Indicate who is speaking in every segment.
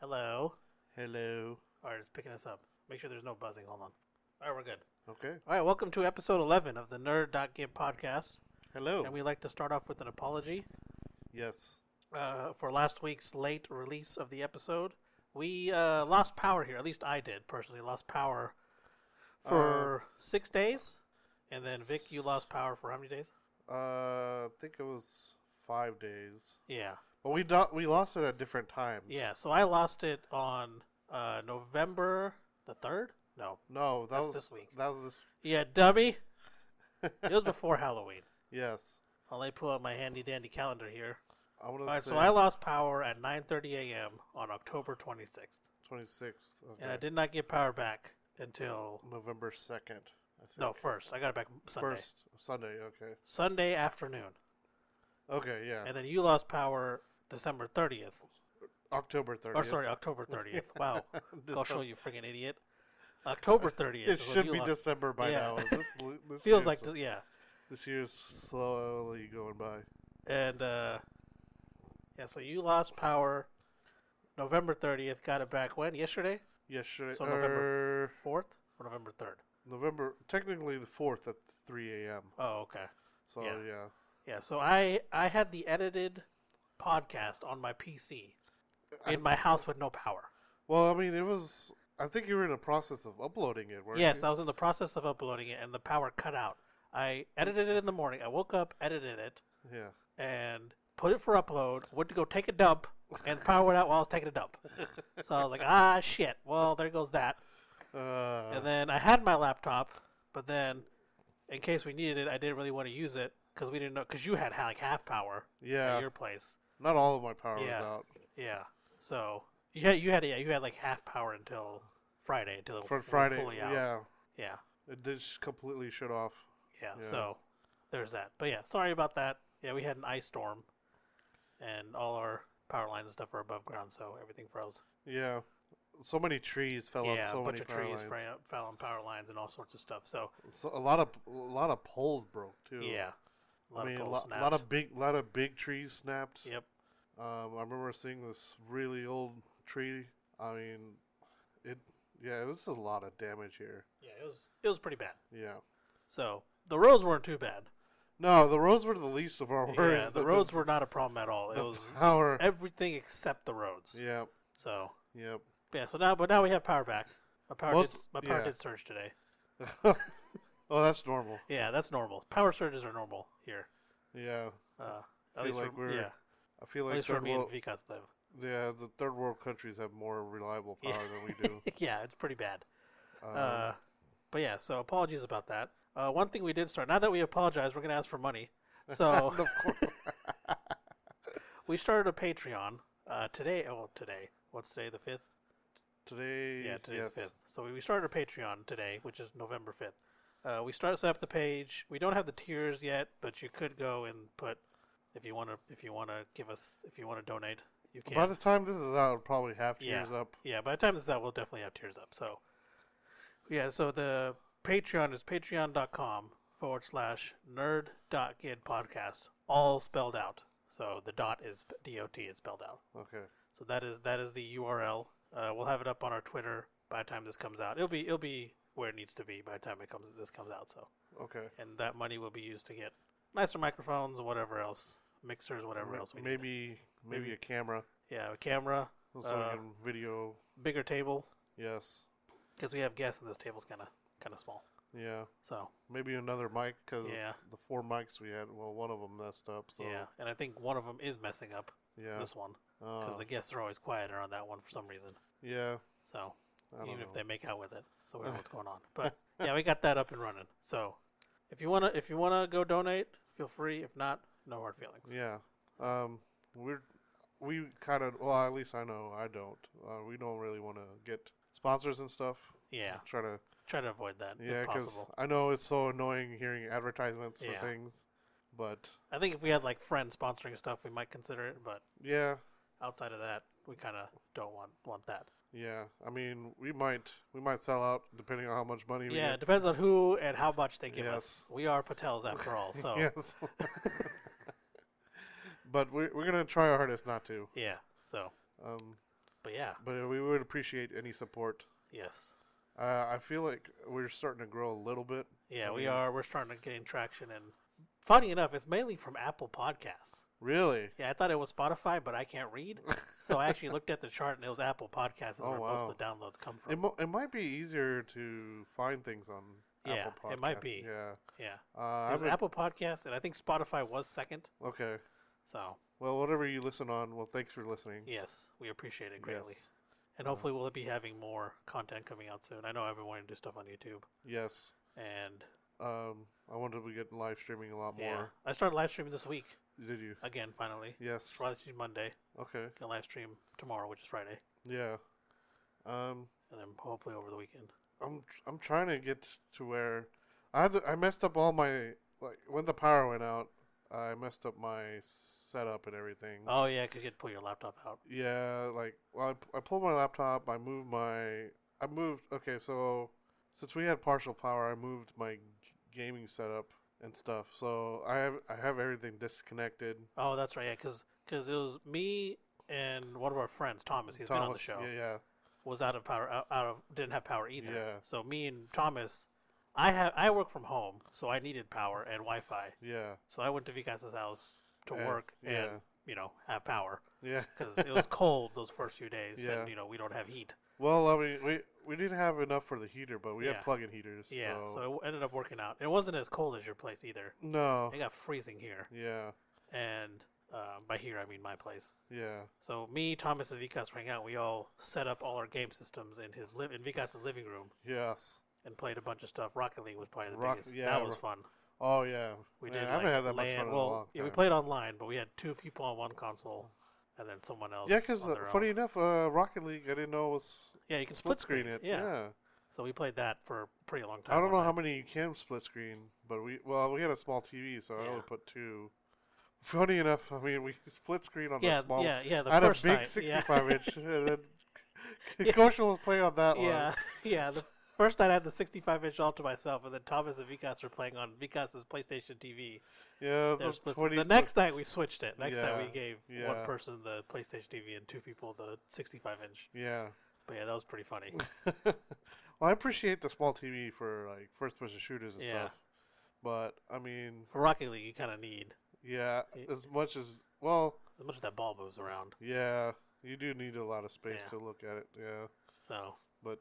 Speaker 1: Hello.
Speaker 2: Hello.
Speaker 1: All right, it's picking us up. Make sure there's no buzzing. Hold on. All right, we're good.
Speaker 2: Okay.
Speaker 1: All right, welcome to episode 11 of the Nerd.Gib podcast.
Speaker 2: Hello.
Speaker 1: And we like to start off with an apology
Speaker 2: yes.
Speaker 1: uh, for last week's late release of the episode. We uh, lost power here. At least I did personally. Lost power for six days. And then, Vic, you lost power for how many days?
Speaker 2: Uh, I think it was five days,
Speaker 1: Yeah.
Speaker 2: but we do- we lost it at different times.
Speaker 1: Yeah, so I lost it on uh, November the 3rd? No.
Speaker 2: No, that
Speaker 1: That's
Speaker 2: was
Speaker 1: this week.
Speaker 2: That was
Speaker 1: Yeah, dummy.
Speaker 2: this.
Speaker 1: It was before Halloween.
Speaker 2: yes.
Speaker 1: I'll let me pull up my handy dandy calendar here.
Speaker 2: I want
Speaker 1: All
Speaker 2: to
Speaker 1: right,
Speaker 2: say
Speaker 1: so I lost power at 9:30 a.m. on October 26th,
Speaker 2: 26th. Okay.
Speaker 1: and I did not get power back until
Speaker 2: November 2nd. I think.
Speaker 1: no first. I got it back Sunday,
Speaker 2: First Sunday. Okay.
Speaker 1: Sunday afternoon,
Speaker 2: Okay. Yeah.
Speaker 1: and then you lost power December 30th,
Speaker 2: October 30th.
Speaker 1: or Oh, sorry, October 30th. Wow,
Speaker 2: Decem-
Speaker 1: go show you freaking idiot. October 30th.
Speaker 2: It
Speaker 1: is when
Speaker 2: should
Speaker 1: you
Speaker 2: be
Speaker 1: lost-
Speaker 2: December by
Speaker 1: Yeah.
Speaker 2: now. This, li- this
Speaker 1: Feels
Speaker 2: year's-
Speaker 1: like th- yeah,
Speaker 2: this year's slowly going by.
Speaker 1: and uh, yeah. So you lost power November 30th. Got it back when yesterday.
Speaker 2: Yesterday.
Speaker 1: So November
Speaker 2: er,
Speaker 1: fourth or November third.
Speaker 2: November, technically the fourth at three a.m.
Speaker 1: Oh, okay.
Speaker 2: So
Speaker 1: Yeah.
Speaker 2: yeah.
Speaker 1: Yeah, so I I had the edited podcast on my PC in my house with no power.
Speaker 2: Well, I mean, it was. I think you were in the process of uploading it. Weren't
Speaker 1: Yes,
Speaker 2: You?
Speaker 1: I was in the process of uploading it, and the power cut out. I edited it in the morning. I woke up, edited it,
Speaker 2: yeah.
Speaker 1: and put it for upload. Went to go take a dump, and the power went out while I was taking a dump. So I was like, ah, shit. Well, there goes that.
Speaker 2: Uh,
Speaker 1: And then I had my laptop, but then in case we needed it, I didn't really want to use it because we didn't know because you had like half power
Speaker 2: yeah.
Speaker 1: at your place.
Speaker 2: Not all of my power
Speaker 1: Yeah.
Speaker 2: was out
Speaker 1: Yeah. So you had you had yeah, you had like half power until Friday until it
Speaker 2: for
Speaker 1: fu-
Speaker 2: Friday.
Speaker 1: fully out.
Speaker 2: Yeah,
Speaker 1: yeah.
Speaker 2: it did sh- completely shut off.
Speaker 1: Yeah.
Speaker 2: Yeah.
Speaker 1: So there's that. But yeah, sorry about that. Yeah, we had an ice storm and all our power lines and stuff are above ground, so everything froze.
Speaker 2: Yeah, so many trees fell on
Speaker 1: yeah,
Speaker 2: so
Speaker 1: a bunch
Speaker 2: many
Speaker 1: of
Speaker 2: power
Speaker 1: trees
Speaker 2: lines.
Speaker 1: fra- fell on power lines and all sorts of stuff. So
Speaker 2: So a lot of a lot of poles broke too.
Speaker 1: yeah. A lot
Speaker 2: I mean,
Speaker 1: of
Speaker 2: a
Speaker 1: poles
Speaker 2: lot,
Speaker 1: snapped.
Speaker 2: lot of big, lot of big trees snapped.
Speaker 1: Yep.
Speaker 2: Um, I remember seeing this really old tree. I mean, it. Yeah, it was a lot of damage here.
Speaker 1: Yeah, it was it was pretty bad.
Speaker 2: Yeah.
Speaker 1: So the roads weren't too bad.
Speaker 2: No, the roads were the least of our worries.
Speaker 1: yeah, the, roads were not a problem at all. It
Speaker 2: the
Speaker 1: was
Speaker 2: power.
Speaker 1: everything except the roads.
Speaker 2: Yep,
Speaker 1: So
Speaker 2: yep.
Speaker 1: Yeah, so now but now we have power back. My power did,
Speaker 2: Most-
Speaker 1: my power
Speaker 2: yeah.
Speaker 1: did surge today.
Speaker 2: oh, that's normal.
Speaker 1: Yeah, that's normal. Power surges are normal here.
Speaker 2: Yeah,
Speaker 1: Uh,
Speaker 2: Feel
Speaker 1: at least
Speaker 2: like
Speaker 1: for,
Speaker 2: we're,
Speaker 1: yeah,
Speaker 2: I feel
Speaker 1: at
Speaker 2: like
Speaker 1: least for
Speaker 2: third
Speaker 1: me and
Speaker 2: world,
Speaker 1: Vikas live.
Speaker 2: yeah, the third world countries have more reliable power
Speaker 1: Yeah.
Speaker 2: than we do.
Speaker 1: yeah, it's pretty bad.
Speaker 2: Um,
Speaker 1: Uh, but yeah, so apologies about that. Uh, one thing we did start. Now that we apologize, we're gonna ask for money. So
Speaker 2: and of course,
Speaker 1: we started a Patreon uh, today. Oh, today. What's today? The fifth.
Speaker 2: today,
Speaker 1: Yeah, today's
Speaker 2: yes,
Speaker 1: the fifth. So we, we started a Patreon today, which is November fifth. Uh, we started set up the page. We don't have the tiers yet, but you could go and put if you want to. If you want to give us, if you want to donate, you can.
Speaker 2: By the time this is out, it'll probably half
Speaker 1: Yeah.
Speaker 2: years up.
Speaker 1: yeah, by the time this is out, we'll definitely have tiers up. So yeah, so the Patreon is patreon.com forward slash nerd dot gid podcast, all spelled out. So the dot is D O T. It's spelled out.
Speaker 2: Okay,
Speaker 1: So that is that is the URL. Uh, we'll have it up on our Twitter by the time this comes out. It'll be it'll be where it needs to be by the time it comes this comes out. So
Speaker 2: okay.
Speaker 1: and that money will be used to get nicer microphones and whatever else, mixers, whatever else we need.
Speaker 2: maybe, maybe
Speaker 1: Maybe-
Speaker 2: a camera
Speaker 1: yeah, a camera,
Speaker 2: so
Speaker 1: Uh,
Speaker 2: we can video.
Speaker 1: bigger table
Speaker 2: Yes,
Speaker 1: because we have guests and this table's kind of kind of small.
Speaker 2: yeah.
Speaker 1: So
Speaker 2: Maybe another mic because
Speaker 1: Yeah.
Speaker 2: the four mics we had. Well, one of them messed up. So
Speaker 1: yeah, and I think one of them is messing up
Speaker 2: yeah.
Speaker 1: this one because
Speaker 2: Uh,
Speaker 1: the guests are always quieter on that one for some reason.
Speaker 2: yeah.
Speaker 1: So
Speaker 2: I don't
Speaker 1: even
Speaker 2: know.
Speaker 1: if they make out with it. So we know what's going on. But yeah, we got that up and running. So if you wanna if you wanna go donate, feel free. If not, no hard feelings.
Speaker 2: Yeah. Um, we're we kind of well, at least I know I don't. Uh, we don't really want to get sponsors and stuff.
Speaker 1: Yeah,
Speaker 2: Try to
Speaker 1: try to avoid that
Speaker 2: yeah,
Speaker 1: if
Speaker 2: because
Speaker 1: possible.
Speaker 2: I know it's so annoying hearing advertisements
Speaker 1: Yeah.
Speaker 2: for things. But
Speaker 1: I think if we had like friends sponsoring stuff, we might consider it. But
Speaker 2: yeah,
Speaker 1: outside of that, we kind of don't want want that.
Speaker 2: yeah. I mean, we might we might sell out depending on how much money we
Speaker 1: yeah, it
Speaker 2: get.
Speaker 1: depends on who and how much they give us.
Speaker 2: Yes.
Speaker 1: We are Patels after all, so
Speaker 2: Yes. but we're we're gonna try our hardest not to.
Speaker 1: yeah. So
Speaker 2: Um,
Speaker 1: But yeah,
Speaker 2: But we would appreciate any support.
Speaker 1: yes,
Speaker 2: Uh, I feel like we're starting to grow a little bit.
Speaker 1: yeah, we
Speaker 2: Yeah.
Speaker 1: are. We're starting to gain traction, and funny enough, it's mainly from Apple Podcasts.
Speaker 2: Really?
Speaker 1: Yeah, I thought it was Spotify, but I can't read, so I actually looked at the chart, and it was Apple Podcasts. Is
Speaker 2: Oh,
Speaker 1: where most
Speaker 2: wow.
Speaker 1: of the downloads come
Speaker 2: It,
Speaker 1: from.
Speaker 2: mo- it might be easier to find things on
Speaker 1: Yeah,
Speaker 2: Apple Podcasts.
Speaker 1: it might be.
Speaker 2: Yeah.
Speaker 1: yeah, it
Speaker 2: Uh,
Speaker 1: was
Speaker 2: I've been-
Speaker 1: Apple Podcasts, and I think Spotify was second.
Speaker 2: Okay.
Speaker 1: So
Speaker 2: Well, whatever you listen on, well, thanks for listening.
Speaker 1: yes, we appreciate it greatly,
Speaker 2: Mm-hmm. Yes.
Speaker 1: and hopefully we'll be having more content coming out soon. I know I've been wanting to do stuff on YouTube,
Speaker 2: Yes.
Speaker 1: and
Speaker 2: Um, I wanted to get live streaming a lot
Speaker 1: yeah,
Speaker 2: more.
Speaker 1: I started live streaming this week
Speaker 2: Did you?
Speaker 1: again. Finally,
Speaker 2: Yes.
Speaker 1: live stream Monday.
Speaker 2: Okay.
Speaker 1: Gonna live stream tomorrow, which is Friday,
Speaker 2: Yeah. Um,
Speaker 1: and then hopefully over the weekend.
Speaker 2: I'm tr- I'm trying to get to where I had to- I messed up all my like when the power went out, I messed up my setup and everything.
Speaker 1: Oh yeah, because you had to pull your laptop out.
Speaker 2: Yeah, like well, I, pu- I pulled my laptop. I moved my I moved. Okay, so since we had partial power, I moved my g- gaming setup and stuff. So I have I have everything disconnected.
Speaker 1: Oh, that's right. Yeah, because it was me and one of our friends, Thomas. He's been on the
Speaker 2: Thomas-
Speaker 1: show.
Speaker 2: Yeah, yeah.
Speaker 1: Was out of power. Out, out of didn't have power either.
Speaker 2: Yeah.
Speaker 1: So me and Thomas, I have I work from home, so I needed power and Wi-Fi.
Speaker 2: Yeah,
Speaker 1: So I went to Vicas's house to
Speaker 2: And-
Speaker 1: work and
Speaker 2: yeah.
Speaker 1: you know have power
Speaker 2: yeah.
Speaker 1: because it was cold those first few days,
Speaker 2: Yeah.
Speaker 1: and you know we don't have heat.
Speaker 2: Well, I mean, we we didn't have enough for the heater, but we
Speaker 1: Yeah.
Speaker 2: had plug-in heaters.
Speaker 1: Yeah. So,
Speaker 2: so,
Speaker 1: it w- ended up working out. It wasn't as cold as your place either.
Speaker 2: no.
Speaker 1: It got freezing here,
Speaker 2: Yeah,
Speaker 1: and uh, by here I mean my place.
Speaker 2: yeah,
Speaker 1: So me, Thomas, and Vikas rang out. We all set up all our game systems in his live in Vikas's living room
Speaker 2: yes.
Speaker 1: and played a bunch of stuff. Rocket League was probably the
Speaker 2: Rock-
Speaker 1: biggest.
Speaker 2: yeah,
Speaker 1: that was
Speaker 2: Ro-
Speaker 1: fun.
Speaker 2: Oh yeah,
Speaker 1: We
Speaker 2: Man,
Speaker 1: did.
Speaker 2: I haven't
Speaker 1: like,
Speaker 2: had that much
Speaker 1: LAN-
Speaker 2: fun in a
Speaker 1: Well,
Speaker 2: long
Speaker 1: yeah, we
Speaker 2: time.
Speaker 1: played online, but we had two people on one console, and then someone else.
Speaker 2: Yeah, because
Speaker 1: on
Speaker 2: uh,
Speaker 1: their
Speaker 2: funny
Speaker 1: own.
Speaker 2: enough, uh, Rocket League I didn't know was
Speaker 1: Yeah, you can
Speaker 2: split screen it.
Speaker 1: Yeah.
Speaker 2: yeah.
Speaker 1: So we played that for a pretty long time.
Speaker 2: I don't know
Speaker 1: one
Speaker 2: how
Speaker 1: night.
Speaker 2: many you can split screen, but we well we had a small TV, so I
Speaker 1: Yeah.
Speaker 2: only put two. Funny enough, I mean we split screen on
Speaker 1: Yeah,
Speaker 2: a small.
Speaker 1: yeah, yeah. The
Speaker 2: I had a
Speaker 1: first
Speaker 2: big
Speaker 1: night,
Speaker 2: 65
Speaker 1: yeah.
Speaker 2: inch, and then
Speaker 1: Yeah.
Speaker 2: Kosha was playing on that
Speaker 1: yeah,
Speaker 2: one.
Speaker 1: yeah. The first night I had the 65 inch all to myself, and then Thomas and Vikas were playing on Vikas's PlayStation TV.
Speaker 2: Yeah,
Speaker 1: They're
Speaker 2: that's
Speaker 1: split-
Speaker 2: 20
Speaker 1: the next night we switched it. Next night
Speaker 2: Yeah,
Speaker 1: we gave one
Speaker 2: yeah.
Speaker 1: person the PlayStation TV and two people the 65 inch.
Speaker 2: Yeah.
Speaker 1: But yeah, that was pretty funny.
Speaker 2: well, I appreciate the small TV for like first person shooters and
Speaker 1: Yeah.
Speaker 2: stuff, but I mean,
Speaker 1: For Rocket League, you kind of need
Speaker 2: yeah,
Speaker 1: Y-
Speaker 2: as much as well,
Speaker 1: as much as that ball moves around.
Speaker 2: yeah, you do need a lot of space
Speaker 1: Yeah.
Speaker 2: to look at it. Yeah.
Speaker 1: So
Speaker 2: But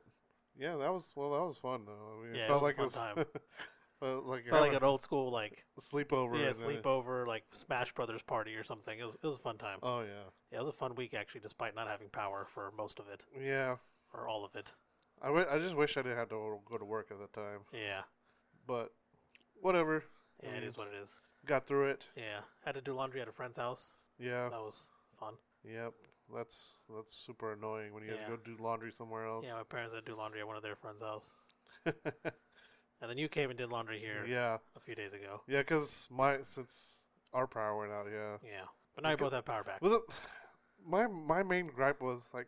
Speaker 2: yeah, that was well. That was fun though. I mean,
Speaker 1: Yeah,
Speaker 2: it
Speaker 1: it
Speaker 2: felt
Speaker 1: was a
Speaker 2: like
Speaker 1: fun
Speaker 2: it was,
Speaker 1: time.
Speaker 2: felt like,
Speaker 1: felt like
Speaker 2: having
Speaker 1: an old school like
Speaker 2: a sleepover.
Speaker 1: yeah
Speaker 2: and then-
Speaker 1: sleepover like Smash Brothers party or something. It was it was a fun time.
Speaker 2: Oh yeah,
Speaker 1: Yeah, it was a fun week actually, despite not having power for most of it
Speaker 2: yeah.
Speaker 1: or all of it.
Speaker 2: I wi- I just wish I didn't have to go to work at the time,
Speaker 1: Yeah,
Speaker 2: but whatever.
Speaker 1: yeah,
Speaker 2: Mm.
Speaker 1: it is what it is.
Speaker 2: Got through it.
Speaker 1: Yeah, had to do laundry at a friend's house.
Speaker 2: Yeah.
Speaker 1: That was fun.
Speaker 2: Yep. That's that's super annoying when you
Speaker 1: Yeah.
Speaker 2: have to go do laundry somewhere else.
Speaker 1: Yeah, my parents had to do laundry at one of their friends' house,
Speaker 2: Yeah.
Speaker 1: and then you came and did laundry here
Speaker 2: yeah.
Speaker 1: a few days ago.
Speaker 2: Cause my since our power went out. Yeah.
Speaker 1: Yeah, but now you
Speaker 2: Because-
Speaker 1: both have power back.
Speaker 2: Was it, my my main gripe was like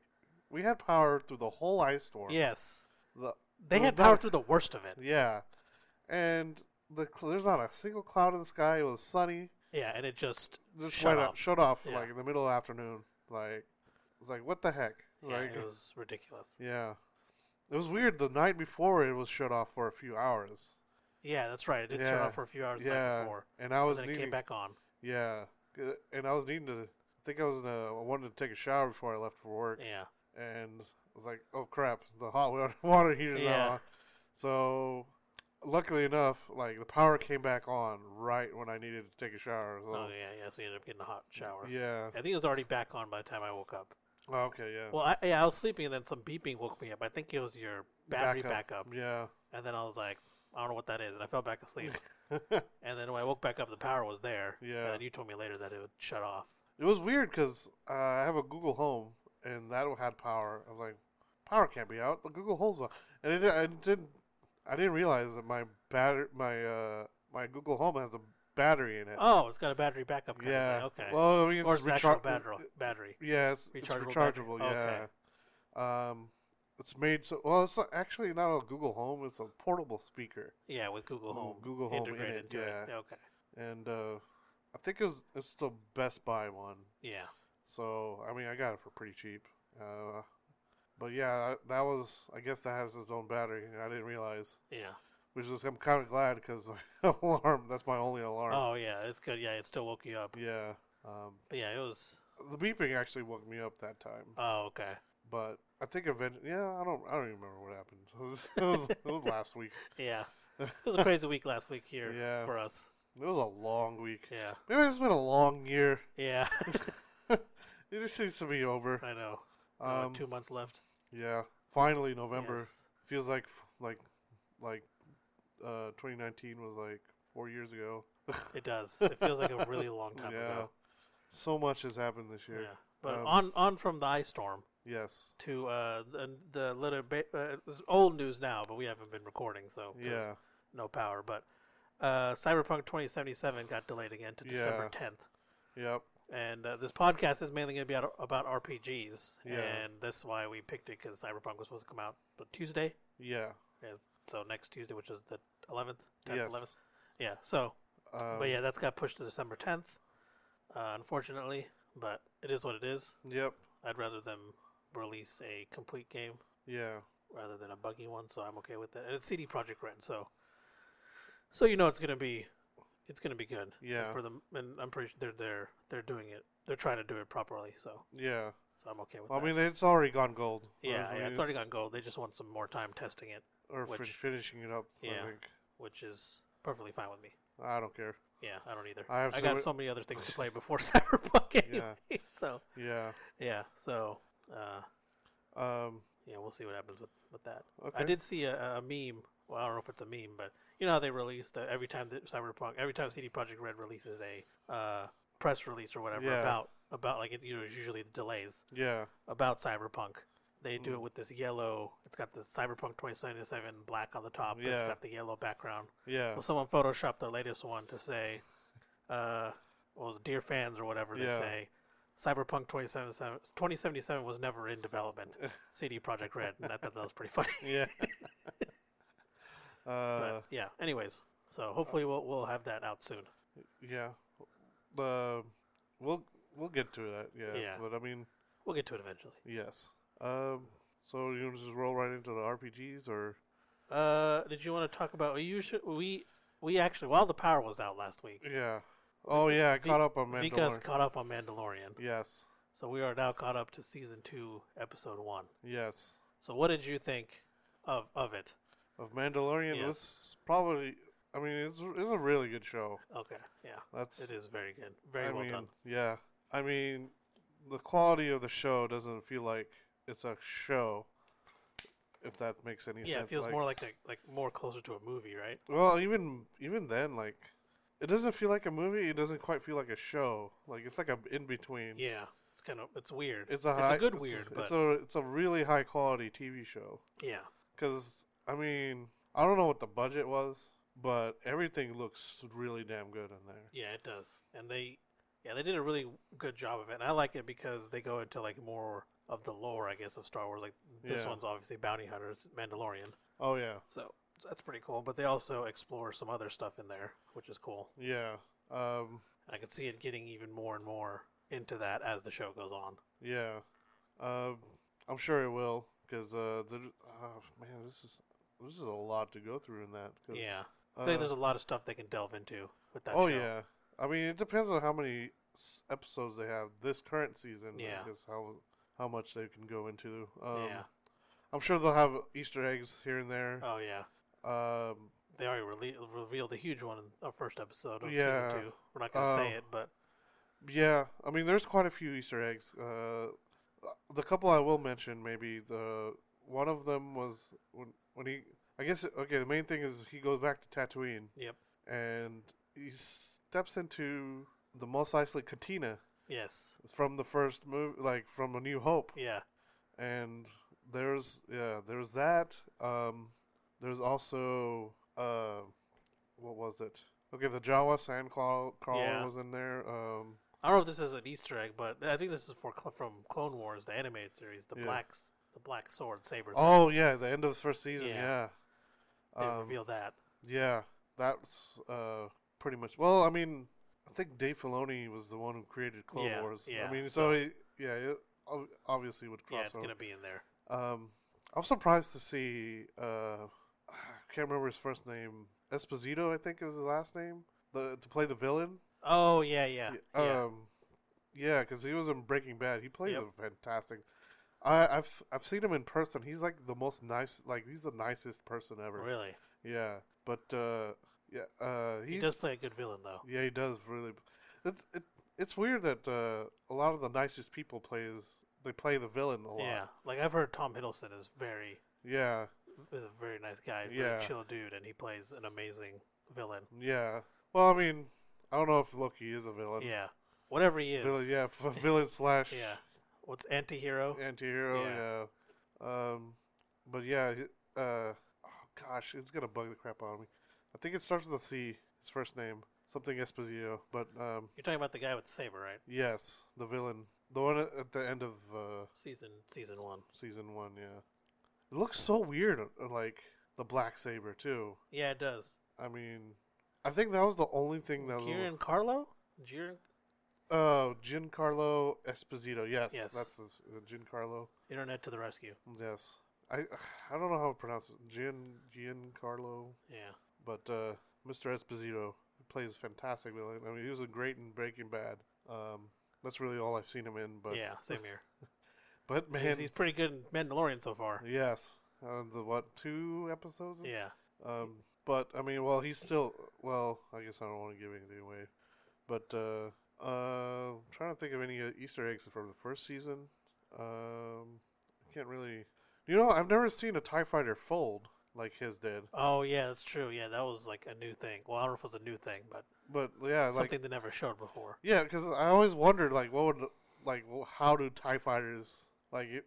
Speaker 2: we had power through the whole ice storm.
Speaker 1: Yes,
Speaker 2: The
Speaker 1: they
Speaker 2: Well,
Speaker 1: had power
Speaker 2: that-
Speaker 1: through the worst of it.
Speaker 2: Yeah, and the cl- there's not a single cloud in the sky. It was sunny.
Speaker 1: Yeah, and it just
Speaker 2: Just
Speaker 1: Shut
Speaker 2: went
Speaker 1: off.
Speaker 2: up, shut off
Speaker 1: Yeah.
Speaker 2: like in the middle of the afternoon. Like it was like what the heck?
Speaker 1: yeah,
Speaker 2: like
Speaker 1: it was ridiculous.
Speaker 2: yeah, it was weird. The night before it was shut off for a few hours.
Speaker 1: Yeah, that's right. It didn't shut
Speaker 2: Yeah,
Speaker 1: off for a few hours the night
Speaker 2: yeah,
Speaker 1: before,
Speaker 2: and I
Speaker 1: and
Speaker 2: was
Speaker 1: then it
Speaker 2: needing
Speaker 1: came back on.
Speaker 2: yeah, Uh, and I was needing to. I think I was in a, I wanted to take a shower before I left for work,
Speaker 1: Yeah,
Speaker 2: and I was like, oh crap, the hot wa- water heater's
Speaker 1: Yeah.
Speaker 2: not on. So. Luckily enough, like the power came back on right when I needed to take a shower. So
Speaker 1: oh yeah, yeah. So you ended up getting a hot shower.
Speaker 2: Yeah.
Speaker 1: I think it was already back on by the time I woke up.
Speaker 2: Oh, okay. Yeah.
Speaker 1: Well, I, yeah, I was sleeping and then some beeping woke me up. I think it was your battery backup.
Speaker 2: Yeah.
Speaker 1: And then I was like, I don't know what that is. And I fell back asleep. and then when I woke back up, the power was there.
Speaker 2: Yeah.
Speaker 1: And then you told me later that it would shut off.
Speaker 2: it was weird because uh, I have a Google Home and that had power. I was like, power can't be out. The Google Home's on, and it, I didn't. I didn't realize that my batter, my uh, my Google Home has a battery in it.
Speaker 1: Oh, it's got a battery backup. Kind
Speaker 2: yeah.
Speaker 1: Of thing. Okay.
Speaker 2: Well, I mean, it's
Speaker 1: or it's an actual
Speaker 2: retra-
Speaker 1: battery. battery.
Speaker 2: Yeah, it's it's
Speaker 1: Rechargeable battery.
Speaker 2: rechargeable.
Speaker 1: Okay.
Speaker 2: Yeah. Um, it's made so well. It's not, actually not a Google Home. It's a portable speaker.
Speaker 1: Yeah, with Google
Speaker 2: Ooh,
Speaker 1: Home.
Speaker 2: Google Home in
Speaker 1: integrated
Speaker 2: it,
Speaker 1: into it.
Speaker 2: yeah.
Speaker 1: Okay.
Speaker 2: and uh, I think it was it's the Best Buy one.
Speaker 1: Yeah.
Speaker 2: So I mean, I got it for pretty cheap, Uh, but yeah, I- that was. I guess that has its own battery. and I didn't realize,
Speaker 1: Yeah.
Speaker 2: which is I'm kind of glad because alarm. That's my only alarm.
Speaker 1: Oh yeah, it's good. Yeah, it still woke you up.
Speaker 2: Yeah. Um,
Speaker 1: But yeah, it was.
Speaker 2: the beeping actually woke me up that time.
Speaker 1: Oh okay.
Speaker 2: but I think eventually, yeah, I don't, I don't even remember what happened. It was, it was, it was last week.
Speaker 1: Yeah. It was a crazy week last week here
Speaker 2: Yeah.
Speaker 1: for us.
Speaker 2: It was a long week.
Speaker 1: Yeah.
Speaker 2: Maybe it's been a long year.
Speaker 1: Yeah.
Speaker 2: it just seems to be over.
Speaker 1: I know. Uh,
Speaker 2: Um,
Speaker 1: two months left.
Speaker 2: yeah, finally November
Speaker 1: Yes.
Speaker 2: feels like like like uh 2019 was like four years ago.
Speaker 1: It does. It feels like a really long time
Speaker 2: yeah,
Speaker 1: ago.
Speaker 2: so much has happened this year.
Speaker 1: Yeah. But
Speaker 2: Um,
Speaker 1: on on from the ice storm
Speaker 2: Yes.
Speaker 1: to uh the, the little bit uh, it's old news now, but we haven't been recording, so there's
Speaker 2: Yeah.
Speaker 1: no power. But uh, Cyberpunk 2077 got delayed again to December 10th.
Speaker 2: Yep.
Speaker 1: And uh, this podcast is mainly going to be about, about RPGs,
Speaker 2: Yeah.
Speaker 1: and that's why we picked it because Cyberpunk was supposed to come out the Tuesday,
Speaker 2: Yeah.
Speaker 1: and so next Tuesday, which is the 11th, 10th,
Speaker 2: Yes.
Speaker 1: 11th. Yeah. So,
Speaker 2: Um,
Speaker 1: but yeah, that's got pushed to December 10th, uh, unfortunately. But it is what it is.
Speaker 2: Yep.
Speaker 1: I'd rather them release a complete game
Speaker 2: Yeah.
Speaker 1: rather than a buggy one, so I'm okay with that. And it's CD Project Red, so so you know it's gonna be it's gonna be good.
Speaker 2: Yeah.
Speaker 1: And for them, and I'm pretty sure they're they're they're doing it. They're trying to do it properly, so
Speaker 2: Yeah.
Speaker 1: so I'm okay with
Speaker 2: I
Speaker 1: that.
Speaker 2: mean, it's already gone gold.
Speaker 1: yeah,
Speaker 2: I
Speaker 1: yeah,
Speaker 2: mean,
Speaker 1: it's already gone gold. They just want some more time testing it,
Speaker 2: Or fin-
Speaker 1: which-
Speaker 2: finishing it up.
Speaker 1: Yeah.
Speaker 2: I think.
Speaker 1: which is perfectly fine with me.
Speaker 2: I don't care.
Speaker 1: Yeah, I don't either.
Speaker 2: I have
Speaker 1: I
Speaker 2: so
Speaker 1: got
Speaker 2: many-
Speaker 1: so many other things to play before Cyberpunk anyway.
Speaker 2: Yeah.
Speaker 1: So
Speaker 2: Yeah.
Speaker 1: yeah, so uh,
Speaker 2: Um.
Speaker 1: yeah, we'll see what happens with with that.
Speaker 2: Okay.
Speaker 1: I did see a, a meme. Well, I don't know if it's a meme, but you know how they release the, every time that Cyberpunk, every time CD Projekt Red releases a uh, press release or whatever
Speaker 2: Yeah.
Speaker 1: about about like it, you know, it's usually the delays
Speaker 2: Yeah.
Speaker 1: about Cyberpunk. They do
Speaker 2: Mm.
Speaker 1: it with this yellow. It's got the Cyberpunk 2077 black on the top. but It's
Speaker 2: Yeah.
Speaker 1: got the yellow background.
Speaker 2: Yeah.
Speaker 1: Well, someone photoshopped their latest one to say, uh, what was it, dear fans or whatever they
Speaker 2: Yeah.
Speaker 1: say. Cyberpunk 2077, 2077 was never in development. CD Projekt Red, and I thought that was pretty funny.
Speaker 2: Yeah. uh.
Speaker 1: but yeah. Anyways, so hopefully we'll we'll have that out soon.
Speaker 2: Yeah. Uh. We'll we'll get to that. Yeah.
Speaker 1: Yeah.
Speaker 2: But I mean,
Speaker 1: We'll get to it eventually.
Speaker 2: yes. Um. So you wanna just roll right into the RPGs, or
Speaker 1: Uh, did you want to talk about you should we we actually while the power was out last week,
Speaker 2: yeah. Oh yeah, I
Speaker 1: Vi-
Speaker 2: caught up on Mandalorian.
Speaker 1: Vika's caught up on Mandalorian,
Speaker 2: yes.
Speaker 1: so we are now caught up to season two, episode one.
Speaker 2: Yes.
Speaker 1: So what did you think of of it?
Speaker 2: Of Mandalorian,
Speaker 1: Yes.
Speaker 2: this is probably. I mean, it's it's a really good show.
Speaker 1: Okay, yeah,
Speaker 2: That's
Speaker 1: it is very good, very
Speaker 2: I
Speaker 1: well
Speaker 2: mean,
Speaker 1: done.
Speaker 2: Yeah. I mean, the quality of the show doesn't feel like it's a show, if that makes any
Speaker 1: Yeah,
Speaker 2: sense.
Speaker 1: it feels more like a, like more closer to a movie, right?
Speaker 2: Well, even even then, like, it doesn't feel like a movie. It doesn't quite feel like a show. Like it's like a in between.
Speaker 1: Yeah, it's kind of it's weird.
Speaker 2: It's a
Speaker 1: it's
Speaker 2: high,
Speaker 1: a good weird,
Speaker 2: It's
Speaker 1: but
Speaker 2: a it's a really high quality TV show.
Speaker 1: yeah,
Speaker 2: Cause I mean, I don't know what the budget was, but everything looks really damn good in there.
Speaker 1: Yeah, it does, and they, yeah, they did a really good job of it. And I like it because they go into like more of the lore, I guess, of Star Wars. Like this
Speaker 2: Yeah.
Speaker 1: one's obviously bounty hunters, Mandalorian,
Speaker 2: Oh yeah,
Speaker 1: so that's pretty cool. But they also explore some other stuff in there, which is cool.
Speaker 2: yeah, um,
Speaker 1: And I can see it getting even more and more into that as the show goes on.
Speaker 2: Yeah, um, I'm sure it will because uh, the uh, man, this is this is a lot to go through in that. 'cause,
Speaker 1: Yeah,
Speaker 2: uh,
Speaker 1: I think there's a lot of stuff they can delve into with that.
Speaker 2: oh
Speaker 1: show.
Speaker 2: yeah, I mean it depends on how many s- episodes they have this current season.
Speaker 1: Yeah.
Speaker 2: because how how much they can go into. Um,
Speaker 1: yeah,
Speaker 2: I'm sure they'll have Easter eggs here and there.
Speaker 1: oh yeah. Oh.
Speaker 2: Um,
Speaker 1: They already rele- revealed a huge one in our first episode of
Speaker 2: Yeah.
Speaker 1: season two. We're not gonna say
Speaker 2: Uh,
Speaker 1: it, but
Speaker 2: yeah, I mean there's quite a few Easter eggs. Uh, the couple I will mention maybe the one of them was when when he. I guess okay. The main thing is he goes back to Tatooine.
Speaker 1: yep,
Speaker 2: and he steps into the Mos Eisley Katina
Speaker 1: yes,
Speaker 2: from the first movie, like from A New Hope.
Speaker 1: yeah,
Speaker 2: And there's yeah, there's that. Um, there's also uh, what was it? Okay, the Jawa sand claw- crawler
Speaker 1: Yeah.
Speaker 2: was in there. Um,
Speaker 1: I don't know if this is an Easter egg, but I think this is for Cl- from Clone Wars, the animated series, the
Speaker 2: Yeah.
Speaker 1: black s- the black sword saber. thing.
Speaker 2: oh yeah, the end of the first season. Yeah,
Speaker 1: Yeah. they
Speaker 2: Um,
Speaker 1: reveal that.
Speaker 2: yeah, that's uh pretty much. Well, I mean, I think Dave Filoni was the one who created Clone
Speaker 1: Yeah,
Speaker 2: Wars.
Speaker 1: yeah,
Speaker 2: I mean, so, he, yeah, it, ob- obviously would cross
Speaker 1: yeah, it's
Speaker 2: over.
Speaker 1: going to be in there.
Speaker 2: Um, I'm surprised to see. Uh, I can't remember his first name. Esposito, I think, is his last name. The to play the villain.
Speaker 1: Oh, yeah, yeah.
Speaker 2: Yeah,
Speaker 1: yeah.
Speaker 2: Um, yeah, because he was in Breaking Bad. He plays
Speaker 1: Yep.
Speaker 2: a fantastic. I, I've I've seen him in person. He's like the most nice. Like he's the nicest person ever.
Speaker 1: Oh, really?
Speaker 2: Yeah, but uh, yeah, uh,
Speaker 1: He
Speaker 2: he's-
Speaker 1: does play a good villain, though.
Speaker 2: Yeah, he does really. It, it, it's weird that uh, a lot of the nicest people plays they play the villain a lot.
Speaker 1: Yeah. Like, I've heard Tom Hiddleston is very
Speaker 2: Yeah.
Speaker 1: is a very nice guy, very
Speaker 2: Yeah.
Speaker 1: chill dude, and he plays an amazing villain.
Speaker 2: Yeah. Well, I mean, I don't know if Loki is a villain.
Speaker 1: Yeah. Whatever he is.
Speaker 2: Um, Villain, yeah, f- villain slash
Speaker 1: Yeah. What's anti hero?
Speaker 2: antihero.
Speaker 1: Yeah.
Speaker 2: oh, Yeah. Um, but yeah, he- uh, oh gosh, it's gonna bug the crap out of me. I think it starts with a C. His first name, something Esposito, but um,
Speaker 1: You're talking about the guy with the saber, right?
Speaker 2: yes, the villain, the one at at the end of uh,
Speaker 1: Season season one.
Speaker 2: season one. Yeah, it looks so weird, uh, like the black saber too.
Speaker 1: Yeah, it does.
Speaker 2: I mean, I think that was the only thing that was. a little-
Speaker 1: Kieran Carlo? Jiren
Speaker 2: Oh, Giancarlo Esposito. Yes,
Speaker 1: Yes.
Speaker 2: that's his, uh, Giancarlo.
Speaker 1: Internet to the rescue.
Speaker 2: Yes, I I don't know how to pronounce it. Gian Giancarlo,
Speaker 1: Yeah.
Speaker 2: but uh, Mr. Esposito he plays fantastic villain. I mean, he was a great in Breaking Bad. Um, that's really all I've seen him in. But
Speaker 1: yeah, same here.
Speaker 2: but man,
Speaker 1: He's, he's pretty good in Mandalorian so far.
Speaker 2: yes, uh, the what two episodes?
Speaker 1: Yeah.
Speaker 2: Um, but I mean, well, he's still. Well, I guess I don't want to give anything away. But uh, uh, I'm trying to think of any uh, Easter eggs from the first season. Um, I can't really. You know, I've never seen a Tie Fighter fold like his did.
Speaker 1: Oh yeah, that's true. Yeah, that was like a new thing. Well, I don't know if it was a new thing, but
Speaker 2: But yeah, like
Speaker 1: something they never showed before.
Speaker 2: yeah, because I always wondered like what would like wh- how do Tie Fighters like it,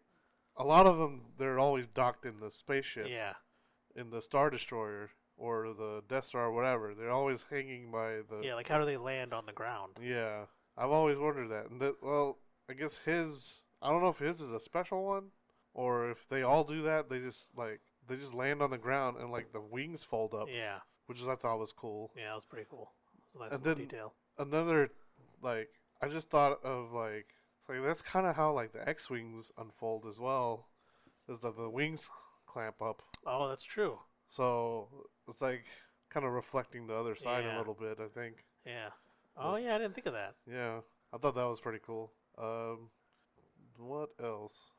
Speaker 2: a lot of them they're always docked in the spaceship.
Speaker 1: Yeah.
Speaker 2: in the Star Destroyer or the Death Star or whatever. They're always hanging by the.
Speaker 1: Yeah, like how do they land on the ground?
Speaker 2: Yeah. I've always wondered that. And that, well, I guess his. I don't know if his is a special one or if they all do that. They just, like, they just land on the ground and, like, the wings fold up,
Speaker 1: Yeah.
Speaker 2: which is, I thought was cool.
Speaker 1: Yeah, that was pretty cool. It's a nice
Speaker 2: And
Speaker 1: little
Speaker 2: then-
Speaker 1: detail.
Speaker 2: Another, like, I just thought of, like, it's like that's kind of how, like, the X Wings unfold as well, is that the wings clamp up.
Speaker 1: Oh, that's true.
Speaker 2: So it's, like, kind of reflecting the other side
Speaker 1: Yeah.
Speaker 2: a little bit, I think.
Speaker 1: Yeah. Oh yeah, I didn't think of that.
Speaker 2: Yeah, I thought that was pretty cool. Um, what else?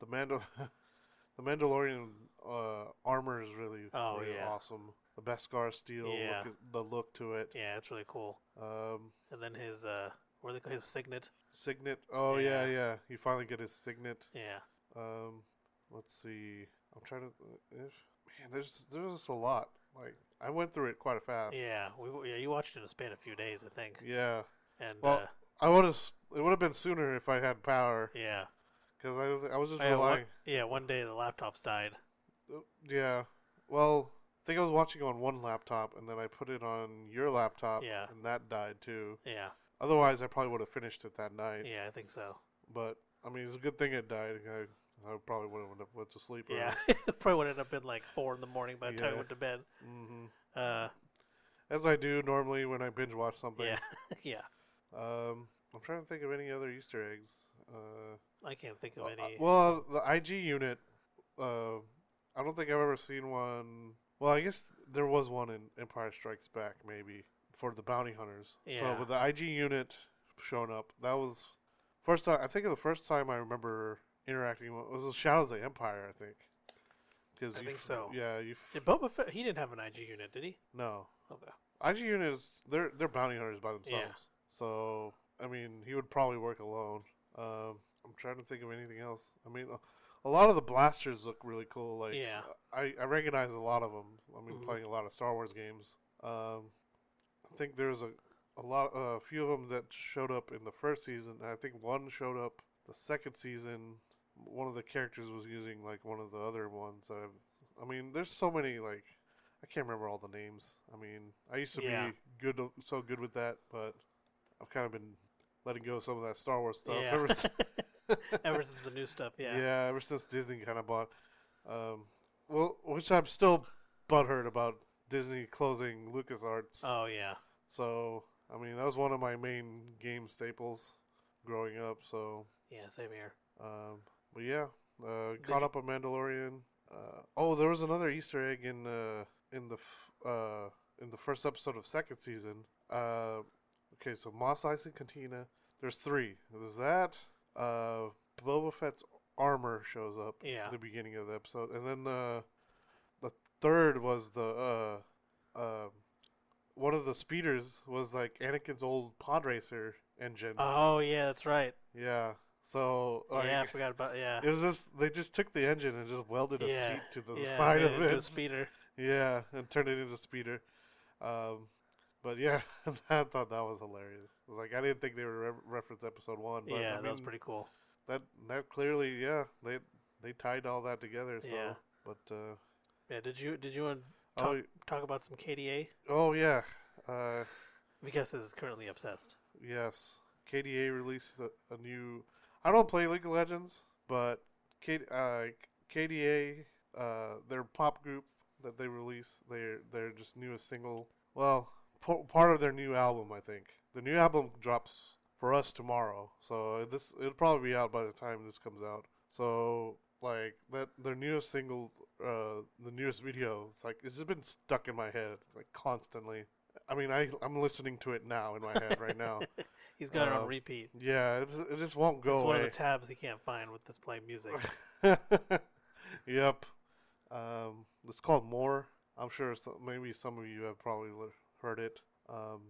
Speaker 2: The Mandal- the Mandalorian uh, armor is really,
Speaker 1: Oh,
Speaker 2: really
Speaker 1: yeah.
Speaker 2: awesome. The Beskar steel,
Speaker 1: Yeah.
Speaker 2: look, the look to it.
Speaker 1: Yeah, it's really cool.
Speaker 2: Um,
Speaker 1: And then his uh, what do they call his signet?
Speaker 2: signet. Oh yeah.
Speaker 1: Yeah.
Speaker 2: yeah, You finally get his signet.
Speaker 1: Yeah.
Speaker 2: Um, let's see. I'm trying to. uh, If, man, there's there's just a lot. Like I went through it quite fast.
Speaker 1: Yeah. We yeah, you watched it in a span of a few days, I think.
Speaker 2: Yeah.
Speaker 1: And
Speaker 2: Well,
Speaker 1: uh,
Speaker 2: I would have. It would have been sooner if I had power,
Speaker 1: yeah.
Speaker 2: because I I was just
Speaker 1: I had one-
Speaker 2: relying.
Speaker 1: yeah, one day the laptops died.
Speaker 2: Uh, Yeah. Well, I think I was watching on one laptop and then I put it on your laptop
Speaker 1: Yeah.
Speaker 2: and that died too.
Speaker 1: Yeah.
Speaker 2: Otherwise, I probably would have finished it that night.
Speaker 1: Yeah, I think so.
Speaker 2: But I mean, it's a good thing it died. I, I probably would have went to sleep.
Speaker 1: Yeah. Probably would end up in like four in the morning by the time I
Speaker 2: Yeah.
Speaker 1: went to bed.
Speaker 2: hmm
Speaker 1: Uh,
Speaker 2: As I do normally when I binge watch something.
Speaker 1: yeah. yeah.
Speaker 2: Um, I'm trying to think of any other Easter eggs. Uh,
Speaker 1: I can't think of
Speaker 2: well,
Speaker 1: any.
Speaker 2: uh, well, the IG unit. Uh, I don't think I've ever seen one. Well, I guess there was one in Empire Strikes Back, maybe for the bounty hunters.
Speaker 1: Yeah.
Speaker 2: So with the IG unit showing up, that was first time. I think the first time I remember interacting with was with Shadows of the Empire. I think. 'Cause
Speaker 1: I
Speaker 2: you
Speaker 1: think
Speaker 2: f-
Speaker 1: so.
Speaker 2: Yeah, you f-
Speaker 1: Did Boba Fett? He didn't have an IG unit, did he? Oh,
Speaker 2: no.
Speaker 1: Okay.
Speaker 2: IG unit is they're they're bounty hunters by themselves.
Speaker 1: Yeah.
Speaker 2: So I mean, he would probably work alone. Um, I'm trying to think of anything else. I mean, a- a lot of the blasters look really cool. Like
Speaker 1: Yeah.
Speaker 2: I, I recognize a lot of them. I mean,
Speaker 1: Mhm.
Speaker 2: playing a lot of Star Wars games. Um, I think there's a a lot a few of them that showed up in the first season. and I think one showed up the second season. One of the characters was using like one of the other ones. That I've, I mean, there's so many like I can't remember all the names. I mean, I used to
Speaker 1: Yeah.
Speaker 2: be good so good with that, but I've kind of been letting go of some of that Star Wars stuff
Speaker 1: yeah.
Speaker 2: ever since.
Speaker 1: Ever since the new stuff, yeah.
Speaker 2: Yeah, ever since Disney kind of bought, um, well, which I'm still butthurt about Disney closing LucasArts.
Speaker 1: Oh yeah.
Speaker 2: so, I mean, that was one of my main game staples growing up. So,
Speaker 1: Yeah, same here.
Speaker 2: Um, but yeah, uh,
Speaker 1: Did
Speaker 2: caught
Speaker 1: you-
Speaker 2: up on Mandalorian. Uh, oh, there was another Easter egg in uh, in the f- uh, in the first episode of second season. Uh, okay, so Moss Isley Cantina. There's three. There's that. Uh, Boba Fett's armor shows up
Speaker 1: Yeah.
Speaker 2: at the beginning of the episode, and then uh, the third was the uh, um one of the speeders was like Anakin's old pod racer engine.
Speaker 1: Oh yeah, that's right.
Speaker 2: yeah. So like,
Speaker 1: yeah, I forgot about yeah.
Speaker 2: it was just they just took the engine and just welded a
Speaker 1: Yeah,
Speaker 2: seat to the
Speaker 1: yeah,
Speaker 2: side
Speaker 1: made
Speaker 2: of
Speaker 1: into a
Speaker 2: it.
Speaker 1: speeder.
Speaker 2: yeah, and turned it into a speeder. Um, but yeah, I thought that was hilarious. It was like I didn't think they were re- reference episode one. But
Speaker 1: yeah,
Speaker 2: I
Speaker 1: that was
Speaker 2: mean,
Speaker 1: pretty cool.
Speaker 2: That that clearly, yeah, they they tied all that together. So,
Speaker 1: Yeah.
Speaker 2: but uh,
Speaker 1: Yeah, did you did you want to
Speaker 2: oh
Speaker 1: talk, talk about some KDA?
Speaker 2: oh yeah, uh,
Speaker 1: Because this is currently obsessed.
Speaker 2: yes, KDA released a, a new. I don't play League of Legends, but K, uh, KDA, uh, their pop group that they released, their their just newest single. Well, p- part of their new album, I think. The new album drops for us tomorrow, so this it'll probably be out by the time this comes out. So like that, their newest single, uh, the newest video, it's like it's just been stuck in my head like constantly. I mean, I I'm listening to it now in my head right now.
Speaker 1: He's got it
Speaker 2: Uh,
Speaker 1: on repeat.
Speaker 2: Yeah, it's, it just won't go
Speaker 1: It's one
Speaker 2: away.
Speaker 1: of the tabs he can't find with this play music.
Speaker 2: yep. Um, it's called More. I'm sure so, maybe some of you have probably l- heard it. Um,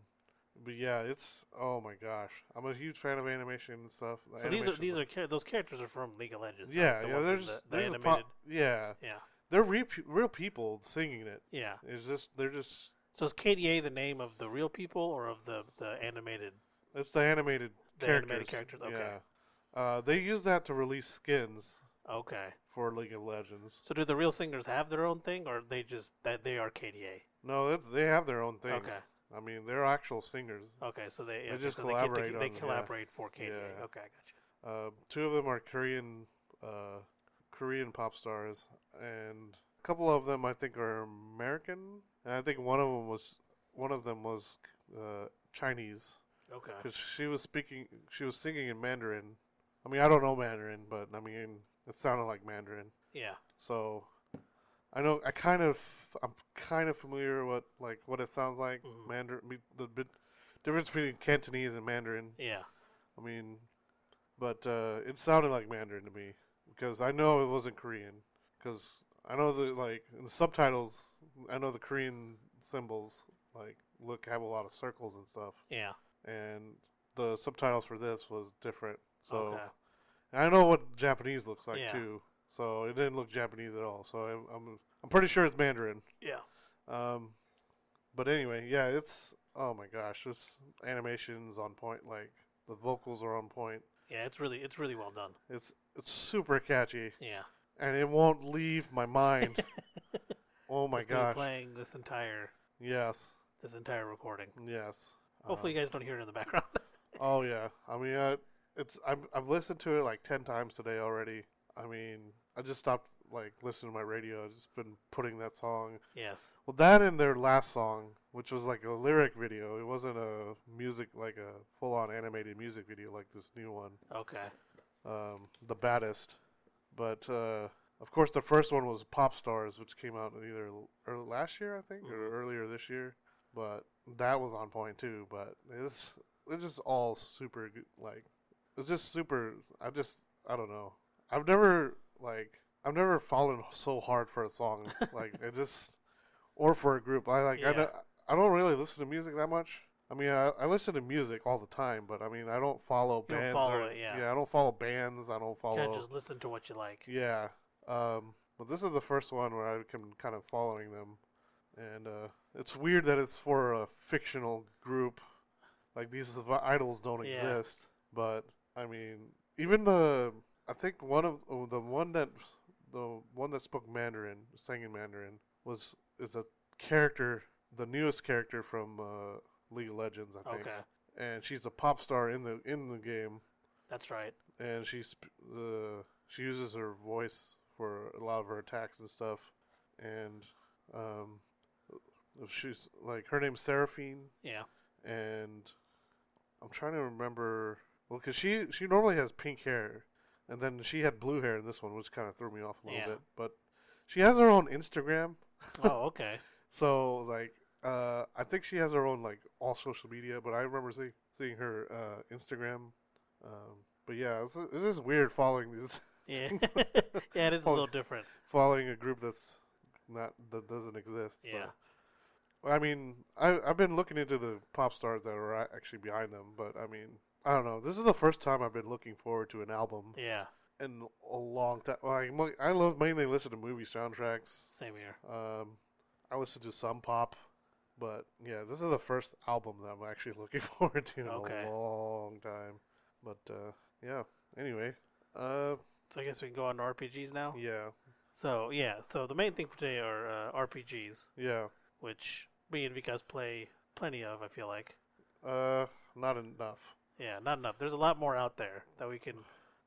Speaker 2: but yeah, it's oh my gosh, I'm a huge fan of animation and stuff.
Speaker 1: So these are these are char- those characters are from League of Legends. right?
Speaker 2: yeah
Speaker 1: the
Speaker 2: yeah
Speaker 1: ones in
Speaker 2: there's
Speaker 1: the, the
Speaker 2: there's a
Speaker 1: animated.
Speaker 2: pro- yeah
Speaker 1: Yeah.
Speaker 2: they're re- real people singing it.
Speaker 1: yeah.
Speaker 2: It's just they're just
Speaker 1: So is KDA the name of the real people or of the the animated?
Speaker 2: it's the animated
Speaker 1: The
Speaker 2: characters.
Speaker 1: animated characters, okay.
Speaker 2: Yeah. Uh, they use that to release skins
Speaker 1: Okay.
Speaker 2: for League of Legends.
Speaker 1: So do the real singers have their own thing, or they just that they are KDA?
Speaker 2: No, it, they have their own thing.
Speaker 1: Okay.
Speaker 2: I mean, they're actual singers.
Speaker 1: Okay, so they, okay,
Speaker 2: just
Speaker 1: so they, get to-
Speaker 2: collaborate
Speaker 1: they
Speaker 2: on- yeah.
Speaker 1: collaborate for KDA.
Speaker 2: Yeah.
Speaker 1: Okay, I got you.
Speaker 2: Uh, two of them are Korean, uh, Korean pop stars, and a couple of them I think are American, and I think one of them was one of them was uh, Chinese
Speaker 1: Okay.
Speaker 2: because she was speaking, she was singing in Mandarin. I mean, I don't know Mandarin, but I mean, it sounded like Mandarin.
Speaker 1: Yeah.
Speaker 2: So I know I kind of I'm kind of familiar what like what it sounds like
Speaker 1: Mhm.
Speaker 2: Mandarin the bit, difference between Cantonese and Mandarin.
Speaker 1: Yeah.
Speaker 2: I mean, but uh, it sounded like Mandarin to me because I know it wasn't Korean because I know the like in the subtitles I know the Korean symbols like look have a lot of circles and stuff
Speaker 1: Yeah.
Speaker 2: and the subtitles for this was different so.
Speaker 1: okay.
Speaker 2: And I know what Japanese looks like
Speaker 1: Yeah.
Speaker 2: too, so it didn't look Japanese at all. So I'm I'm, I'm pretty sure it's Mandarin.
Speaker 1: Yeah.
Speaker 2: Um, but anyway, yeah, it's oh my gosh, this animation's on point. Like the vocals are on point.
Speaker 1: Yeah. It's really it's really well done.
Speaker 2: It's it's super catchy,
Speaker 1: Yeah.
Speaker 2: and it won't leave my mind. oh my
Speaker 1: It's gonna be
Speaker 2: gosh!
Speaker 1: Playing this entire
Speaker 2: Yes,
Speaker 1: this entire recording.
Speaker 2: yes.
Speaker 1: Hopefully, you guys don't hear it in the background.
Speaker 2: Um, oh yeah. I mean, I, it's I've I've listened to it like ten times today already. I mean, I just stopped like listening to my radio. I've just been putting that song
Speaker 1: yes.
Speaker 2: Well, that and their last song, which was like a lyric video, it wasn't a music like a full-on animated music video like this new one,
Speaker 1: Okay.
Speaker 2: um, the baddest. But uh, of course, the first one was Pop Stars, which came out either l- ear- last year, I think,
Speaker 1: Mhm.
Speaker 2: or earlier this year. But that was on point too. But it's it's just all super good, like it's just super. I just I don't know. I've never like I've never fallen so hard for a song like I just or for a group. I like I,
Speaker 1: Yeah.
Speaker 2: don't, I don't really listen to music that much. I mean, I, I listen to music all the time, but I mean, I don't follow
Speaker 1: You don't
Speaker 2: bands.
Speaker 1: follow
Speaker 2: or,
Speaker 1: it, yeah.
Speaker 2: I don't follow bands. I don't
Speaker 1: You
Speaker 2: follow.
Speaker 1: can't just listen to what you like.
Speaker 2: Yeah. Um, but this is the first one where I've been kind of following them, and uh, it's weird that it's for a fictional group. Like these v- idols don't
Speaker 1: Yeah.
Speaker 2: exist, but I mean, even the I think one of oh, the one that the one that spoke Mandarin, sang in Mandarin, was is a character, the newest character from uh, League of Legends, I think,
Speaker 1: Okay.
Speaker 2: and she's a pop star in the in the game
Speaker 1: That's right.
Speaker 2: and she sp- uh, she uses her voice for a lot of her attacks and stuff. And um, she's like her name's Seraphine,
Speaker 1: Yeah.
Speaker 2: and I'm trying to remember. Well, cause she she normally has pink hair, And then she had blue hair in this one, which kind of threw me off a little
Speaker 1: Yeah.
Speaker 2: bit. But she has her own Instagram,
Speaker 1: oh, okay.
Speaker 2: so like uh, I think she has her own like all social media. But I remember see, seeing her uh, Instagram. Um, but yeah, it's, it's just weird following these,
Speaker 1: Yeah, yeah, it is a little different.
Speaker 2: following a group that's not that doesn't exist. but-
Speaker 1: Yeah,
Speaker 2: Well, I mean, I, I've been looking into the pop stars that are a- actually behind them, but I mean, I don't know. This is the first time I've been looking forward to an album
Speaker 1: yeah,
Speaker 2: in a long time. Like, mo- I love mainly listen to movie soundtracks.
Speaker 1: same here.
Speaker 2: Um, I listen to some pop, but yeah, this is the first album that I'm actually looking forward to in
Speaker 1: Okay.
Speaker 2: a long time. But uh, yeah, anyway, uh,
Speaker 1: So I guess we can go on to RPGs now.
Speaker 2: yeah,
Speaker 1: So yeah, so the main thing for today are uh, RPGs,
Speaker 2: yeah.
Speaker 1: which me and Vikas play plenty of. I feel like.
Speaker 2: Uh, not enough.
Speaker 1: Yeah, not enough. There's a lot more out there that we can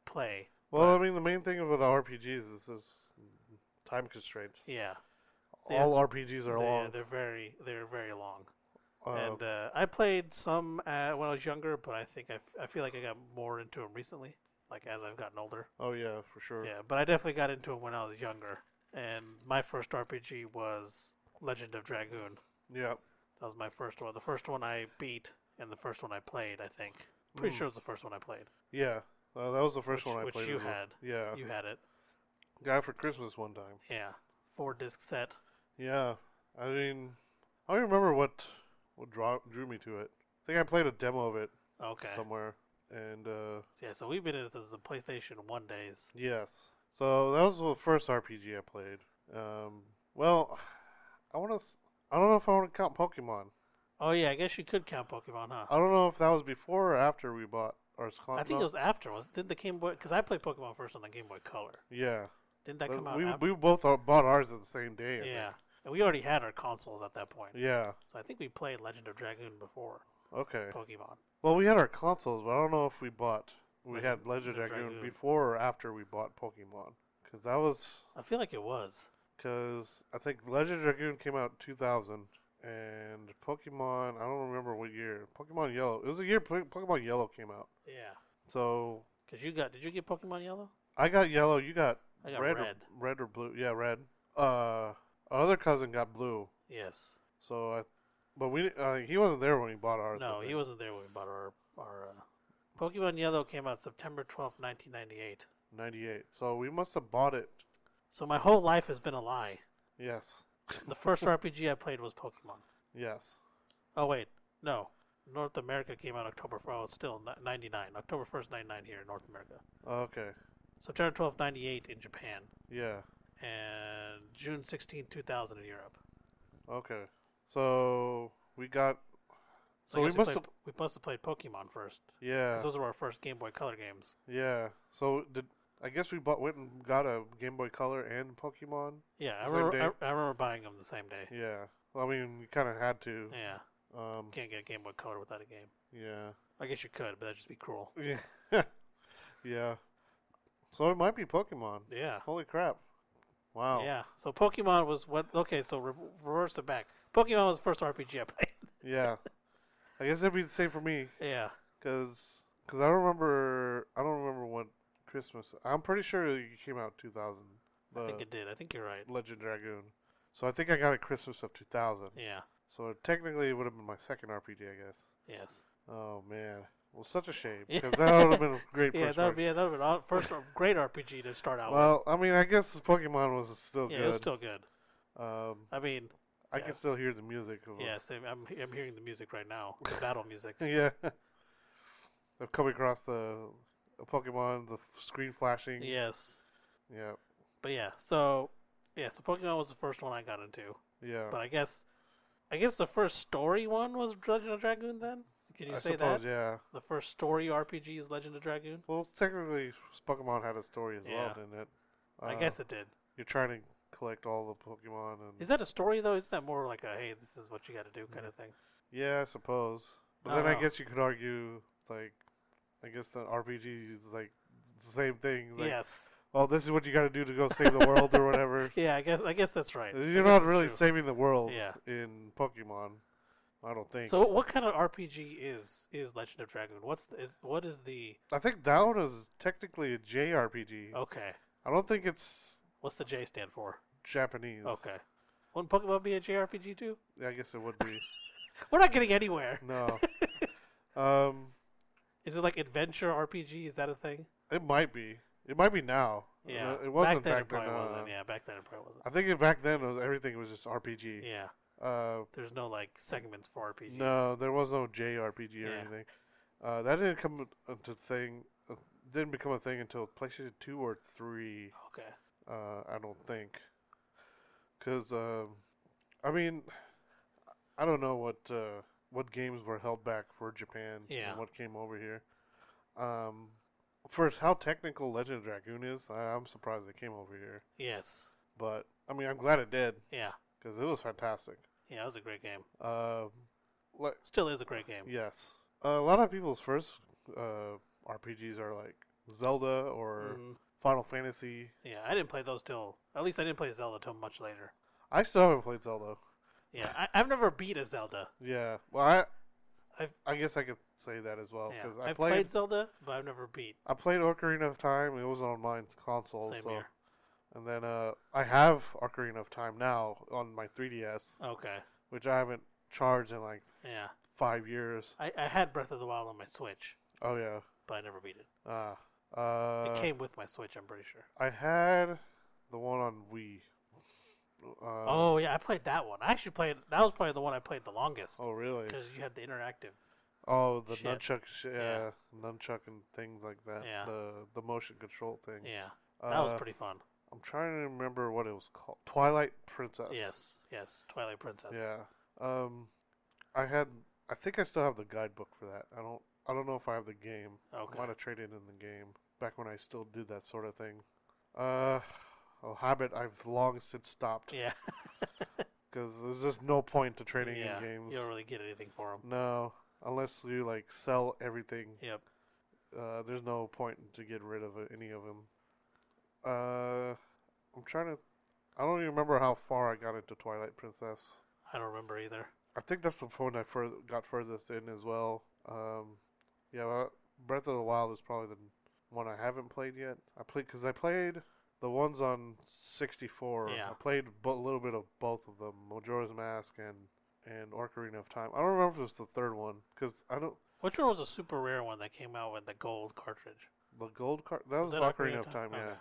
Speaker 1: play.
Speaker 2: Well, I mean, the main thing about the RPGs is this time constraints.
Speaker 1: Yeah, They
Speaker 2: All RPGs are
Speaker 1: they,
Speaker 2: long.
Speaker 1: They're very, they're very long.
Speaker 2: Uh,
Speaker 1: and uh, I played some uh, when I was younger, but I think I, f- I feel like I got more into them recently, like as I've gotten older.
Speaker 2: oh yeah, for sure.
Speaker 1: Yeah, but I definitely got into them when I was younger. And my first RPG was Legend of Dragoon.
Speaker 2: Yeah.
Speaker 1: That was my first one. The first one I beat, and the first one I played. I think. Pretty
Speaker 2: Mm.
Speaker 1: sure it was the first one I played.
Speaker 2: Yeah. Uh, that was the first
Speaker 1: Which-
Speaker 2: one I
Speaker 1: which
Speaker 2: played.
Speaker 1: you
Speaker 2: as well.
Speaker 1: had.
Speaker 2: Yeah.
Speaker 1: You had it.
Speaker 2: Got it for Christmas one time.
Speaker 1: Yeah, four disc set.
Speaker 2: Yeah. I mean, I don't remember what what draw, drew me to it. I think I played a demo of it
Speaker 1: Okay.
Speaker 2: somewhere, and uh,
Speaker 1: yeah, so we've been into this the PlayStation One days.
Speaker 2: yes, so that was the first RPG I played. Um, well, I want to. I don't know if I want to count Pokemon.
Speaker 1: Oh yeah, I guess you could count Pokemon, huh?
Speaker 2: I don't know if that was before or after we bought our.
Speaker 1: I
Speaker 2: uh,
Speaker 1: think it was after. Was did the Game Boy? Because I played Pokemon first on the Game Boy Color.
Speaker 2: Yeah.
Speaker 1: Didn't that
Speaker 2: But
Speaker 1: come out?
Speaker 2: we,
Speaker 1: after?
Speaker 2: we both all bought ours at the same day. I
Speaker 1: Yeah, and we already had our consoles at that point,
Speaker 2: Think. Yeah.
Speaker 1: so I think we played Legend of Dragoon before
Speaker 2: Okay.
Speaker 1: Pokemon.
Speaker 2: Well, we had our consoles, but I don't know if we bought. We
Speaker 1: Legend-
Speaker 2: had Legend
Speaker 1: Legend
Speaker 2: Dragoon,
Speaker 1: Dragoon.
Speaker 2: before or after we bought Pokemon, because that was
Speaker 1: I feel like it was.
Speaker 2: because I think Legend Dragoon came out in 2000, and Pokemon. I don't remember what year. Pokemon Yellow. It was the year Po- Pokemon Yellow came out.
Speaker 1: Yeah,
Speaker 2: So
Speaker 1: because you got. Did you get Pokemon Yellow?
Speaker 2: I got Yellow. You got,
Speaker 1: I got
Speaker 2: red,
Speaker 1: red.
Speaker 2: Or, red or blue? Yeah, red. Uh, our other cousin got blue.
Speaker 1: Yes.
Speaker 2: So I, but we uh, he wasn't there when we bought ours. I
Speaker 1: no,
Speaker 2: think.
Speaker 1: he wasn't there when we bought our our. Uh, Pokemon Yellow came out September twelfth, nineteen ninety eight.
Speaker 2: 98. So we must have bought it.
Speaker 1: So my whole life has been a lie.
Speaker 2: Yes.
Speaker 1: The first RPG I played was Pokemon.
Speaker 2: Yes.
Speaker 1: Oh wait, no. North America came out October. Oh, it's still ninety nine. October first, ninety nine here in North America.
Speaker 2: Okay.
Speaker 1: September twelfth, ninety eight in Japan,
Speaker 2: Yeah.
Speaker 1: and June sixteenth, two thousand in Europe.
Speaker 2: Okay. So we got.
Speaker 1: So
Speaker 2: So
Speaker 1: I
Speaker 2: we
Speaker 1: guess
Speaker 2: must
Speaker 1: played,
Speaker 2: have.
Speaker 1: we must have played Pokemon first. 'cause
Speaker 2: Yeah.
Speaker 1: those were our first Game Boy Color games.
Speaker 2: Yeah. So did I guess we bought went and got a Game Boy Color and Pokemon?
Speaker 1: Yeah, I
Speaker 2: Same
Speaker 1: remember,
Speaker 2: day.
Speaker 1: I, I remember buying them the same day.
Speaker 2: Yeah. Well, I mean, we kind of had to.
Speaker 1: Yeah,
Speaker 2: Um.
Speaker 1: can't get a Game Boy Color without a game.
Speaker 2: Yeah.
Speaker 1: I guess you could, but that'd just be cruel.
Speaker 2: Yeah. yeah. So it might be Pokemon.
Speaker 1: Yeah,
Speaker 2: Holy crap! Wow.
Speaker 1: yeah. So Pokemon was what? Okay, so re- reverse it back. Pokemon was the first RPG I played.
Speaker 2: Yeah. I guess it'd be the same for me.
Speaker 1: yeah,
Speaker 2: Cause, cause I remember, I don't remember what Christmas. I'm pretty sure it came out 2000. The
Speaker 1: I think it did. I think you're right.
Speaker 2: Legend Dragoon. So I think I got it Christmas of 2000.
Speaker 1: Yeah.
Speaker 2: So technically, it would have been my second RPG, I guess.
Speaker 1: Yes.
Speaker 2: Oh man, well, such a shame
Speaker 1: Yeah.
Speaker 2: because that would have been a great.
Speaker 1: Yeah,
Speaker 2: first
Speaker 1: that would
Speaker 2: one.
Speaker 1: be yeah, that would be an first or- great RPG to start out
Speaker 2: Well, I mean, I guess Pokemon was still
Speaker 1: with. Yeah,
Speaker 2: good.
Speaker 1: it was still good.
Speaker 2: um,
Speaker 1: I mean,
Speaker 2: I
Speaker 1: yeah.
Speaker 2: can still hear the music. Of
Speaker 1: yeah, same, I'm he- I'm hearing the music right now, the battle music.
Speaker 2: yeah. of coming across the a Pokemon, the f- screen flashing.
Speaker 1: Yes,
Speaker 2: Yeah.
Speaker 1: but yeah, so yeah, so Pokemon was the first one I got into,
Speaker 2: Yeah.
Speaker 1: but I guess, I guess the first story one was Legend of Dragoon. Then can you
Speaker 2: I
Speaker 1: say
Speaker 2: suppose,
Speaker 1: that
Speaker 2: yeah.
Speaker 1: the first story RPG is Legend of Dragoon?
Speaker 2: Well, technically, Pokemon had a story as
Speaker 1: Yeah.
Speaker 2: well, didn't it?
Speaker 1: I
Speaker 2: Uh,
Speaker 1: guess it did.
Speaker 2: you're trying to collect all the Pokemon, and
Speaker 1: Is that a story though? Isn't that more like a hey, this is what you got to do kind of thing?
Speaker 2: yeah, I suppose. But
Speaker 1: I
Speaker 2: then
Speaker 1: don't
Speaker 2: I
Speaker 1: know.
Speaker 2: guess you could argue, like, I guess the RPG is like the same thing. Mm, Like,
Speaker 1: yes.
Speaker 2: Well, this is what you got to do to go save the world or whatever.
Speaker 1: Yeah, I guess I guess that's right. I
Speaker 2: You're
Speaker 1: guess
Speaker 2: not
Speaker 1: it's
Speaker 2: really
Speaker 1: true.
Speaker 2: saving the world
Speaker 1: Yeah.
Speaker 2: in Pokemon. I don't think.
Speaker 1: So what kind of RPG is is Legend of Dragon? What's the, is what is the
Speaker 2: I think that one is technically a JRPG.
Speaker 1: okay?
Speaker 2: I don't think it's
Speaker 1: What's the J stand for?
Speaker 2: Japanese.
Speaker 1: Okay. Wouldn't Pokemon be a JRPG too?
Speaker 2: Yeah, I guess it would be.
Speaker 1: We're not getting anywhere.
Speaker 2: no. Um,
Speaker 1: Is it like adventure RPG? Is that a thing?
Speaker 2: it might be. It might be now.
Speaker 1: Yeah.
Speaker 2: Uh, It
Speaker 1: back
Speaker 2: wasn't
Speaker 1: then.
Speaker 2: back
Speaker 1: it probably
Speaker 2: then, uh,
Speaker 1: wasn't. Yeah, back then it probably wasn't.
Speaker 2: I think it, back then it was, everything was just RPG.
Speaker 1: Yeah.
Speaker 2: Uh,
Speaker 1: There's no like segments for RPGs.
Speaker 2: no, there was no JRPG or
Speaker 1: Yeah.
Speaker 2: anything. Uh, that didn't come into thing. Uh, didn't become a thing until PlayStation Two or Three.
Speaker 1: Okay.
Speaker 2: Uh, I don't think. Because, um, I mean, I don't know what uh, what games were held back for Japan
Speaker 1: Yeah.
Speaker 2: and what came over here. Um, first, how technical Legend of Dragoon is, I, I'm surprised it came over here.
Speaker 1: Yes.
Speaker 2: But, I mean, I'm glad it did
Speaker 1: Yeah.
Speaker 2: because it was fantastic.
Speaker 1: Yeah, it was a great game.
Speaker 2: Um le-
Speaker 1: Still is a great game.
Speaker 2: yes. a lot of people's first uh, RPGs are like Zelda or
Speaker 1: Mhm.
Speaker 2: Final Fantasy.
Speaker 1: Yeah, I didn't play those till at least I didn't play Zelda till much later.
Speaker 2: I still haven't played Zelda.
Speaker 1: Yeah, I, I've never beat a Zelda.
Speaker 2: Yeah. Well, I
Speaker 1: I've-
Speaker 2: i guess I could say that as well
Speaker 1: yeah,
Speaker 2: because Oh, I
Speaker 1: I've
Speaker 2: played,
Speaker 1: played, Zelda, but I've never beat.
Speaker 2: I played Ocarina of Time. It wasn't on my console,
Speaker 1: Same
Speaker 2: so
Speaker 1: here.
Speaker 2: and then uh, I have Ocarina of Time now on my 3DS,
Speaker 1: Okay.
Speaker 2: which I haven't charged in like
Speaker 1: Yeah,
Speaker 2: five years.
Speaker 1: I, I had Breath of the Wild on my Switch,
Speaker 2: Oh yeah.
Speaker 1: but I never beat it.
Speaker 2: Ah. Uh,
Speaker 1: it came with my Switch, I'm pretty sure.
Speaker 2: I had the one on Wii. Uh,
Speaker 1: oh yeah, I played that one. I actually played. That was probably the one I played the longest
Speaker 2: Oh really?
Speaker 1: because you had the interactive.
Speaker 2: Oh, the
Speaker 1: shit.
Speaker 2: nunchuck, sh- yeah,
Speaker 1: Yeah.
Speaker 2: nunchuck and things like that.
Speaker 1: Yeah.
Speaker 2: The the motion control thing.
Speaker 1: Yeah, that was
Speaker 2: Uh,
Speaker 1: pretty fun.
Speaker 2: I'm trying to remember what it was called. Twilight Princess.
Speaker 1: Yes, yes, Twilight Princess.
Speaker 2: Yeah. Um, I had. I think I still have the guidebook for that. I don't. I don't know if I have the game.
Speaker 1: Okay.
Speaker 2: I might have traded in the game back when I still did that sort of thing. Uh, a habit I've long since stopped
Speaker 1: Yeah.
Speaker 2: because there's just no point to trading
Speaker 1: yeah.
Speaker 2: in games.
Speaker 1: You don't really get anything for them.
Speaker 2: No, unless you like sell everything.
Speaker 1: Yep.
Speaker 2: Uh, there's no point to get rid of any of them. Uh, I'm trying to. I don't even remember how far I got into Twilight Princess.
Speaker 1: I don't remember either.
Speaker 2: I think that's the phone I fur- got furthest in as well. Um, yeah, well, Breath of the Wild is probably the one I haven't played yet. I played because I played the ones on 64.
Speaker 1: Yeah.
Speaker 2: I played a little bit of both of them, Majora's Mask and and Ocarina of Time. I don't remember if it was the third one because I don't
Speaker 1: Which one was a super rare one that came out with the gold cartridge?
Speaker 2: the gold card. That was,
Speaker 1: that
Speaker 2: Ocarina, of Time.
Speaker 1: Okay.
Speaker 2: Yeah.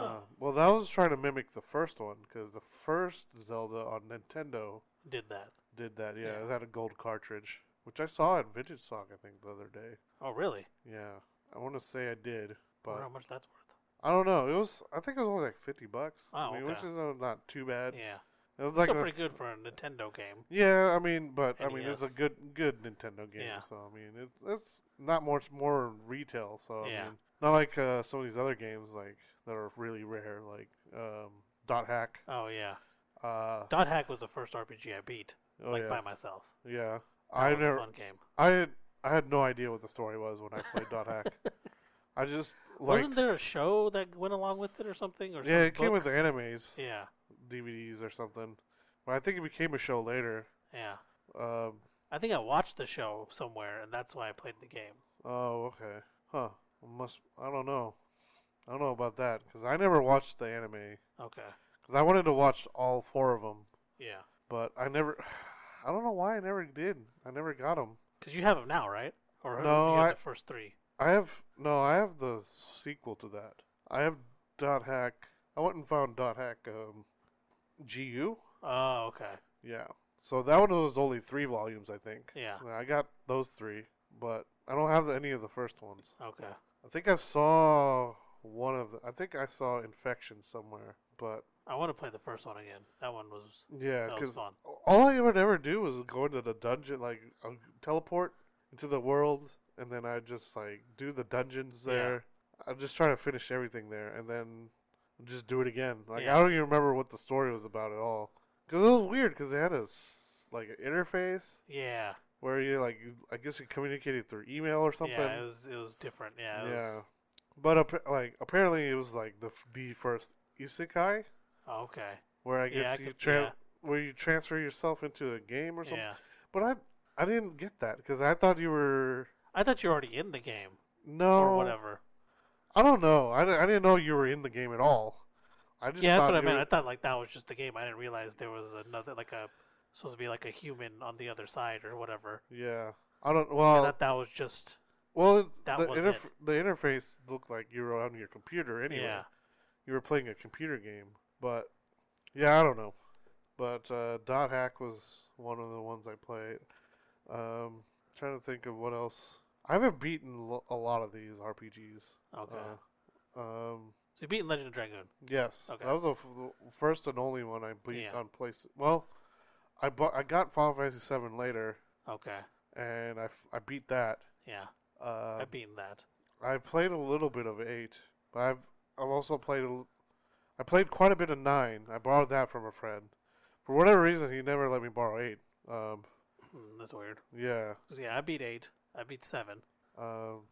Speaker 2: Uh, well, that was trying to mimic the first one because the first Zelda on Nintendo
Speaker 1: Did that.
Speaker 2: did that. Yeah,
Speaker 1: Yeah.
Speaker 2: it had a gold cartridge, which I saw at Vintage Stock I think the other day.
Speaker 1: Oh, really?
Speaker 2: Yeah, I want to say I did,
Speaker 1: I wonder
Speaker 2: but
Speaker 1: how much that's worth.
Speaker 2: I don't know. It was I think it was only like fifty bucks.
Speaker 1: Oh,
Speaker 2: I mean,
Speaker 1: okay.
Speaker 2: which is uh, not too bad.
Speaker 1: Yeah.
Speaker 2: It was
Speaker 1: Still
Speaker 2: like a
Speaker 1: pretty
Speaker 2: s-
Speaker 1: good for a Nintendo game.
Speaker 2: Yeah, I mean, but I mean, it's a
Speaker 1: NES.
Speaker 2: good good Nintendo game.
Speaker 1: Yeah.
Speaker 2: So I mean, it, it's not much more retail. So I
Speaker 1: Yeah.
Speaker 2: mean, not like uh, some of these other games like that are really rare, like um, Dot Hack.
Speaker 1: Oh yeah.
Speaker 2: Uh,
Speaker 1: Dot Hack was the first RPG I beat,
Speaker 2: oh
Speaker 1: like
Speaker 2: yeah,
Speaker 1: by myself.
Speaker 2: yeah.
Speaker 1: That
Speaker 2: I
Speaker 1: was
Speaker 2: never,
Speaker 1: a fun game.
Speaker 2: I had, I had no idea what the story was when I played Dot Hack. I just like
Speaker 1: Wasn't there a show that went along with it or something? Or
Speaker 2: yeah,
Speaker 1: some
Speaker 2: it came
Speaker 1: book?
Speaker 2: with the animes.
Speaker 1: Yeah,
Speaker 2: DVDs or something. But I think it became a show later.
Speaker 1: yeah.
Speaker 2: Um,
Speaker 1: I think I watched the show somewhere, and that's why I played the game.
Speaker 2: oh, okay. Huh. Must I don't know. I don't know about that because I never watched the anime
Speaker 1: Okay.
Speaker 2: because I wanted to watch all four of them,
Speaker 1: Yeah.
Speaker 2: but I never. I don't know why I never did. I never got them.
Speaker 1: Because you have them now, right? Or
Speaker 2: No,
Speaker 1: you have
Speaker 2: I-
Speaker 1: the first three.
Speaker 2: I have no. I have the sequel to that. I have Dot Hack. I went and found Dot Hack. Um, Gu.
Speaker 1: Oh, okay.
Speaker 2: Yeah. So that one was only three volumes, I think.
Speaker 1: Yeah.
Speaker 2: I got those three, but I don't have any of the first ones.
Speaker 1: Okay.
Speaker 2: I think I saw one of the. I think I saw Infection somewhere, but
Speaker 1: I want to play the first one again. That one was
Speaker 2: yeah,
Speaker 1: that was
Speaker 2: because
Speaker 1: fun.
Speaker 2: all I would ever do was go into the dungeon, like uh, teleport into the world, and then I just like do the dungeons
Speaker 1: Yeah.
Speaker 2: there. I'm just trying to finish everything there, and then just do it again. Like
Speaker 1: Yeah.
Speaker 2: I don't even remember what the story was about at all, because it was weird. Because they had a s- like an interface
Speaker 1: Yeah.
Speaker 2: where you like you- I guess you communicated through email or something.
Speaker 1: Yeah. It was it was different. Yeah. It
Speaker 2: Yeah,
Speaker 1: Was,
Speaker 2: but appa- like apparently it was like the f- the first isekai
Speaker 1: oh, okay.
Speaker 2: where I
Speaker 1: Yeah, I
Speaker 2: guess you
Speaker 1: could-
Speaker 2: tra-
Speaker 1: yeah.
Speaker 2: where you transfer yourself into a game or something.
Speaker 1: Yeah.
Speaker 2: But I I didn't get that because I thought you were
Speaker 1: I thought you were already in the game
Speaker 2: no
Speaker 1: or whatever.
Speaker 2: I don't know. I, di- I didn't know you were in the game at all. I just
Speaker 1: Hmm. Yeah, that's
Speaker 2: thought
Speaker 1: what I
Speaker 2: you
Speaker 1: meant.
Speaker 2: were-
Speaker 1: I thought like that was just the game. I didn't realize there was another like a supposed to be like a human on the other side or whatever.
Speaker 2: yeah, I don't.
Speaker 1: I
Speaker 2: Well,
Speaker 1: thought that was just
Speaker 2: well, it-
Speaker 1: that
Speaker 2: the,
Speaker 1: was
Speaker 2: interf-
Speaker 1: it.
Speaker 2: the interface looked like you were on your computer anyway.
Speaker 1: yeah.
Speaker 2: You were playing a computer game, but yeah, I don't know. But uh, Dot Hack was one of the ones I played. Um, trying to think of what else. I haven't beaten lo- a lot of these RPGs.
Speaker 1: Okay.
Speaker 2: Uh, um,
Speaker 1: so you beat Legend of Dragoon.
Speaker 2: Yes,
Speaker 1: Okay.
Speaker 2: that was the f- the first and only one I beat
Speaker 1: Yeah.
Speaker 2: on place. Well, I bought, I got Final Fantasy Seven later,
Speaker 1: Okay.
Speaker 2: and I, f- I beat that.
Speaker 1: Yeah.
Speaker 2: Uh,
Speaker 1: I've beaten that.
Speaker 2: I played a little bit of eight, but I've I've also played a l- I played quite a bit of nine. I borrowed that from a friend. For whatever reason, he never let me borrow eight. Um,
Speaker 1: Hmm, that's weird.
Speaker 2: yeah,
Speaker 1: 'Cause, yeah, I beat eight. I beat seven.
Speaker 2: um,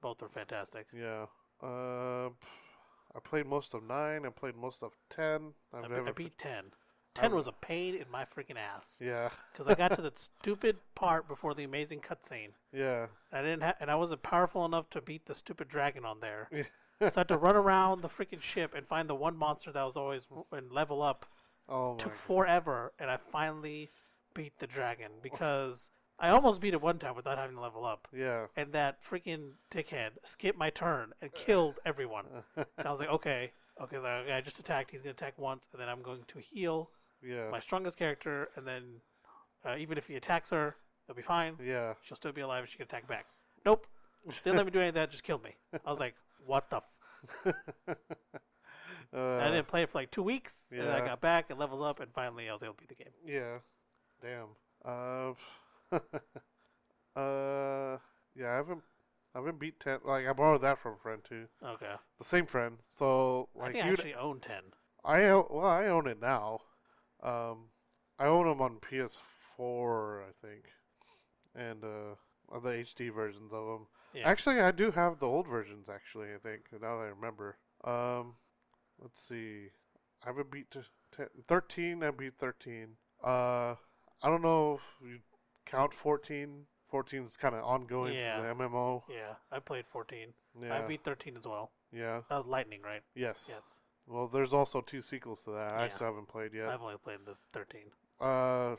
Speaker 1: Both were fantastic.
Speaker 2: yeah. Uh, I played most of nine. I played most of ten. I've
Speaker 1: I, be-
Speaker 2: never.
Speaker 1: I beat ten. Ten
Speaker 2: I've-
Speaker 1: was a pain in my freaking ass
Speaker 2: yeah,
Speaker 1: because I got to that stupid part before the amazing cutscene.
Speaker 2: yeah,
Speaker 1: I didn't ha- and I wasn't powerful enough to beat the stupid dragon on there.
Speaker 2: Yeah.
Speaker 1: so I had to run around the freaking ship and find the one monster that was always and level up.
Speaker 2: oh my.
Speaker 1: Took forever, and I finally beat the dragon because I almost beat it one time without having to level up.
Speaker 2: Yeah.
Speaker 1: And that freaking dickhead skipped my turn and killed everyone. And I was like, okay, okay, so I I just attacked. He's gonna attack once, and then I'm going to heal
Speaker 2: Yeah.
Speaker 1: my strongest character, and then uh, even if he attacks her, it'll be fine.
Speaker 2: Yeah.
Speaker 1: She'll still be alive. and She can attack back. Nope. Didn't let me do any of that. Just killed me. I was like, what the? F-?
Speaker 2: Uh,
Speaker 1: And I didn't play it for like two weeks. And then I
Speaker 2: yeah.
Speaker 1: got back and leveled up, and finally I was able to beat the game.
Speaker 2: Yeah. Damn. Uh, uh. Yeah. I haven't. I haven't beat ten. Like I borrowed that from a friend too.
Speaker 1: Okay.
Speaker 2: The same friend. So
Speaker 1: I
Speaker 2: like
Speaker 1: think I
Speaker 2: you.
Speaker 1: actually own ten.
Speaker 2: I o- well I own it now. Um, I own them on PS4 I think, and uh, on the HD versions of them.
Speaker 1: Yeah.
Speaker 2: Actually, I do have the old versions. Actually, I think now that I remember. Um, let's see. I haven't beat t- ten- 13. I beat 13. Uh, I don't know if you count 14. 14 is kind of ongoing. Yeah.
Speaker 1: Yeah.
Speaker 2: the MMO.
Speaker 1: Yeah, I played fourteen.
Speaker 2: Yeah.
Speaker 1: I beat thirteen as well.
Speaker 2: yeah.
Speaker 1: That was Lightning, right?
Speaker 2: Yes.
Speaker 1: Yes.
Speaker 2: Well, there's also two sequels to that. I
Speaker 1: Yeah.
Speaker 2: still haven't played yet.
Speaker 1: I've only played the thirteen.
Speaker 2: Uh,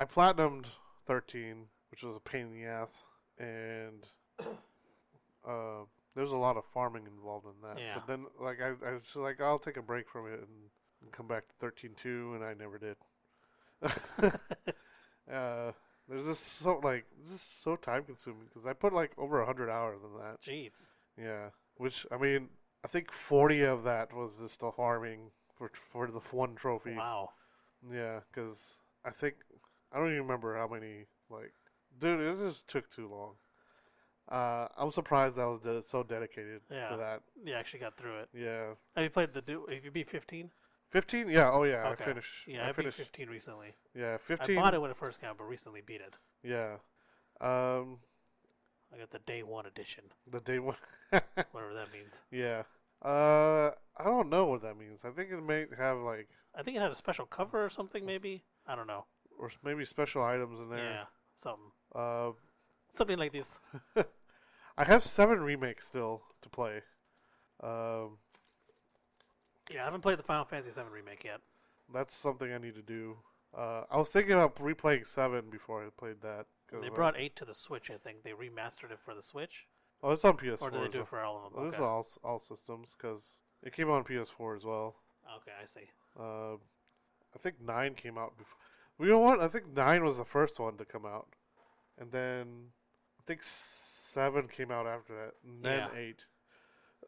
Speaker 2: I platinumed 13, which was a pain in the ass, and uh, there's a lot of farming involved in that.
Speaker 1: Yeah.
Speaker 2: But then, like, I, I was just like, I'll take a break from it and, and come back to 13.2, and I never did. uh, there's just so like this is so time consuming because I put like over hundred hours in that.
Speaker 1: Jeez.
Speaker 2: Yeah, which I mean, I think 40 of that was just the farming for for the one trophy.
Speaker 1: Wow.
Speaker 2: Yeah, because I think I don't even remember how many. Like, dude, it just took too long. Uh, I'm surprised I was de- so dedicated
Speaker 1: Yeah.
Speaker 2: to that.
Speaker 1: You actually got through it.
Speaker 2: Yeah,
Speaker 1: Have you played the do? Have you beat fifteen?
Speaker 2: 15. Yeah, oh yeah,
Speaker 1: Okay.
Speaker 2: I finished.
Speaker 1: Yeah, I, beat
Speaker 2: finished.
Speaker 1: fifteen recently.
Speaker 2: Yeah,
Speaker 1: I
Speaker 2: 15.
Speaker 1: bought it when it first came out, but recently beat it.
Speaker 2: Yeah, um,
Speaker 1: I got the day one edition,
Speaker 2: the day one.
Speaker 1: whatever that means.
Speaker 2: yeah, uh, I don't know what that means. I think it may have like
Speaker 1: I think it had a special cover or something, maybe. I don't know.
Speaker 2: or s- maybe special items in
Speaker 1: Yeah,
Speaker 2: there.
Speaker 1: something,
Speaker 2: Uh,
Speaker 1: something like this.
Speaker 2: I have seven remakes still to play. Um,
Speaker 1: Yeah, I haven't played the Final Fantasy VII remake yet.
Speaker 2: that's something I need to do. Uh, I was thinking about replaying seven before I played that. 'cause,
Speaker 1: They
Speaker 2: uh,
Speaker 1: brought eight to the Switch, I think. They remastered it for the Switch,
Speaker 2: oh, it's on PS4.
Speaker 1: or did they
Speaker 2: as
Speaker 1: do
Speaker 2: well.
Speaker 1: it for all of them?
Speaker 2: Well, This
Speaker 1: okay.
Speaker 2: is all s- all systems because it came out on PS4 as well.
Speaker 1: okay, I see.
Speaker 2: Uh, I think nine came out. Before. You know what? I think nine was the first one to come out, and then I think seven came out after that, and then
Speaker 1: Yeah.
Speaker 2: eight.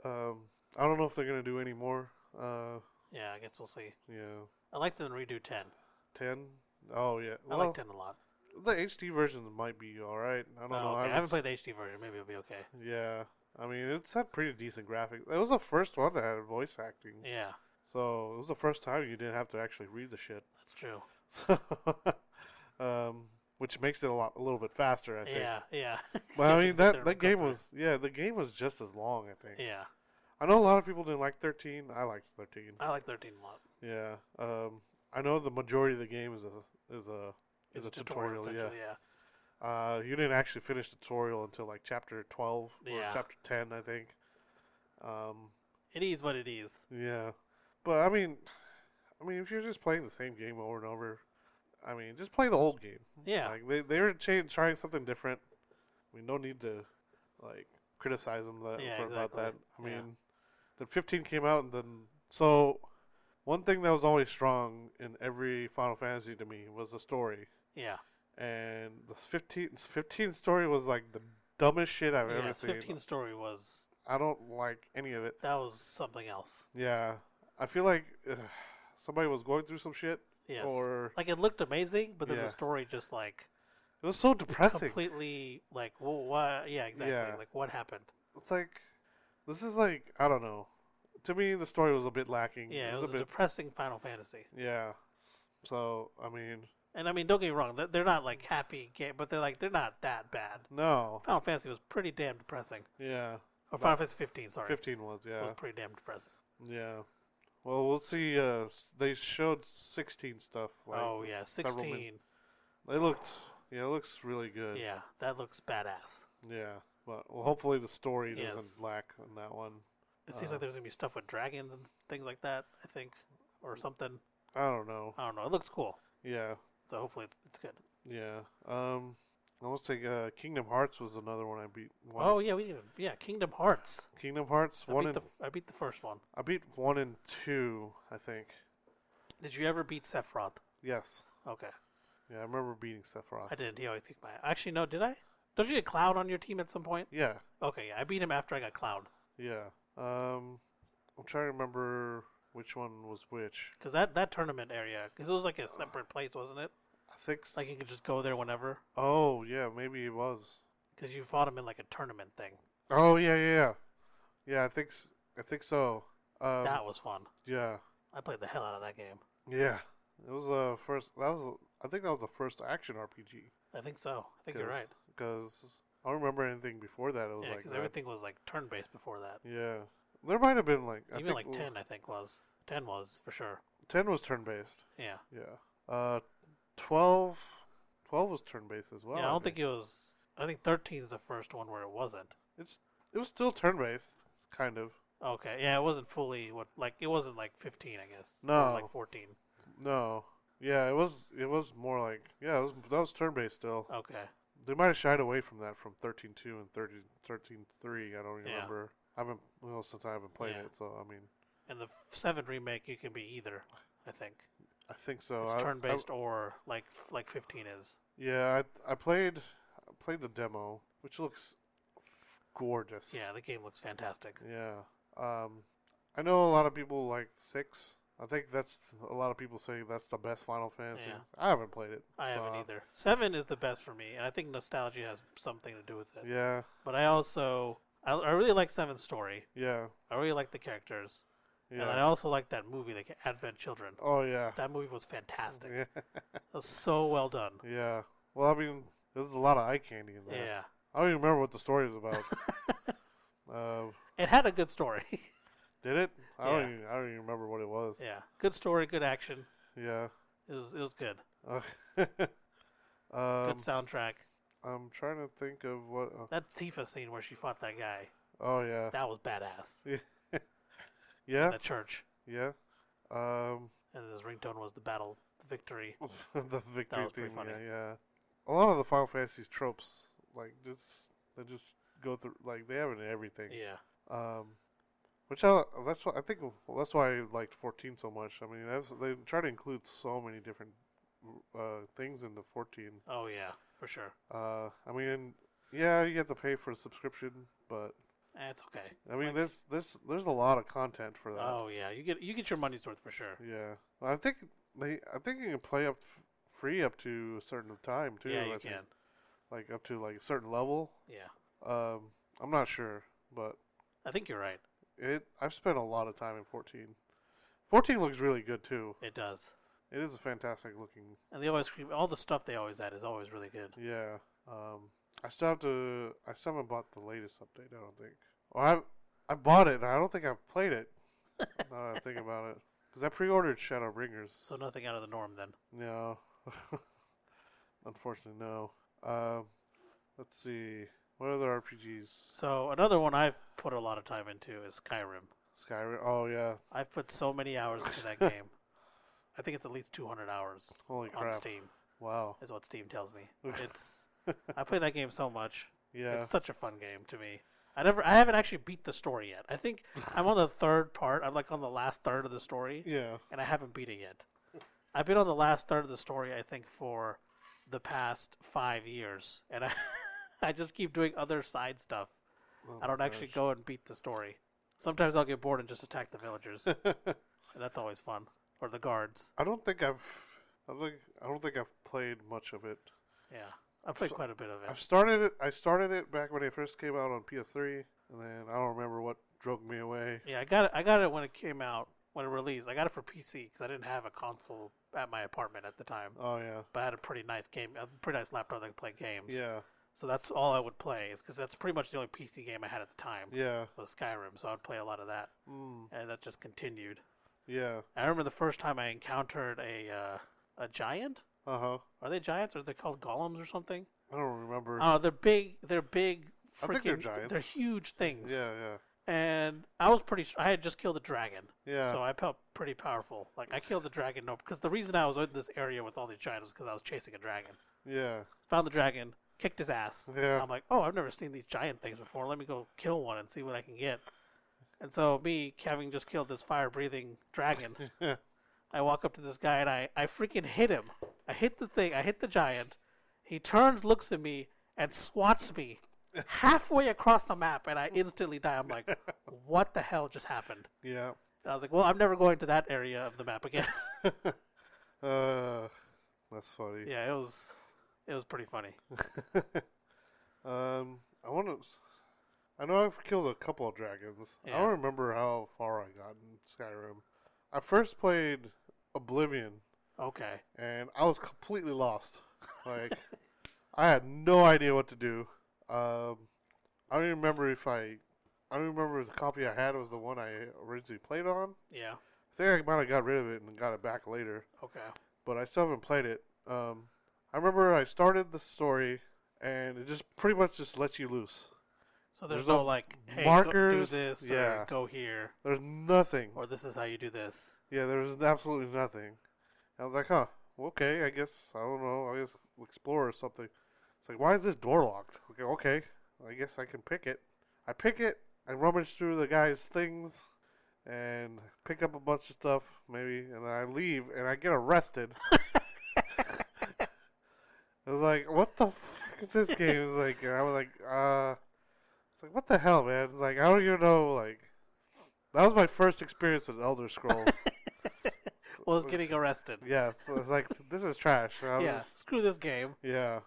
Speaker 2: Um, I don't know if they're gonna do any more. Uh,
Speaker 1: Yeah, I guess we'll see.
Speaker 2: yeah.
Speaker 1: I like them to redo ten.
Speaker 2: 10 oh yeah
Speaker 1: I
Speaker 2: well,
Speaker 1: like ten a lot.
Speaker 2: the hd version might be all right i don't
Speaker 1: Oh,
Speaker 2: know
Speaker 1: okay. I haven't
Speaker 2: haven't-
Speaker 1: played the HD version. Maybe it'll be okay.
Speaker 2: yeah i mean it's had pretty decent graphics it was the first one that had voice acting
Speaker 1: Yeah,
Speaker 2: so it was the first time you didn't have to actually read the shit
Speaker 1: that's true.
Speaker 2: so um which makes it a lot a little bit faster i think
Speaker 1: Yeah, yeah.
Speaker 2: but i mean
Speaker 1: Just sit there
Speaker 2: that
Speaker 1: and
Speaker 2: that
Speaker 1: go
Speaker 2: game
Speaker 1: through.
Speaker 2: was yeah the game was just as long i think
Speaker 1: Yeah,
Speaker 2: i know a lot of people didn't like 13 i liked 13
Speaker 1: I like thirteen a lot.
Speaker 2: yeah um I know the majority of the game is a is a
Speaker 1: It's
Speaker 2: is a, tutorial. yeah.
Speaker 1: essentially, yeah.
Speaker 2: Uh, you didn't actually finish the tutorial until like chapter twelve or
Speaker 1: Yeah.
Speaker 2: chapter ten, I think. Um,
Speaker 1: It is what it is.
Speaker 2: yeah, but I mean, I mean, if you're just playing the same game over and over, I mean, just play the old game.
Speaker 1: Yeah.
Speaker 2: Like they they were cha- trying something different. We no need to like criticize them that,
Speaker 1: Yeah,
Speaker 2: for, about
Speaker 1: exactly.
Speaker 2: that. I mean,
Speaker 1: Yeah.
Speaker 2: the 15 came out and then so one thing that was always strong in every Final Fantasy to me was the story.
Speaker 1: yeah.
Speaker 2: And the 15 15 story was like the dumbest shit I've
Speaker 1: Yeah.
Speaker 2: ever
Speaker 1: Its
Speaker 2: seen.
Speaker 1: 15 story was
Speaker 2: I don't like any of it.
Speaker 1: that was something else.
Speaker 2: Yeah. I feel like ugh, somebody was going through some shit
Speaker 1: Yes.
Speaker 2: or
Speaker 1: like it looked amazing, but then
Speaker 2: Yeah.
Speaker 1: the story just like
Speaker 2: it was so depressing.
Speaker 1: completely like well, what? Yeah, exactly.
Speaker 2: Yeah.
Speaker 1: Like what happened?
Speaker 2: it's like this is like I don't know. To me, the story was a bit lacking.
Speaker 1: Yeah, it was a
Speaker 2: a bit.
Speaker 1: depressing Final Fantasy.
Speaker 2: yeah. So I mean,
Speaker 1: And I mean, don't get me wrong; they're- they're not like happy game, but they're like they're not that bad.
Speaker 2: no.
Speaker 1: Final Fantasy was pretty damn depressing.
Speaker 2: Yeah,
Speaker 1: Or Final Fantasy 15, sorry,
Speaker 2: fifteen was yeah,
Speaker 1: was pretty damn depressing.
Speaker 2: yeah. Well, we'll see. Uh, s- they showed sixteen stuff. Like,
Speaker 1: oh yeah,
Speaker 2: several min-
Speaker 1: 16.
Speaker 2: They looked. Yeah, it looks really good.
Speaker 1: Yeah, that looks badass.
Speaker 2: Yeah. But well, hopefully the story
Speaker 1: Yes.
Speaker 2: doesn't lack on that one.
Speaker 1: It seems
Speaker 2: Uh,
Speaker 1: like there's gonna be stuff with dragons and things like that. I think, or something.
Speaker 2: I don't know.
Speaker 1: I don't know. It looks cool.
Speaker 2: Yeah.
Speaker 1: So hopefully it's, it's good.
Speaker 2: Yeah. Um. I want to say uh, Kingdom Hearts was another one I beat. One
Speaker 1: Oh yeah, we didn't. Yeah, Kingdom Hearts.
Speaker 2: Kingdom Hearts
Speaker 1: I
Speaker 2: one
Speaker 1: beat
Speaker 2: and
Speaker 1: the I beat the first one.
Speaker 2: I beat one and two, I think.
Speaker 1: Did you ever beat Sephiroth?
Speaker 2: Yes.
Speaker 1: Okay,
Speaker 2: Yeah, I remember beating Sephiroth.
Speaker 1: I didn't. He always took my. Actually, no, did I? Don't you get Cloud on your team at some point?
Speaker 2: Yeah,
Speaker 1: Okay, yeah, I beat him after I got Cloud
Speaker 2: yeah. Um, I'm trying to remember which one was which.
Speaker 1: because that that tournament area because it was like a separate place, wasn't it?
Speaker 2: I think. s-
Speaker 1: Like you could just go there whenever
Speaker 2: oh yeah, maybe it was.
Speaker 1: because you fought him in like a tournament thing.
Speaker 2: Oh yeah, yeah, yeah. Yeah, I think s- I think so. Um,
Speaker 1: that was fun.
Speaker 2: yeah,
Speaker 1: I played the hell out of that game.
Speaker 2: yeah. It was the first. That was. the- I think that was the first action RPG.
Speaker 1: I think so. I think you're right.
Speaker 2: Because I don't remember anything before that. It was
Speaker 1: Yeah,
Speaker 2: like
Speaker 1: because
Speaker 2: that.
Speaker 1: everything was like turn based before that.
Speaker 2: Yeah, there might have been like I
Speaker 1: Even
Speaker 2: think
Speaker 1: like ten, I think was ten was for sure.
Speaker 2: ten was turn based.
Speaker 1: Yeah.
Speaker 2: Yeah. Uh, 12, 12 was turn based as well.
Speaker 1: yeah, I don't think it was. I think thirteen is the first one where it wasn't.
Speaker 2: it's it was still turn based, kind of.
Speaker 1: Okay, yeah, it wasn't fully what like it wasn't like fifteen, I guess. or
Speaker 2: No.
Speaker 1: like fourteen.
Speaker 2: No, yeah, it was it was more like yeah, it was, that was turn based still.
Speaker 1: Okay,
Speaker 2: They might have shied away from that from thirteen two and 13, 13.3. I don't
Speaker 1: Yeah.
Speaker 2: remember. I haven't well since I haven't played
Speaker 1: Yeah.
Speaker 2: it, so I mean,
Speaker 1: and the f- seven remake, you can be either. I think
Speaker 2: I think so.
Speaker 1: it's
Speaker 2: I- I-
Speaker 1: turn based or like f- like fifteen is.
Speaker 2: yeah, I I played I played the demo, which looks gorgeous.
Speaker 1: Yeah, the game looks fantastic.
Speaker 2: Yeah. Um, I know a lot of people like six. I think that's a lot of people say that's the best Final Fantasy.
Speaker 1: Yeah.
Speaker 2: I haven't played it.
Speaker 1: I
Speaker 2: so,
Speaker 1: haven't either. Seven is the best for me, and I think nostalgia has something to do with it.
Speaker 2: Yeah,
Speaker 1: But I also I, I really like Seven's story.
Speaker 2: yeah,
Speaker 1: I really like the characters, and then I
Speaker 2: yeah.
Speaker 1: also like that movie, like Advent Children.
Speaker 2: Oh yeah,
Speaker 1: That movie was fantastic.
Speaker 2: yeah,
Speaker 1: It was so well done.
Speaker 2: yeah. Well, I mean, there's a lot of eye candy in
Speaker 1: Yeah.
Speaker 2: there. I don't even remember what the story is about. uh,
Speaker 1: it had a good story.
Speaker 2: did it? I don't.
Speaker 1: Yeah.
Speaker 2: Even, I don't even remember what it was.
Speaker 1: yeah, good story, good action.
Speaker 2: Yeah.
Speaker 1: It was it was good.
Speaker 2: Uh, um,
Speaker 1: good soundtrack.
Speaker 2: I'm trying to think of what.
Speaker 1: That Tifa scene where she fought that guy,
Speaker 2: oh yeah,
Speaker 1: that was badass.
Speaker 2: yeah,
Speaker 1: The church.
Speaker 2: yeah. Um,
Speaker 1: And his ringtone was the battle, the victory.
Speaker 2: the victory
Speaker 1: was
Speaker 2: theme,
Speaker 1: pretty funny.
Speaker 2: yeah, yeah. A lot of the Final Fantasy tropes, like just they just go through, like they have it in everything.
Speaker 1: Yeah.
Speaker 2: Um, which I that's what I think that's why I liked fourteen so much. I mean, that's, they try to include so many different uh, things into fourteen.
Speaker 1: Oh yeah, for sure.
Speaker 2: Uh, I mean, yeah, you have to pay for a subscription, but
Speaker 1: Eh, it's okay.
Speaker 2: I mean,
Speaker 1: Like-
Speaker 2: there's there's there's a lot of content for that.
Speaker 1: Oh yeah, you get you get your money's worth for sure.
Speaker 2: Yeah, Well, I think they I think you can play up f- free up to a certain time too.
Speaker 1: yeah,
Speaker 2: I
Speaker 1: you
Speaker 2: think.
Speaker 1: can.
Speaker 2: like up to like a certain level.
Speaker 1: Yeah,
Speaker 2: Um, I'm not sure, but
Speaker 1: I think you're right.
Speaker 2: it I've spent a lot of time in 14. 14 looks really good too.
Speaker 1: It does.
Speaker 2: It is a fantastic looking.
Speaker 1: And they always scream. All the stuff they always add is always really good.
Speaker 2: Yeah. Um, I still have to. I still haven't bought the latest update. Oh, I don't think. Or I I bought it. and I don't think I've played it. now that I think about it, Because I pre-ordered Shadowbringers.
Speaker 1: So nothing out of the norm then.
Speaker 2: No, unfortunately, no. Um, let's see. What other RPGs?
Speaker 1: So another one I've put a lot of time into is Skyrim.
Speaker 2: Skyrim. Oh yeah.
Speaker 1: I've put so many hours into that game. I think it's at least 200 hours
Speaker 2: Holy
Speaker 1: on
Speaker 2: crap!
Speaker 1: Steam,
Speaker 2: Wow.
Speaker 1: is what Steam tells me. It's I play that game so much.
Speaker 2: Yeah.
Speaker 1: It's such a fun game to me. I never, I haven't actually beat the story yet. I think I'm on the third part. I'm like on the last third of the story,
Speaker 2: yeah.
Speaker 1: and I haven't beat it yet. I've been on the last third of the story, I think, for the past five years, and I, I just keep doing other side stuff.
Speaker 2: Oh
Speaker 1: I
Speaker 2: my
Speaker 1: don't actually go and beat the story. Sometimes I'll get bored and just attack the villagers, and
Speaker 2: gosh.
Speaker 1: that's always fun. Or the guards.
Speaker 2: I don't think I've. I don't think, I don't think I've played much of it.
Speaker 1: Yeah, I played
Speaker 2: So-
Speaker 1: quite a bit of it.
Speaker 2: I've started it. I started it back when it first came out on PS3, and then I don't remember what drove me away.
Speaker 1: Yeah, I got it. I got it when it came out, when it released. I got it for PC because I didn't have a console at my apartment at the time.
Speaker 2: Oh yeah,
Speaker 1: but I had a pretty nice game, a pretty nice laptop that could play games.
Speaker 2: yeah,
Speaker 1: So that's all I would play, is because that's pretty much the only PC game I had at the time
Speaker 2: yeah,
Speaker 1: was Skyrim. So I would play a lot of that,
Speaker 2: mm,
Speaker 1: and that just continued.
Speaker 2: yeah.
Speaker 1: I remember the first time I encountered a uh, a giant.
Speaker 2: Uh huh.
Speaker 1: Are they giants? Are they called golems or something?
Speaker 2: I don't remember.
Speaker 1: Oh, they're big. They're big.
Speaker 2: I
Speaker 1: Freaking,
Speaker 2: think they're giants.
Speaker 1: They're huge things.
Speaker 2: yeah, yeah,
Speaker 1: And I was pretty. s- I had just killed a dragon.
Speaker 2: yeah.
Speaker 1: So I felt pretty powerful. Like I killed the dragon. No, because the reason I was in this area with all these giants was because I was chasing a dragon.
Speaker 2: yeah,
Speaker 1: found the dragon, kicked his ass.
Speaker 2: Yeah.
Speaker 1: I'm like, oh, I've never seen these giant things before. Let me go kill one and see what I can get. And so, me, having just killed this fire breathing dragon,
Speaker 2: yeah,
Speaker 1: I walk up to this guy and I, I freaking hit him. I hit the thing, I hit the giant. He turns, looks at me, and swats me halfway across the map, and I instantly die. I'm like, what the hell just happened?
Speaker 2: yeah.
Speaker 1: And I was like, well, I'm never going to that area of the map again.
Speaker 2: Uh, that's funny.
Speaker 1: yeah, it was. It was pretty funny.
Speaker 2: um, I want to. I know I've killed a couple of dragons. I
Speaker 1: Yeah.
Speaker 2: don't remember how far I got in Skyrim. I first played Oblivion,
Speaker 1: Okay.
Speaker 2: and I was completely lost. Like, I had no idea what to do. Um, I don't even remember if I. I don't remember if the copy I had was the one I originally played on.
Speaker 1: Yeah.
Speaker 2: I think I might have got rid of it and got it back later
Speaker 1: Okay.
Speaker 2: but I still haven't played it. Um, I remember I started the story, and it just pretty much just lets you loose.
Speaker 1: So there's,
Speaker 2: There's
Speaker 1: no
Speaker 2: no
Speaker 1: like hey, Go, do
Speaker 2: markers.
Speaker 1: this or
Speaker 2: Yeah.
Speaker 1: go here
Speaker 2: There's nothing.
Speaker 1: or this is how you do this.
Speaker 2: Yeah, there's absolutely nothing. I was like, huh, okay, I guess I don't know. I guess we'll explore or something. It's like, why is this door locked? Okay, okay, I guess I can pick it. I pick it. I rummage through the guy's things, and pick up a bunch of stuff maybe, and I leave, and I get arrested. I was like, what the fuck is this game? It's like, and I was like, uh, it's like, what the hell, man? It's like, I don't even know. Like, that was my first experience with Elder Scrolls.
Speaker 1: Well, it's getting arrested.
Speaker 2: Yeah, so it's like this is trash. And I was
Speaker 1: Yeah,
Speaker 2: just-
Speaker 1: screw this game.
Speaker 2: yeah.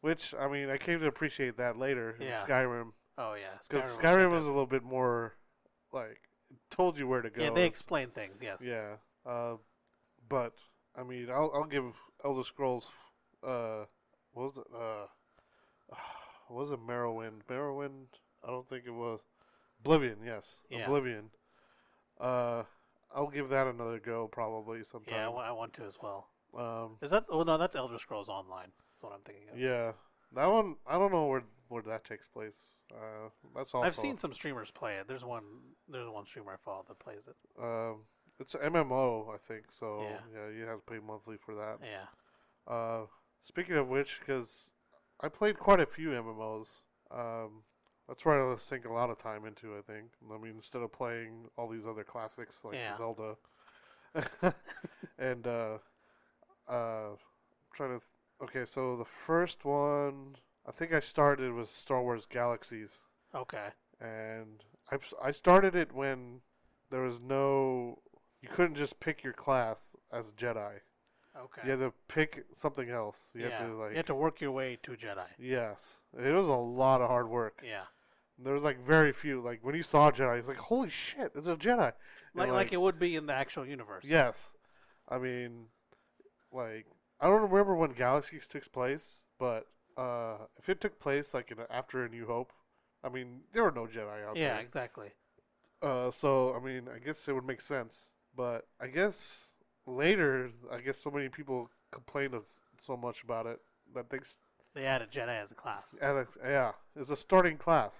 Speaker 2: Which I mean, I came to appreciate that later in
Speaker 1: Yeah.
Speaker 2: Skyrim
Speaker 1: Oh yeah,
Speaker 2: because
Speaker 1: was
Speaker 2: Skyrim
Speaker 1: like
Speaker 2: was
Speaker 1: that.
Speaker 2: a little bit more like it told you where to go.
Speaker 1: yeah. They
Speaker 2: and-
Speaker 1: explain things. Yes.
Speaker 2: yeah. Uh, but I mean, I'll I'll give Elder Scrolls. Uh, what was it? Uh, what was it Morrowind? Morrowind? I don't think it was. Oblivion. Yes,
Speaker 1: Yeah.
Speaker 2: Oblivion. Uh, I'll give that another go probably sometime.
Speaker 1: Yeah, I, wa- I want to as well.
Speaker 2: um,
Speaker 1: Is that? Oh no, that's Elder Scrolls Online. Is what I'm thinking of.
Speaker 2: Yeah, that one. I don't know where where that takes place. Uh, that's all.
Speaker 1: I've seen some streamers play it. There's one. There's one streamer I follow that plays it.
Speaker 2: Um, it's an MMO, I think. So
Speaker 1: Yeah.
Speaker 2: yeah, you have to pay monthly for that.
Speaker 1: Yeah.
Speaker 2: Uh, speaking of which, because I played quite a few MMOs. Um, that's where I sink a lot of time into. I think. I mean, instead of playing all these other classics like
Speaker 1: Yeah.
Speaker 2: Zelda, and uh, uh, trying to. Th- okay, so the first one I think I started was Star Wars Galaxies.
Speaker 1: Okay.
Speaker 2: and I've, s- I started it when there was no you couldn't just pick your class as Jedi.
Speaker 1: Okay.
Speaker 2: You had to pick something else. You
Speaker 1: Yeah,
Speaker 2: had to like
Speaker 1: you have to work your way to Jedi.
Speaker 2: yes, it was a lot of hard work.
Speaker 1: Yeah.
Speaker 2: There was like very few. Like when you saw Jedi, it's like holy shit, it's a Jedi. And,
Speaker 1: Like, like it would be in the actual universe.
Speaker 2: yes, I mean, like I don't remember when Galaxies took place, but uh, if it took place like in, after A New Hope, I mean there were no Jedi out there.
Speaker 1: Yeah. Exactly.
Speaker 2: Uh, so I mean, I guess it would make sense, But I guess later, I guess so many people complained of so much about it that they s-
Speaker 1: They added Jedi as a class.
Speaker 2: added, yeah, it's a starting class.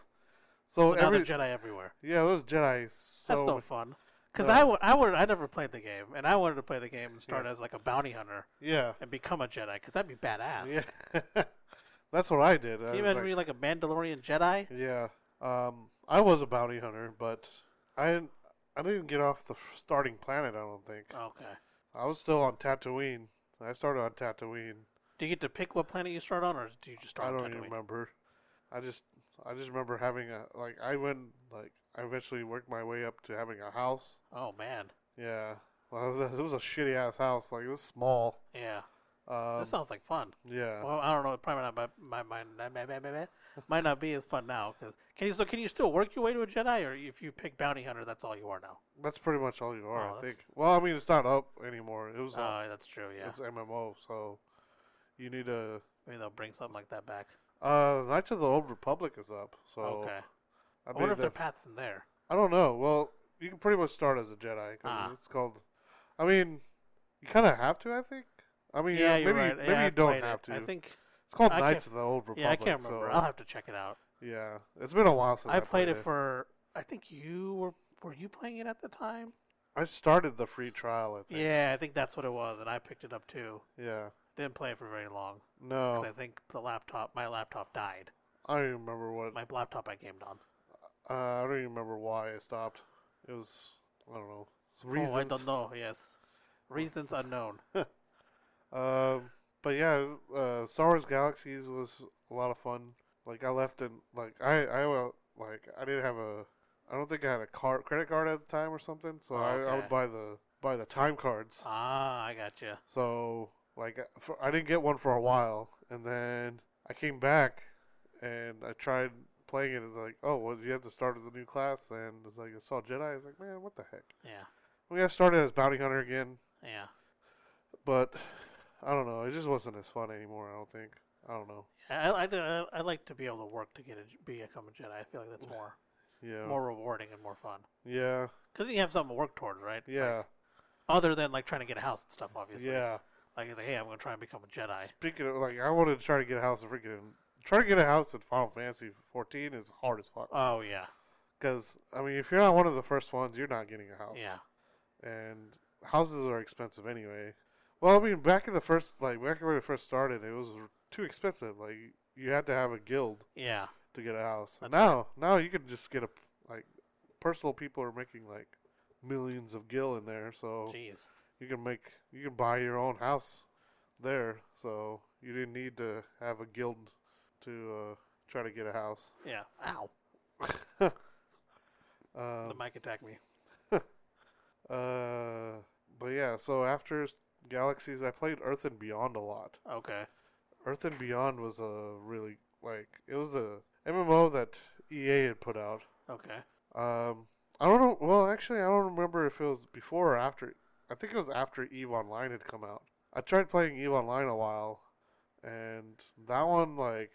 Speaker 2: So,
Speaker 1: So now
Speaker 2: every
Speaker 1: they're Jedi everywhere.
Speaker 2: yeah, those Jedi. So uh,
Speaker 1: That's no fun. Because
Speaker 2: No.
Speaker 1: I, w- I, would, I never played the game, and I wanted to play the game and start as like a bounty hunter
Speaker 2: yeah,
Speaker 1: and become a Jedi, because that'd be badass.
Speaker 2: yeah. That's what I did. I
Speaker 1: Can you
Speaker 2: was
Speaker 1: imagine being like a Mandalorian Jedi?
Speaker 2: Yeah. Um, I was a bounty hunter, but I didn't, I didn't get off the f- starting planet. I don't think
Speaker 1: Okay.
Speaker 2: I was still on Tatooine. I started on Tatooine.
Speaker 1: Do you get to pick what planet you start on, or do you just start
Speaker 2: I
Speaker 1: on
Speaker 2: don't
Speaker 1: Tatooine?
Speaker 2: even remember. I just I just remember having a like I went like I eventually worked my way up to having a house.
Speaker 1: Oh man,
Speaker 2: Yeah. Well, it was- it was a shitty ass house. Like it was small.
Speaker 1: yeah,
Speaker 2: Um,
Speaker 1: that sounds like fun.
Speaker 2: yeah.
Speaker 1: Well, I don't know. Probably not. My my my my- my- my- my- might not be as fun now. 'cause- can you so can you still work your way to a Jedi, or if you pick bounty hunter, that's all you are now?
Speaker 2: That's pretty much all you are,
Speaker 1: Oh,
Speaker 2: I
Speaker 1: that's-
Speaker 2: think. Well, I mean, it's not up anymore. It was
Speaker 1: Oh,
Speaker 2: uh,
Speaker 1: that's true. Yeah,
Speaker 2: it's MMO, so you need to
Speaker 1: maybe they'll bring something like that back.
Speaker 2: Uh, Knights of the Old Republic is up. So
Speaker 1: okay,
Speaker 2: I,
Speaker 1: I,
Speaker 2: believe
Speaker 1: wonder if
Speaker 2: that-
Speaker 1: their path's in there.
Speaker 2: I don't know. Well, you can pretty much start as a Jedi. 'cause
Speaker 1: Ah.
Speaker 2: It's called. I mean, you kind of have to. I think. I mean,
Speaker 1: Yeah,
Speaker 2: uh,
Speaker 1: you're
Speaker 2: maybe
Speaker 1: right.
Speaker 2: maybe
Speaker 1: yeah,
Speaker 2: you
Speaker 1: I've
Speaker 2: don't
Speaker 1: played it.
Speaker 2: have to.
Speaker 1: I think.
Speaker 2: it's called
Speaker 1: I
Speaker 2: Knights
Speaker 1: can't-
Speaker 2: of the Old Republic.
Speaker 1: Yeah, I can't remember.
Speaker 2: so-
Speaker 1: I'll have to check it out.
Speaker 2: yeah, it's been a while since
Speaker 1: I played it
Speaker 2: it.
Speaker 1: for. I think you were. Were you playing it at the time?
Speaker 2: I started the free trial. I think.
Speaker 1: Yeah, I think that's what it was, and I picked it up too.
Speaker 2: Yeah.
Speaker 1: Didn't play it for very long because
Speaker 2: No,
Speaker 1: I think the laptop, my laptop died.
Speaker 2: I don't even remember what.
Speaker 1: My laptop I gamed on. Oh,
Speaker 2: Uh, I don't even remember why I stopped. It was I don't know. It's
Speaker 1: Oh, I don't
Speaker 2: reasons.
Speaker 1: know. Yes, reasons unknown.
Speaker 2: Um, but yeah, uh, Star Wars Galaxies was a lot of fun. Like I left and like I I uh, like I didn't have a I don't think I had a card credit card at the time or something. So
Speaker 1: Oh,
Speaker 2: I, I
Speaker 1: okay.
Speaker 2: would buy the buy the time cards.
Speaker 1: ah, I got you.
Speaker 2: So like uh, for, I didn't get one for a while, and then I came back and I tried playing it. It's like oh well you have to start as a new class and it's like it's all Jedi. It's like man what the heck.
Speaker 1: Yeah,
Speaker 2: We got started as bounty hunter again
Speaker 1: yeah,
Speaker 2: but I don't know. It just wasn't as fun anymore. I don't think. I don't know.
Speaker 1: yeah. I, I, do- I, I like to be able to work to get a, become a Jedi. I feel like that's more
Speaker 2: Yeah.
Speaker 1: more rewarding and more fun
Speaker 2: yeah.
Speaker 1: because you have something to work towards, right?
Speaker 2: Yeah.
Speaker 1: Like, other than like trying to get a house and stuff, obviously.
Speaker 2: Yeah.
Speaker 1: Like it's like, hey, I'm gonna try and become a Jedi.
Speaker 2: Speaking of, like, I wanted to try to get a house in freaking. Try to get a house in Final Fantasy 14 is hard as fuck.
Speaker 1: Oh yeah,
Speaker 2: Because I mean, if you're not one of the first ones, you're not getting a house.
Speaker 1: yeah.
Speaker 2: And houses are expensive anyway. Well, I mean, back in the first, like, back when it first started, it was too expensive. Like, you had to have a guild
Speaker 1: Yeah,
Speaker 2: to get a house.
Speaker 1: That's
Speaker 2: now, now you can just get a like personal people are making like millions of gil in there, so
Speaker 1: jeez.
Speaker 2: you can make you can buy your own house there. So you didn't need to have a guild to uh, try to get a house.
Speaker 1: Yeah. Ow. The
Speaker 2: Um,
Speaker 1: mic attacked me.
Speaker 2: uh, but yeah, so after s- Galaxies, I played Earth and Beyond a lot.
Speaker 1: Okay.
Speaker 2: Earth and Beyond was a really like it was a MMO that EA had put out.
Speaker 1: Okay.
Speaker 2: Um, I don't know. Well, actually, I don't remember if it was before or after. I think it was after Eve Online had come out. I tried playing Eve Online a while, and that one like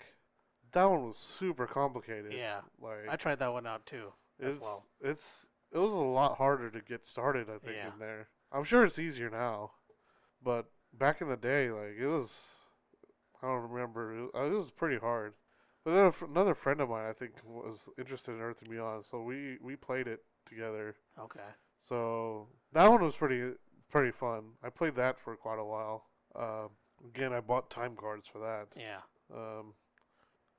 Speaker 2: that one was super complicated.
Speaker 1: Yeah.
Speaker 2: like
Speaker 1: I tried that one out too. as
Speaker 2: it's
Speaker 1: well.
Speaker 2: it's it was a lot harder to get started. I think
Speaker 1: Yeah.
Speaker 2: in there. I'm sure it's easier now, but back in the day, like it was. I don't remember. It was, it was pretty hard. But then a fr- another friend of mine, I think, was interested in Earth and Beyond, so we we played it together.
Speaker 1: Okay.
Speaker 2: So that one was pretty pretty fun. I played that for quite a while. Um, again, I bought time cards for that.
Speaker 1: Yeah.
Speaker 2: Um,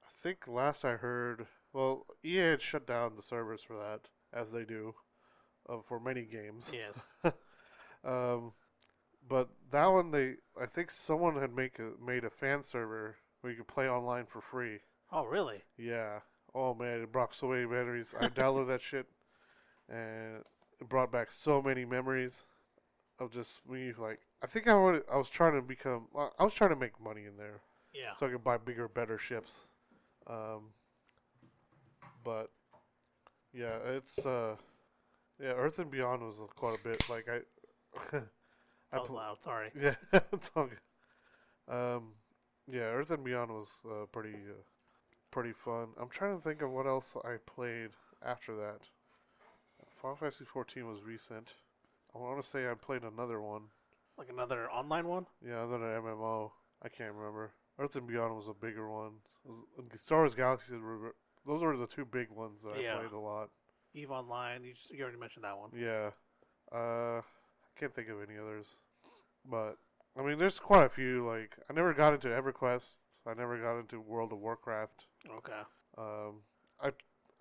Speaker 2: I think last I heard, well, EA had shut down the servers for that, as they do, uh, for many games.
Speaker 1: Yes.
Speaker 2: Um, but that one, they, I think someone had make a, made a fan server where you could play online for free.
Speaker 1: oh, really?
Speaker 2: Yeah. Oh man, it brought so many memories. I downloaded that shit, and it brought back so many memories of just me. Like, I think I wanted, I was trying to become, well, I was trying to make money in there
Speaker 1: Yeah.
Speaker 2: so I could buy bigger, better ships. Um, but yeah, it's uh, yeah, Earth and Beyond was quite a bit. Like I,
Speaker 1: That was
Speaker 2: pl-
Speaker 1: loud. Sorry.
Speaker 2: yeah, it's all good. Um, yeah, Earth and Beyond was uh, pretty, uh, pretty fun. I'm trying to think of what else I played after that. Final Fantasy 14 was recent. I want to say I played another one.
Speaker 1: Like another online one?
Speaker 2: Yeah, another MMO. I can't remember. Earth and Beyond was a bigger one. And Star Wars Galaxy. were- Those were the two big ones that
Speaker 1: Yeah.
Speaker 2: I played a lot.
Speaker 1: Eve Online. You, just, you already mentioned that one.
Speaker 2: Yeah. Uh, I can't think of any others. But, I mean, there's quite a few. Like, I never got into EverQuest. I never got into World of Warcraft.
Speaker 1: Okay.
Speaker 2: Um, I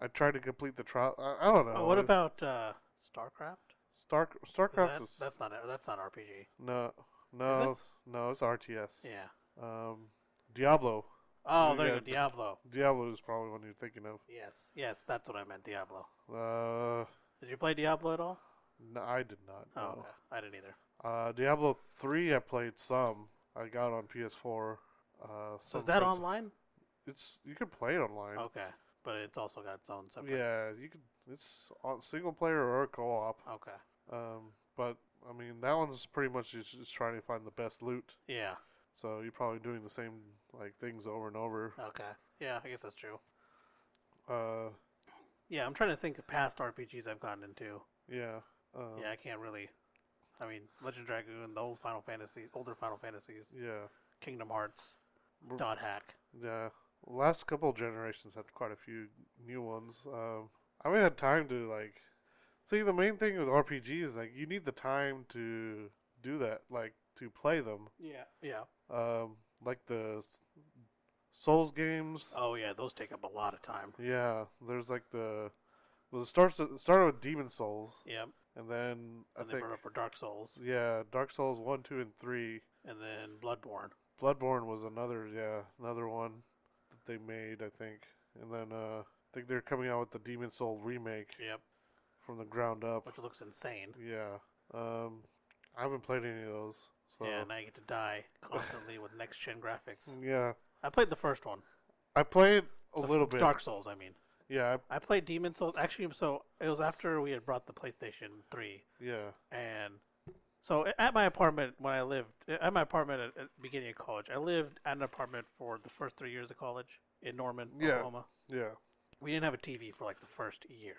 Speaker 2: I tried to complete the trial. I, I don't know.
Speaker 1: Oh, what about uh, StarCraft?
Speaker 2: Star,
Speaker 1: Is
Speaker 2: StarCraft?
Speaker 1: that,
Speaker 2: is-
Speaker 1: that's not a- that's not RPG.
Speaker 2: no, no, no, it's RTS.
Speaker 1: Yeah.
Speaker 2: Um, Diablo.
Speaker 1: Oh, there you
Speaker 2: Yeah.
Speaker 1: go, Diablo.
Speaker 2: Diablo is probably one you're thinking of.
Speaker 1: Yes, yes, that's what I meant, Diablo.
Speaker 2: Uh,
Speaker 1: Did you play Diablo at all?
Speaker 2: no, I did not.
Speaker 1: Oh,
Speaker 2: no.
Speaker 1: okay. I didn't either.
Speaker 2: Uh, Diablo three, I played some. I got on PS4. Uh,
Speaker 1: So
Speaker 2: some
Speaker 1: is that
Speaker 2: friends-
Speaker 1: online?
Speaker 2: It's you can play it online.
Speaker 1: Okay, but it's also got its own separate.
Speaker 2: yeah, you can. It's on single player or co-op.
Speaker 1: Okay.
Speaker 2: Um, but I mean that one's pretty much just, just trying to find the best loot.
Speaker 1: Yeah.
Speaker 2: So you're probably doing the same like things over and over.
Speaker 1: Okay. Yeah, I guess that's true.
Speaker 2: Uh,
Speaker 1: Yeah, I'm trying to think of past RPGs I've gotten into.
Speaker 2: yeah. Um,
Speaker 1: yeah, I can't really. I mean, Legend of Dragoon, the old Final Fantasies, older Final Fantasies,
Speaker 2: Yeah.
Speaker 1: Kingdom Hearts,
Speaker 2: Br-
Speaker 1: Dot Hack.
Speaker 2: Yeah. Last couple of generations had quite a few new ones. Um, I haven't had time to like. See, the main thing with RPG is like you need the time to do that, like to play them.
Speaker 1: Yeah. Yeah.
Speaker 2: Um, like the S- Souls games.
Speaker 1: Oh yeah, those take up a lot of time.
Speaker 2: Yeah, there's like the well, it starts it started with Demon Souls,
Speaker 1: Yep.
Speaker 2: and then I
Speaker 1: And they
Speaker 2: think
Speaker 1: brought up for Dark Souls,
Speaker 2: yeah, Dark Souls one, two, and three.
Speaker 1: and then Bloodborne.
Speaker 2: Bloodborne was another, yeah, another one that they made, I think. And then uh, I think they're coming out with the Demon Soul remake
Speaker 1: Yep.
Speaker 2: from the ground up.
Speaker 1: Which looks insane.
Speaker 2: Yeah. Um, I haven't played any of those. So
Speaker 1: Yeah, now you get to die constantly with next gen graphics.
Speaker 2: yeah.
Speaker 1: I played the first one.
Speaker 2: I played Mm. a
Speaker 1: The f-
Speaker 2: little bit.
Speaker 1: Dark Souls, I mean.
Speaker 2: Yeah,
Speaker 1: I played Demon Souls. Actually, so it was after we had brought the PlayStation 3.
Speaker 2: I, yeah.
Speaker 1: And so a- at my apartment, when I lived, at my apartment at, at the beginning of college, I lived at an apartment for the first three years of college in Norman,
Speaker 2: Yeah.
Speaker 1: Oklahoma.
Speaker 2: Yeah.
Speaker 1: We didn't have a TV for like the first year,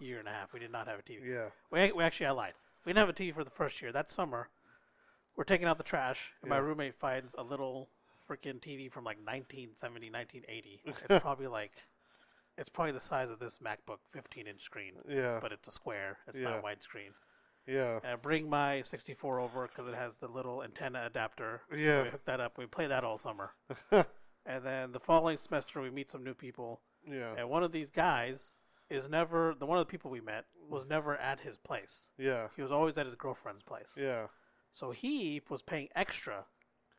Speaker 1: year and a half. We did not have a TV.
Speaker 2: yeah.
Speaker 1: We, we actually, I lied. We didn't have a TV for the first year. That summer, we're taking out the trash, and my
Speaker 2: Yeah.
Speaker 1: roommate finds a little freaking TV from like 1970, 1980. It's probably like, it's probably the size of this MacBook 15 inch screen,
Speaker 2: Yeah.
Speaker 1: but it's a square. It's
Speaker 2: Yeah.
Speaker 1: not widescreen.
Speaker 2: Yeah.
Speaker 1: And I bring my 64 over because it has the little antenna adapter.
Speaker 2: Yeah.
Speaker 1: We hook that up. We play that all summer. and then the following semester, we meet some new people,
Speaker 2: Yeah.
Speaker 1: and one of these guys is never the one of the people we met was never at his place.
Speaker 2: Yeah.
Speaker 1: He was always at his girlfriend's place.
Speaker 2: Yeah.
Speaker 1: So he was paying extra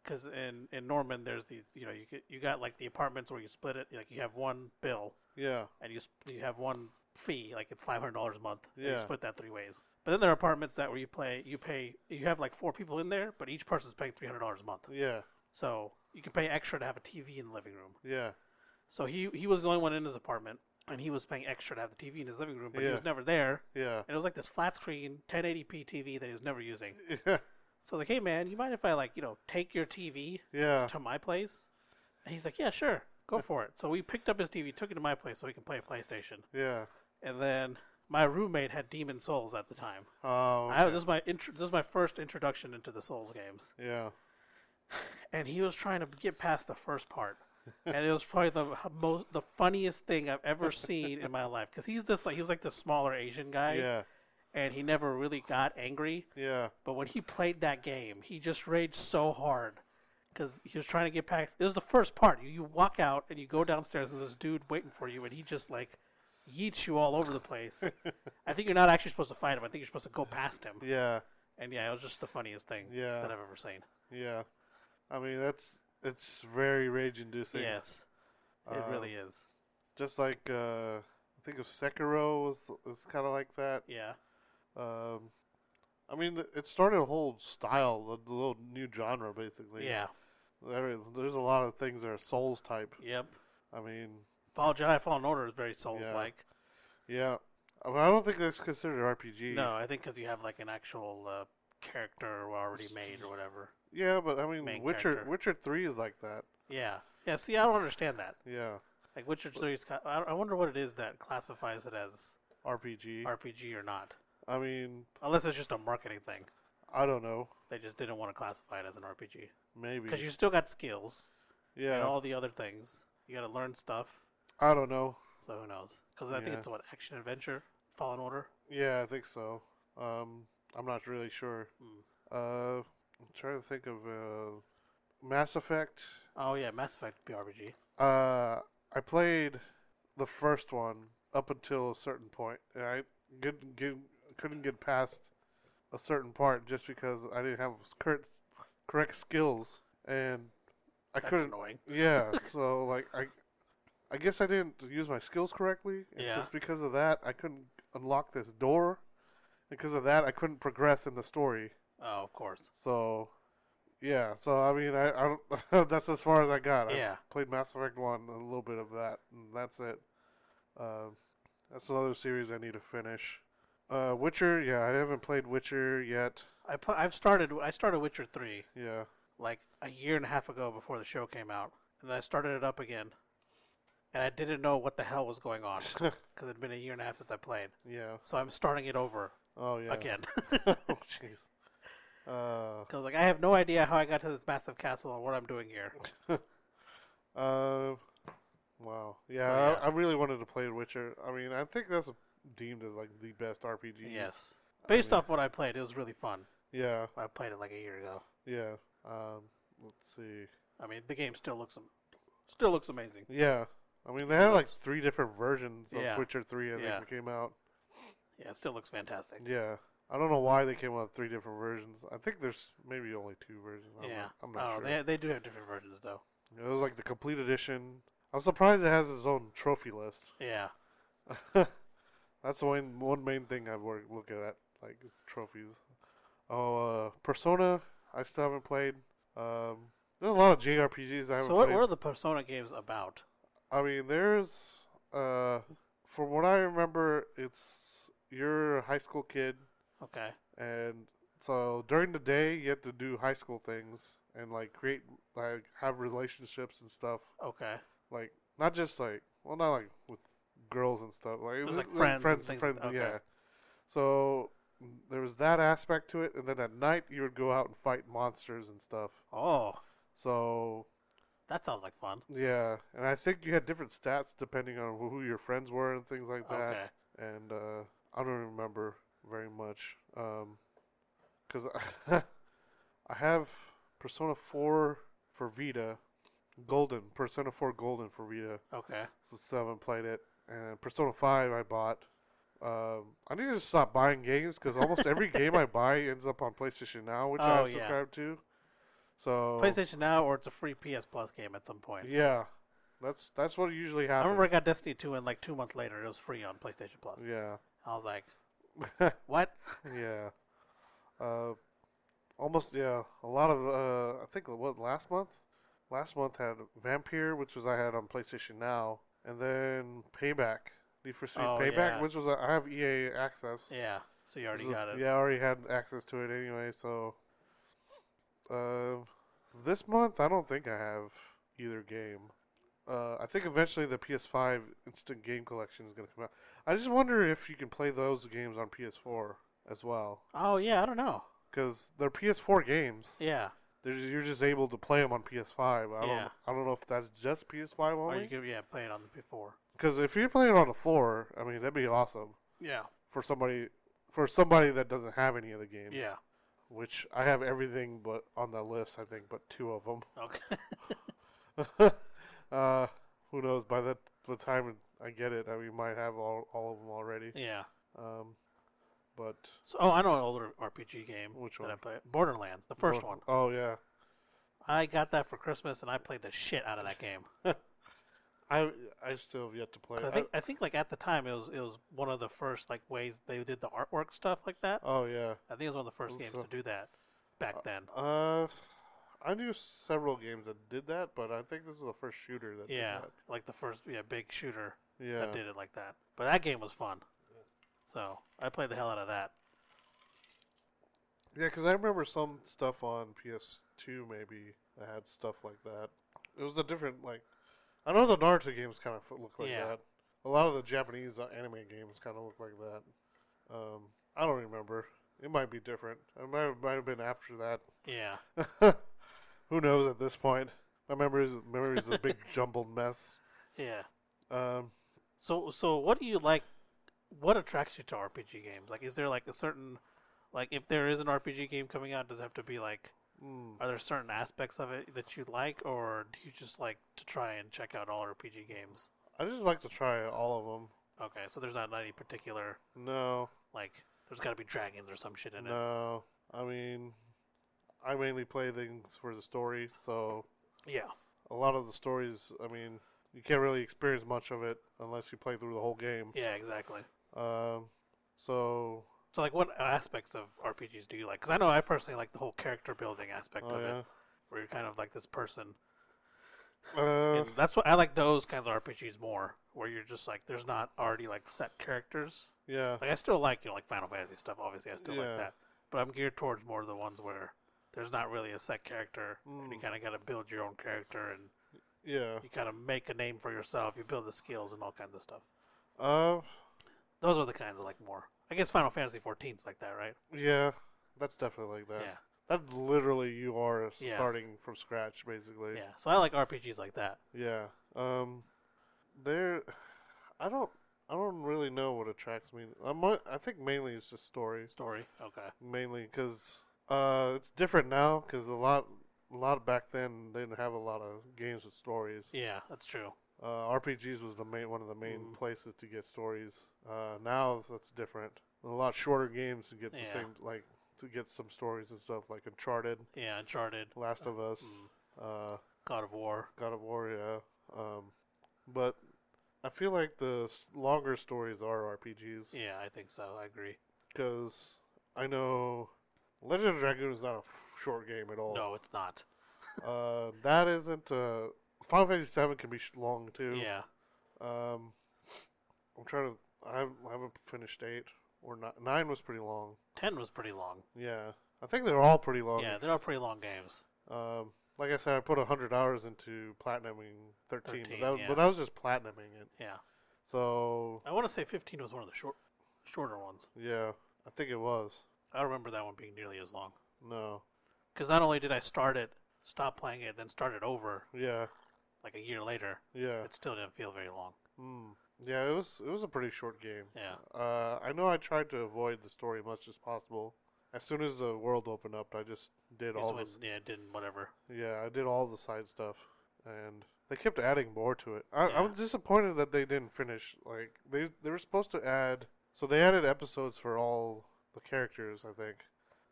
Speaker 1: because in, in Norman, there's these, you know, you get, you got like the apartments where you split it. Like you have one bill
Speaker 2: Yeah.
Speaker 1: and you sp- you have one fee, like it's five hundred dollars a month. and you
Speaker 2: Yeah.
Speaker 1: split that three ways. But then there are apartments that where you play, you pay, you have like four people in there, but each person's paying three hundred dollars a month.
Speaker 2: Yeah.
Speaker 1: So you can pay extra to have a TV in the living room.
Speaker 2: Yeah.
Speaker 1: So he he was the only one in his apartment, and he was paying extra to have the TV in his living room, but he
Speaker 2: Yeah.
Speaker 1: was never there.
Speaker 2: Yeah.
Speaker 1: And it was like this flat screen 1080p TV that he was never using.
Speaker 2: Yeah.
Speaker 1: So I was like, hey man, you mind if I like, you know, take your TV
Speaker 2: Yeah.
Speaker 1: to my place? And he's like, yeah, sure, go for it. So we picked up his TV, took it to my place so he can play PlayStation.
Speaker 2: Yeah.
Speaker 1: And then my roommate had Demon Souls at the time.
Speaker 2: Oh.
Speaker 1: I, this is my intro, this is my first introduction into the Souls games,
Speaker 2: yeah.
Speaker 1: and he was trying to get past the first part. and it was probably the h- most the funniest thing I've ever seen in my life because he's this like he was like this smaller Asian guy,
Speaker 2: Yeah.
Speaker 1: and he never really got angry.
Speaker 2: Yeah.
Speaker 1: But when he played that game, he just raged so hard because he was trying to get past. It was the first part. You, you walk out and you go downstairs and there's this dude waiting for you, and he just like yeets you all over the place. I think you're not actually supposed to fight him. I think you're supposed to go past him.
Speaker 2: Yeah.
Speaker 1: And yeah, it was just the funniest thing
Speaker 2: Yeah.
Speaker 1: that I've ever seen.
Speaker 2: Yeah. I mean that's it's very rage inducing.
Speaker 1: Yes, it
Speaker 2: Uh,
Speaker 1: really is.
Speaker 2: Just like uh I think of Sekiro was is kind of like that.
Speaker 1: Yeah,
Speaker 2: Um I mean th- it started a whole style, a little new genre basically.
Speaker 1: yeah,
Speaker 2: There- there's a lot of things that are souls type.
Speaker 1: yep.
Speaker 2: I mean,
Speaker 1: Fall Jedi Fallen Order is very Souls-like.
Speaker 2: yeah. I, mean, I don't think that's considered RPG.
Speaker 1: No, I think because you have like an actual uh, character already made or whatever.
Speaker 2: Yeah, but I mean
Speaker 1: Main
Speaker 2: Witcher
Speaker 1: character.
Speaker 2: Witcher 3 is like that.
Speaker 1: Yeah, yeah. See, I don't understand that.
Speaker 2: Yeah.
Speaker 1: Like Witcher Three, is ki- I I wonder what it is that classifies it as
Speaker 2: RPG.
Speaker 1: RPG or not.
Speaker 2: I mean,
Speaker 1: Unless it's just a marketing thing.
Speaker 2: I don't know.
Speaker 1: They just didn't want to classify it as an RPG.
Speaker 2: Maybe.
Speaker 1: Because you still got skills
Speaker 2: yeah.
Speaker 1: and all the other things. You got to learn stuff.
Speaker 2: I don't know.
Speaker 1: So who knows? Because I think
Speaker 2: Yeah.
Speaker 1: it's what action adventure, Fallen Order.
Speaker 2: Yeah, I think so. Um, I'm not really sure.
Speaker 1: Mm.
Speaker 2: Uh, I'm trying to think of uh, Mass Effect.
Speaker 1: Oh yeah, Mass Effect PRPG.
Speaker 2: Uh, I played the first one up until a certain point, and I didn't get, couldn't get past a certain part just because I didn't have correct, correct skills, and I
Speaker 1: That's
Speaker 2: couldn't.
Speaker 1: annoying.
Speaker 2: Yeah, so like I, I guess I didn't use my skills correctly. And
Speaker 1: Yeah.
Speaker 2: Just because of that, I couldn't unlock this door. Because of that, I couldn't progress in the story.
Speaker 1: Oh, of course.
Speaker 2: So, yeah. So I mean, I, I don't, that's as far as I got.
Speaker 1: Yeah.
Speaker 2: I played Mass Effect One a little bit of that, and that's it. Um, that's another series I need to finish. Uh, Witcher. Yeah, I haven't played Witcher yet.
Speaker 1: I pl- I've started. I started Witcher three
Speaker 2: Yeah.
Speaker 1: like a year and a half ago before the show came out, and then I started it up again, and I didn't know what the hell was going on because it'd been a year and a half since I played.
Speaker 2: yeah.
Speaker 1: So I'm starting it over
Speaker 2: Oh yeah.
Speaker 1: again
Speaker 2: oh jeez. Uh.
Speaker 1: because like I have no idea how I got to this massive castle and what I'm doing here.
Speaker 2: Oh, Uh, wow. Yeah,
Speaker 1: yeah.
Speaker 2: I, I really wanted to play Witcher. I mean, I think that's deemed as like the best RPG.
Speaker 1: Yes, based
Speaker 2: mean-
Speaker 1: off what I played, it was really fun.
Speaker 2: Yeah.
Speaker 1: I played it like a year ago.
Speaker 2: Yeah. Um, let's see.
Speaker 1: I mean, the game still looks am- still looks amazing.
Speaker 2: Yeah. I mean, they had like
Speaker 1: Looks-
Speaker 2: three different versions of
Speaker 1: Yeah.
Speaker 2: Witcher Three. I
Speaker 1: Yeah.
Speaker 2: think that came out.
Speaker 1: Yeah, it still looks fantastic.
Speaker 2: Yeah. I don't know why they came out with three different versions. I think there's maybe only two versions. I'm
Speaker 1: yeah,
Speaker 2: Not, I'm not
Speaker 1: I
Speaker 2: sure.
Speaker 1: don't know. They they do have different versions though.
Speaker 2: It was like the complete edition. I'm surprised it has its own trophy list.
Speaker 1: Yeah,
Speaker 2: That's the one, one main thing I work look at, like is trophies. Oh, uh, Persona, I still haven't played. Um, there's a lot of JRPGs I haven't
Speaker 1: So what
Speaker 2: played.
Speaker 1: were the Persona games about?
Speaker 2: I mean, there's, uh, from what I remember, it's you're a high school kid,
Speaker 1: Okay.
Speaker 2: and so during the day you have to do high school things and like create, like have relationships and stuff.
Speaker 1: Okay.
Speaker 2: like not just like well not like with girls and stuff like it
Speaker 1: was,
Speaker 2: was
Speaker 1: like,
Speaker 2: like
Speaker 1: friends and
Speaker 2: friends friends,
Speaker 1: things-
Speaker 2: friends
Speaker 1: okay.
Speaker 2: yeah so there was that aspect to it and then at night you would go out and fight monsters and stuff
Speaker 1: Oh,
Speaker 2: so
Speaker 1: that sounds like fun.
Speaker 2: yeah and i think you had different stats depending on who your friends were and things like that
Speaker 1: Okay.
Speaker 2: and uh, i don't remember very much because I, I have persona 4 for vita golden persona 4 golden for vita
Speaker 1: Okay.
Speaker 2: so seven played it, and Persona Five I bought. Um, I need to stop buying games because almost every game I buy ends up on PlayStation Now, which
Speaker 1: Oh,
Speaker 2: I
Speaker 1: yeah.
Speaker 2: subscribe to. So
Speaker 1: PlayStation Now or it's a free PS Plus game at some point.
Speaker 2: yeah, that's that's what usually
Speaker 1: I
Speaker 2: happens.
Speaker 1: remember I got Destiny 2 and like 2 months later it was free on PlayStation Plus.
Speaker 2: yeah,
Speaker 1: I was like, "What?"
Speaker 2: yeah. Uh, almost yeah. A lot of uh, I think what last month, last month had Vampire, which was I had on PlayStation Now, and then Payback, Need for Speed
Speaker 1: Oh,
Speaker 2: Payback,
Speaker 1: yeah.
Speaker 2: which was I have EA access.
Speaker 1: Yeah. So you already
Speaker 2: This is-
Speaker 1: got it.
Speaker 2: Yeah, I already had access to it anyway. So, uh, this month I don't think I have either game. Uh, I think eventually the PS5 Instant Game Collection is going to come out. I just wonder if you can play those games on PS4 as well,
Speaker 1: Oh yeah, I don't know.
Speaker 2: because they're PS4 games.
Speaker 1: Yeah.
Speaker 2: They're just, you're just able to play them on PS5. I
Speaker 1: Yeah.
Speaker 2: don't. I don't know if that's just PS5
Speaker 1: Or you
Speaker 2: only.
Speaker 1: could yeah, play it on the before.
Speaker 2: Because if you're playing on the four, I mean that'd be awesome
Speaker 1: Yeah.
Speaker 2: for somebody for somebody that doesn't have any of the games.
Speaker 1: Yeah.
Speaker 2: which I have everything but on the list, I think, but two of
Speaker 1: Okay.
Speaker 2: them. uh, who knows? By the, the time I get it, I mean, might have all, all of them already.
Speaker 1: yeah.
Speaker 2: Um, but
Speaker 1: So oh, I know an older RPG game
Speaker 2: Which
Speaker 1: that I
Speaker 2: one?
Speaker 1: played. Borderlands, the first
Speaker 2: Well,
Speaker 1: one.
Speaker 2: Oh yeah,
Speaker 1: I got that for Christmas and I played the shit out of that game.
Speaker 2: I I still have yet to play.
Speaker 1: 'Cause I think I think like at the time it was it was one of the first like ways they did the artwork stuff like that.
Speaker 2: I- oh yeah.
Speaker 1: I think it was one of the first games
Speaker 2: so-
Speaker 1: to do that back then.
Speaker 2: Uh, I knew several games that did that, but I think this was the first shooter that.
Speaker 1: Yeah, like the first yeah big shooter
Speaker 2: Did that. Yeah.
Speaker 1: that did it like that. But that game was fun. So I played the hell out of that.
Speaker 2: Yeah, because I remember some stuff on PS2 maybe that had stuff like that. It was a different like. I know the Naruto games kind of look like
Speaker 1: Yeah.
Speaker 2: that. A lot of the Japanese uh, anime games kind of look like that. Um, I don't remember. It might be different. It might might have been after
Speaker 1: Yeah.
Speaker 2: that. Who knows at this point? My memory is memory is a big jumbled mess.
Speaker 1: Yeah.
Speaker 2: Um,
Speaker 1: So so what do you like what attracts you to RPG games? Like is there like a certain like if there is an RPG game coming out, does it have to be like
Speaker 2: mm.
Speaker 1: are there certain aspects of it that you like or do you just like to try and check out all RPG games?
Speaker 2: I just like to try all of
Speaker 1: Okay, so there's not any particular
Speaker 2: them. No,
Speaker 1: like there's got to be dragons or some shit in it.
Speaker 2: no. I mean, I mainly play things for the story, so
Speaker 1: Yeah.
Speaker 2: a lot of the stories. I mean, you can't really experience much of it unless you play through the whole game.
Speaker 1: Yeah, exactly.
Speaker 2: Um, so
Speaker 1: So like what aspects of RPGs do you like? Cuz I know I personally like the whole character building aspect
Speaker 2: oh,
Speaker 1: of
Speaker 2: yeah.
Speaker 1: it where you're kind of like this person
Speaker 2: Uh,
Speaker 1: And that's what I like those kinds of RPGs more, where you're just like there's not already like set characters.
Speaker 2: yeah.
Speaker 1: Like I still like you know like Final Fantasy stuff. Obviously, I still
Speaker 2: Yeah.
Speaker 1: like that, but I'm geared towards more of the ones where there's not really a set character, and you
Speaker 2: Mm.
Speaker 1: kind of got to build your own character, and
Speaker 2: Yeah.
Speaker 1: you kind of make a name for yourself. You build the skills and all kinds of stuff.
Speaker 2: Uh,
Speaker 1: Those are the kinds I like more. I guess Final Fantasy 14's like that, right?
Speaker 2: yeah. That's definitely like that.
Speaker 1: Yeah,
Speaker 2: That's literally you are
Speaker 1: Yeah.
Speaker 2: starting from scratch, basically.
Speaker 1: yeah. So I like RPGs like that.
Speaker 2: Yeah. Um, there, I don't, I don't really know what attracts me. I might, I think mainly it's just stories,
Speaker 1: Story, okay.
Speaker 2: mainly because uh, it's different now because a lot, a lot back then they didn't have a lot of games with stories.
Speaker 1: Yeah, that's true.
Speaker 2: Uh, RPGs was the main one of the main
Speaker 1: Mm.
Speaker 2: places to get stories. Uh, now that's different. A lot shorter games to get
Speaker 1: Yeah.
Speaker 2: the same like to get some stories and stuff like Uncharted,
Speaker 1: Yeah, Uncharted,
Speaker 2: Last of Us,
Speaker 1: mm,
Speaker 2: uh,
Speaker 1: God of War.
Speaker 2: God of War, yeah. Um, but I feel like the s- longer stories are RPGs
Speaker 1: Yeah, I think so. I agree.
Speaker 2: because I know Legend of Dragoon is not a f- short game at all.
Speaker 1: No, it's not.
Speaker 2: Uh, that isn't. Uh, Final Fantasy VII can be sh- long too.
Speaker 1: Yeah.
Speaker 2: Um, I'm trying to. I haven't, I haven't finished eight or nine. Nine was pretty long.
Speaker 1: 10 was pretty long.
Speaker 2: Yeah, I think they're all pretty long.
Speaker 1: Yeah, they're all pretty long games.
Speaker 2: Um, like I said, I put hundred hours into platinuming
Speaker 1: 13,
Speaker 2: thirteen, but, that was,
Speaker 1: yeah.
Speaker 2: but that was just platinuming it.
Speaker 1: Yeah.
Speaker 2: So
Speaker 1: I want to say 15 was one of the short, shorter ones.
Speaker 2: yeah, I think it was.
Speaker 1: I don't remember that one being nearly as long.
Speaker 2: No,
Speaker 1: Because not only did I start it, stop playing it, then start it over
Speaker 2: yeah,
Speaker 1: like a year later,
Speaker 2: yeah,
Speaker 1: it still didn't feel very long.
Speaker 2: mm. yeah. It was it was a pretty short game.
Speaker 1: Yeah.
Speaker 2: Uh, I know I tried to avoid the story as much as possible. As soon as the world opened up, I just did
Speaker 1: It's
Speaker 2: all
Speaker 1: when,
Speaker 2: this.
Speaker 1: yeah, it didn't, whatever.
Speaker 2: Yeah, I did all the side stuff, and they kept adding more to it. I,
Speaker 1: Yeah.
Speaker 2: I was disappointed that they didn't finish. Like they they were supposed to add, so they added episodes for all the characters. I think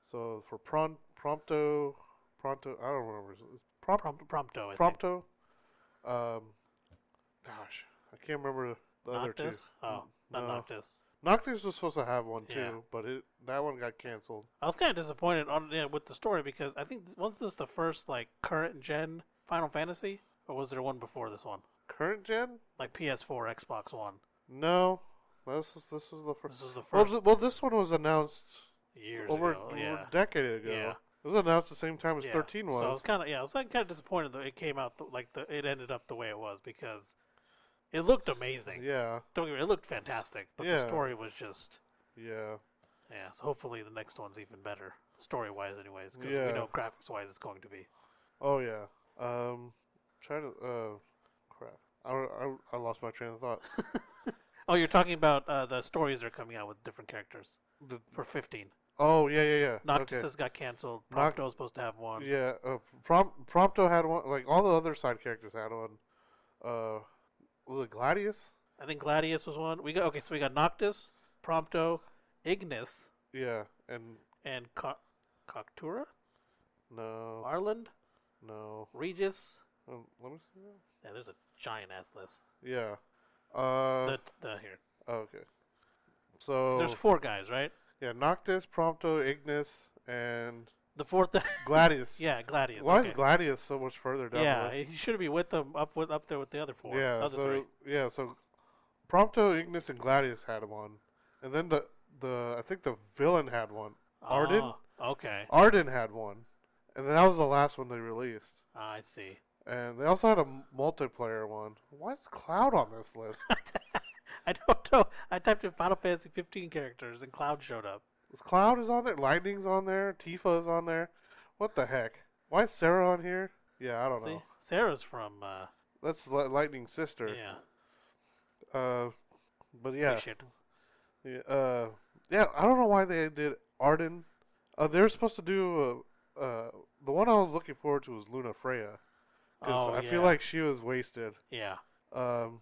Speaker 2: so for Pron Prompto, Pronto. I don't remember. Prompt,
Speaker 1: Prom- prompto, I think.
Speaker 2: Prompto. Um, gosh, I can't remember the other two.
Speaker 1: Noctis? Oh, not
Speaker 2: Mm, No.
Speaker 1: Noctis.
Speaker 2: Noctis was supposed to have one too,
Speaker 1: Yeah.
Speaker 2: but it that one got canceled.
Speaker 1: I was kind of disappointed on yeah, with the story because I think, this, wasn't this the first like current gen Final Fantasy? Or was there one before this one?
Speaker 2: Current gen?
Speaker 1: Like PS4, Xbox One.
Speaker 2: No, this is this was the first.
Speaker 1: This was the first
Speaker 2: Well, th- well, this one was announced
Speaker 1: years
Speaker 2: over,
Speaker 1: ago.
Speaker 2: over
Speaker 1: yeah.
Speaker 2: a decade ago.
Speaker 1: Yeah.
Speaker 2: It was announced the same time as
Speaker 1: Yeah.
Speaker 2: 13 was.
Speaker 1: So I was kind of yeah, I was kind of disappointed that it came out the, like the it ended up the way it was because it looked amazing.
Speaker 2: yeah,
Speaker 1: Don't get me, it looked fantastic, but the
Speaker 2: Yeah.
Speaker 1: story was just
Speaker 2: yeah,
Speaker 1: yeah. So hopefully the next one's even better story wise, anyways, because
Speaker 2: Yeah.
Speaker 1: we know graphics wise it's going to be.
Speaker 2: oh yeah. Um, try to uh, crap. I, I, I lost my train of thought.
Speaker 1: Oh, you're talking about uh, the stories that are coming out with different characters
Speaker 2: The,
Speaker 1: for 15.
Speaker 2: oh yeah, yeah, yeah.
Speaker 1: Noctis
Speaker 2: okay.
Speaker 1: has got canceled.
Speaker 2: Noct-
Speaker 1: Prompto was supposed to have one.
Speaker 2: Yeah, uh, Prom- Prompto had one. Like all the other side characters had one. Uh, was it Gladius?
Speaker 1: I think Gladius was one. We got okay, so we got Noctis, Prompto, Ignis,
Speaker 2: Yeah, and
Speaker 1: and Co- Coctura,
Speaker 2: no,
Speaker 1: Arland,
Speaker 2: no.
Speaker 1: Regis.
Speaker 2: Um, let me see that.
Speaker 1: Yeah, there's a giant ass list.
Speaker 2: Yeah. Uh,
Speaker 1: the, the here.
Speaker 2: oh, okay. So
Speaker 1: There's four guys, right?
Speaker 2: Yeah, Noctis, Prompto, Ignis, and
Speaker 1: The fourth,
Speaker 2: Gladius.
Speaker 1: yeah, Gladius.
Speaker 2: Why
Speaker 1: okay.
Speaker 2: is Gladius so much further down
Speaker 1: Yeah,
Speaker 2: the list?
Speaker 1: he should be with them up with up there with the other four.
Speaker 2: yeah,
Speaker 1: other
Speaker 2: so
Speaker 1: three.
Speaker 2: yeah, so Prompto, Ignis, and Gladius had one, and then the the I think the villain had one. Arden?
Speaker 1: Oh, okay,
Speaker 2: Arden had one, and then that was the last one they released.
Speaker 1: I see.
Speaker 2: And they also had a m- multiplayer one. Why is Cloud on this list?
Speaker 1: I don't know. I typed in Final Fantasy 15 characters and Cloud showed up.
Speaker 2: Is Cloud is on there? Lightning's on there. Tifa's on there. What the heck? Why is Sarah on here? Yeah, I don't
Speaker 1: See,
Speaker 2: know.
Speaker 1: Sarah's from uh,
Speaker 2: That's Li- Lightning's sister.
Speaker 1: yeah,
Speaker 2: Uh, but
Speaker 1: yeah.
Speaker 2: yeah, yeah, uh, yeah. I don't know why they did Arden. Uh, they were supposed to do. Uh, uh, the one I was looking forward to was Luna Freya. 'cause
Speaker 1: Oh,
Speaker 2: I
Speaker 1: yeah.
Speaker 2: feel like she was wasted.
Speaker 1: yeah,
Speaker 2: Um,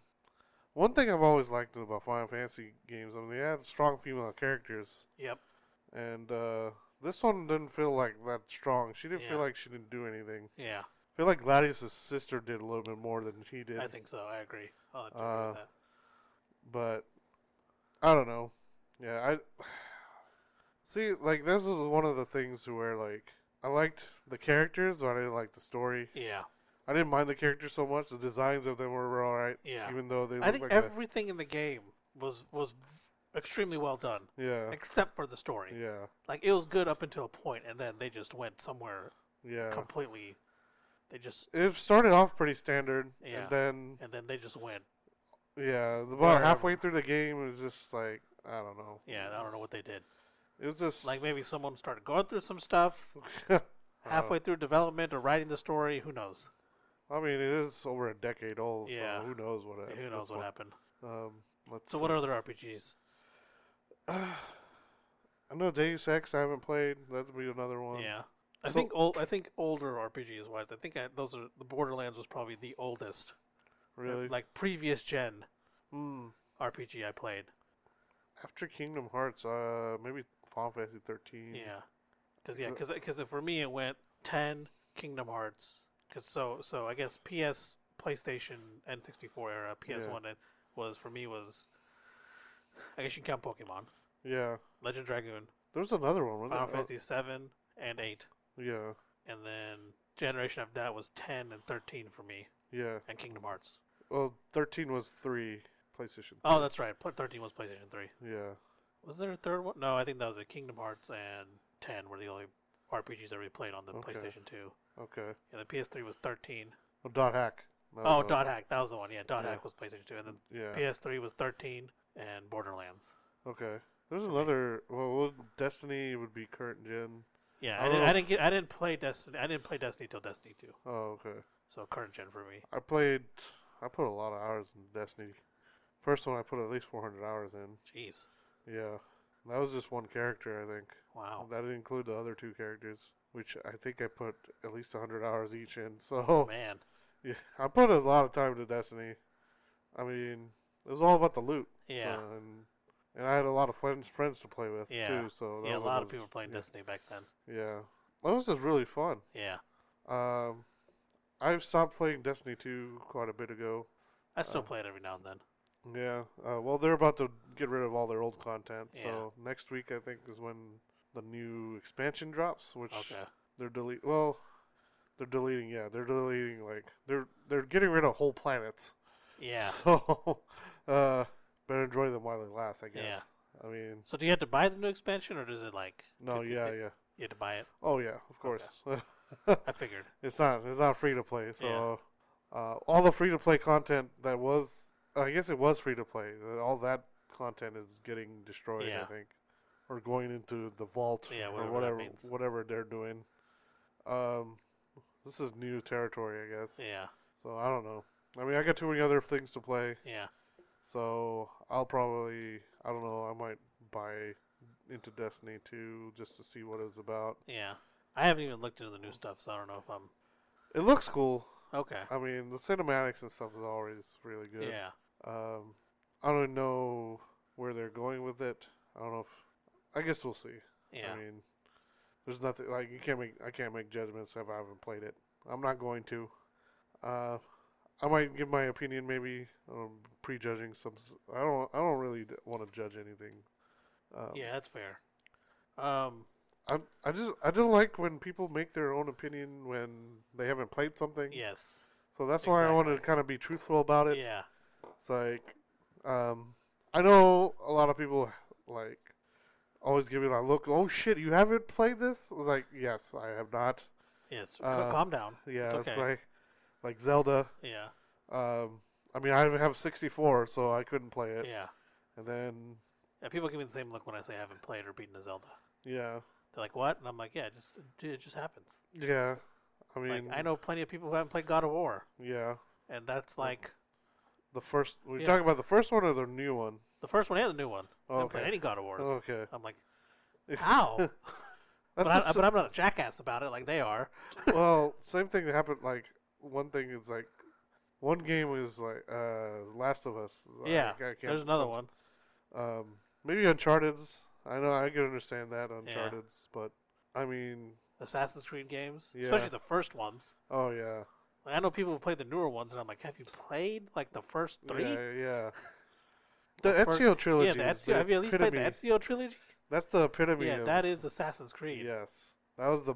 Speaker 2: one thing I've always liked about Final Fantasy games, I mean, they had strong female characters,
Speaker 1: yep,
Speaker 2: and uh, this one didn't feel like that strong. She didn't
Speaker 1: Yeah.
Speaker 2: feel like she didn't do anything.
Speaker 1: yeah.
Speaker 2: I feel like Gladius' sister did a little bit more than she did,
Speaker 1: I think so. I agree. I'll have to agree with
Speaker 2: Uh,
Speaker 1: that.
Speaker 2: but I don't know. Yeah, I see. Like this is one of the things where like I liked the characters, but I didn't like the story.
Speaker 1: Yeah,
Speaker 2: I didn't mind the characters so much. The designs of them were, were all right,
Speaker 1: yeah.
Speaker 2: even though they
Speaker 1: I
Speaker 2: looked
Speaker 1: think
Speaker 2: like a-
Speaker 1: everything in the game was was extremely well done,
Speaker 2: yeah,
Speaker 1: except for the story.
Speaker 2: yeah,
Speaker 1: Like it was good up until a point, and then they just went somewhere
Speaker 2: yeah.
Speaker 1: completely. They just
Speaker 2: it started off pretty standard,
Speaker 1: Yeah.
Speaker 2: and then
Speaker 1: and then they just went.
Speaker 2: yeah, about
Speaker 1: Whatever.
Speaker 2: halfway through the game, it was just like I don't know.
Speaker 1: Yeah, I don't know what they did.
Speaker 2: It was just
Speaker 1: Like maybe someone started going through some stuff
Speaker 2: Uh,
Speaker 1: halfway through development or writing the story. Who knows?
Speaker 2: I mean, it is over a decade old,
Speaker 1: Yeah.
Speaker 2: so who knows what happened.
Speaker 1: Who knows what happened?
Speaker 2: Um, let's
Speaker 1: So what other RPGs?
Speaker 2: I know Deus Ex. I haven't played. That would be another one.
Speaker 1: Yeah, I
Speaker 2: so-
Speaker 1: think old. I think older RPGs wise. I think I, those are the Borderlands was probably the oldest, uh,
Speaker 2: really.
Speaker 1: like previous gen
Speaker 2: Hmm.
Speaker 1: RPG I played.
Speaker 2: After Kingdom Hearts, uh, maybe Final Fantasy thirteen.
Speaker 1: Yeah, because yeah,
Speaker 2: The-
Speaker 1: because for me it went ten Kingdom Hearts. Because so so I guess PS PlayStation N sixty four era PS one it was for me was. I guess you can count Pokemon,
Speaker 2: Yeah.
Speaker 1: Legend Dragoon,
Speaker 2: There was another one. wasn't
Speaker 1: Final
Speaker 2: there?
Speaker 1: Fantasy seven and eight,
Speaker 2: Oh, yeah.
Speaker 1: and then generation after that was ten and thirteen for me,
Speaker 2: Yeah.
Speaker 1: and Kingdom Hearts.
Speaker 2: Well, thirteen was three PlayStation.
Speaker 1: Oh, that's right. Pl- Thirteen was PlayStation three.
Speaker 2: Yeah.
Speaker 1: Was there a third one? No, I think that was it. Kingdom Hearts and ten were the only RPGs I really played on the
Speaker 2: Okay.
Speaker 1: PlayStation two.
Speaker 2: Okay.
Speaker 1: And the PS three was thirteen.
Speaker 2: Well, dot hack. That
Speaker 1: Oh,
Speaker 2: was
Speaker 1: Dot Hack. That was the one. Yeah, Dot
Speaker 2: Yeah.
Speaker 1: Hack was PlayStation 2. And then
Speaker 2: a- Yeah.
Speaker 1: PS3 was 13 and Borderlands.
Speaker 2: Okay. There's another. Well, well, Destiny would be current gen.
Speaker 1: Yeah,
Speaker 2: I
Speaker 1: I,
Speaker 2: don't
Speaker 1: didn't,
Speaker 2: know
Speaker 1: I
Speaker 2: if-
Speaker 1: didn't get. I didn't play Destiny. I didn't play Destiny till Destiny 2.
Speaker 2: Oh, okay.
Speaker 1: So current gen for me.
Speaker 2: I played. I put a lot of hours in Destiny. First one, I put at least 400 hours in.
Speaker 1: Jeez.
Speaker 2: Yeah. That was just one character, I think.
Speaker 1: Wow.
Speaker 2: That didn't include the other two characters, which I think I put at least 100 hours each in. Oh. So,
Speaker 1: Oh, Man.
Speaker 2: yeah, I put a lot of time to Destiny. I mean, it was all about the loot.
Speaker 1: Yeah.
Speaker 2: So, and, and I had a lot of friends friends to play with
Speaker 1: Yeah.
Speaker 2: too. So that
Speaker 1: yeah, a
Speaker 2: was
Speaker 1: lot of
Speaker 2: another-
Speaker 1: people played
Speaker 2: yeah.
Speaker 1: Destiny back then.
Speaker 2: Yeah, that was just really fun.
Speaker 1: Yeah.
Speaker 2: Um, I've stopped playing Destiny 2 quite a bit ago.
Speaker 1: I still
Speaker 2: Uh,
Speaker 1: play it every now and then.
Speaker 2: Yeah. Uh, well, they're about to get rid of all their old content.
Speaker 1: Yeah.
Speaker 2: So next week, I think, is when the new expansion drops, which
Speaker 1: Okay.
Speaker 2: they're delete. Well, they're deleting. Yeah, they're deleting. Like they're they're getting rid of whole planets.
Speaker 1: Yeah.
Speaker 2: So, uh, better enjoy them while they last. I guess.
Speaker 1: Yeah.
Speaker 2: I mean,
Speaker 1: So do you have to buy the new expansion or does it like.
Speaker 2: no.
Speaker 1: did- did-
Speaker 2: Yeah.
Speaker 1: did
Speaker 2: Yeah.
Speaker 1: You had to buy it.
Speaker 2: Oh yeah. Of course.
Speaker 1: I figured.
Speaker 2: It's not. It's not free to play. So uh, all the free to play content that was, I guess it was free to play. uh, All that content is getting destroyed.
Speaker 1: Yeah.
Speaker 2: I think, or going into the vault
Speaker 1: Yeah,
Speaker 2: or
Speaker 1: whatever that
Speaker 2: whatever
Speaker 1: means.
Speaker 2: whatever they're doing. Um, this is new territory, I guess.
Speaker 1: Yeah.
Speaker 2: So I don't know. I mean, I got too many other things to play,
Speaker 1: Yeah.
Speaker 2: so I'll probably I don't know. I might buy into Destiny 2 just to see what it's about.
Speaker 1: Yeah. I haven't even looked into the new stuff, so I don't know if I'm.
Speaker 2: It looks cool.
Speaker 1: Okay.
Speaker 2: I mean, the cinematics and stuff is always really good.
Speaker 1: Yeah.
Speaker 2: Um, I don't know where they're going with it. I don't know if. I guess we'll see.
Speaker 1: Yeah.
Speaker 2: I mean, there's nothing like you can't make. I can't make judgments if I haven't played it. I'm not going to. Uh, I might give my opinion. Maybe um, prejudging some. s- I don't. I don't really want to judge anything. Um,
Speaker 1: yeah, that's fair. Um.
Speaker 2: I. I just. I don't like when people make their own opinion when they haven't played something.
Speaker 1: Yes.
Speaker 2: So that's why I want to kind of be truthful about it.
Speaker 1: Yeah.
Speaker 2: It's like, um, I know a lot of people like always give me like, look, oh shit, you haven't played this. I was like, yes, I have not.
Speaker 1: Yes. c-
Speaker 2: Uh,
Speaker 1: calm down.
Speaker 2: Yeah,
Speaker 1: It's
Speaker 2: it's,
Speaker 1: okay.
Speaker 2: like, like Zelda.
Speaker 1: Yeah.
Speaker 2: Um, I mean, I have 64, so I couldn't play it.
Speaker 1: Yeah.
Speaker 2: And then
Speaker 1: And people give me the same look when I say I haven't played or beaten a Zelda.
Speaker 2: Yeah.
Speaker 1: They're like, "What?" And I'm like, "Yeah, it just it just happens."
Speaker 2: Yeah. I
Speaker 1: Like
Speaker 2: mean,
Speaker 1: I know plenty of people who haven't played God of War,
Speaker 2: yeah.
Speaker 1: and that's
Speaker 2: Oh.
Speaker 1: like
Speaker 2: The first. We're
Speaker 1: Yeah.
Speaker 2: talking about the first one or the new one?
Speaker 1: the first one and the new one. I haven't
Speaker 2: Oh, Okay.
Speaker 1: played any God of Wars.
Speaker 2: Okay.
Speaker 1: I'm like, how?
Speaker 2: That's
Speaker 1: but, I,
Speaker 2: just-
Speaker 1: but I'm not a jackass about it like they are.
Speaker 2: well, same thing that happened. Like one thing is like one game was like uh Last of Us.
Speaker 1: yeah,
Speaker 2: I, I can't-
Speaker 1: there's another
Speaker 2: some-
Speaker 1: one.
Speaker 2: Um, maybe Uncharted's. I know I can understand that
Speaker 1: Yeah.
Speaker 2: Uncharted's, but I mean,
Speaker 1: Assassin's Creed games,
Speaker 2: Yeah.
Speaker 1: especially the first ones.
Speaker 2: oh yeah,
Speaker 1: Like, I know people who played the newer ones, and I'm like, have you played like the first three?
Speaker 2: yeah,
Speaker 1: Yeah,
Speaker 2: yeah. The
Speaker 1: The fir-
Speaker 2: Ezio trilogy.
Speaker 1: the
Speaker 2: is
Speaker 1: Ezio. Have you at least played the
Speaker 2: epitome-
Speaker 1: Ezio trilogy?
Speaker 2: That's the epitome.
Speaker 1: yeah,
Speaker 2: of,
Speaker 1: that is Assassin's Creed.
Speaker 2: Yes, that was the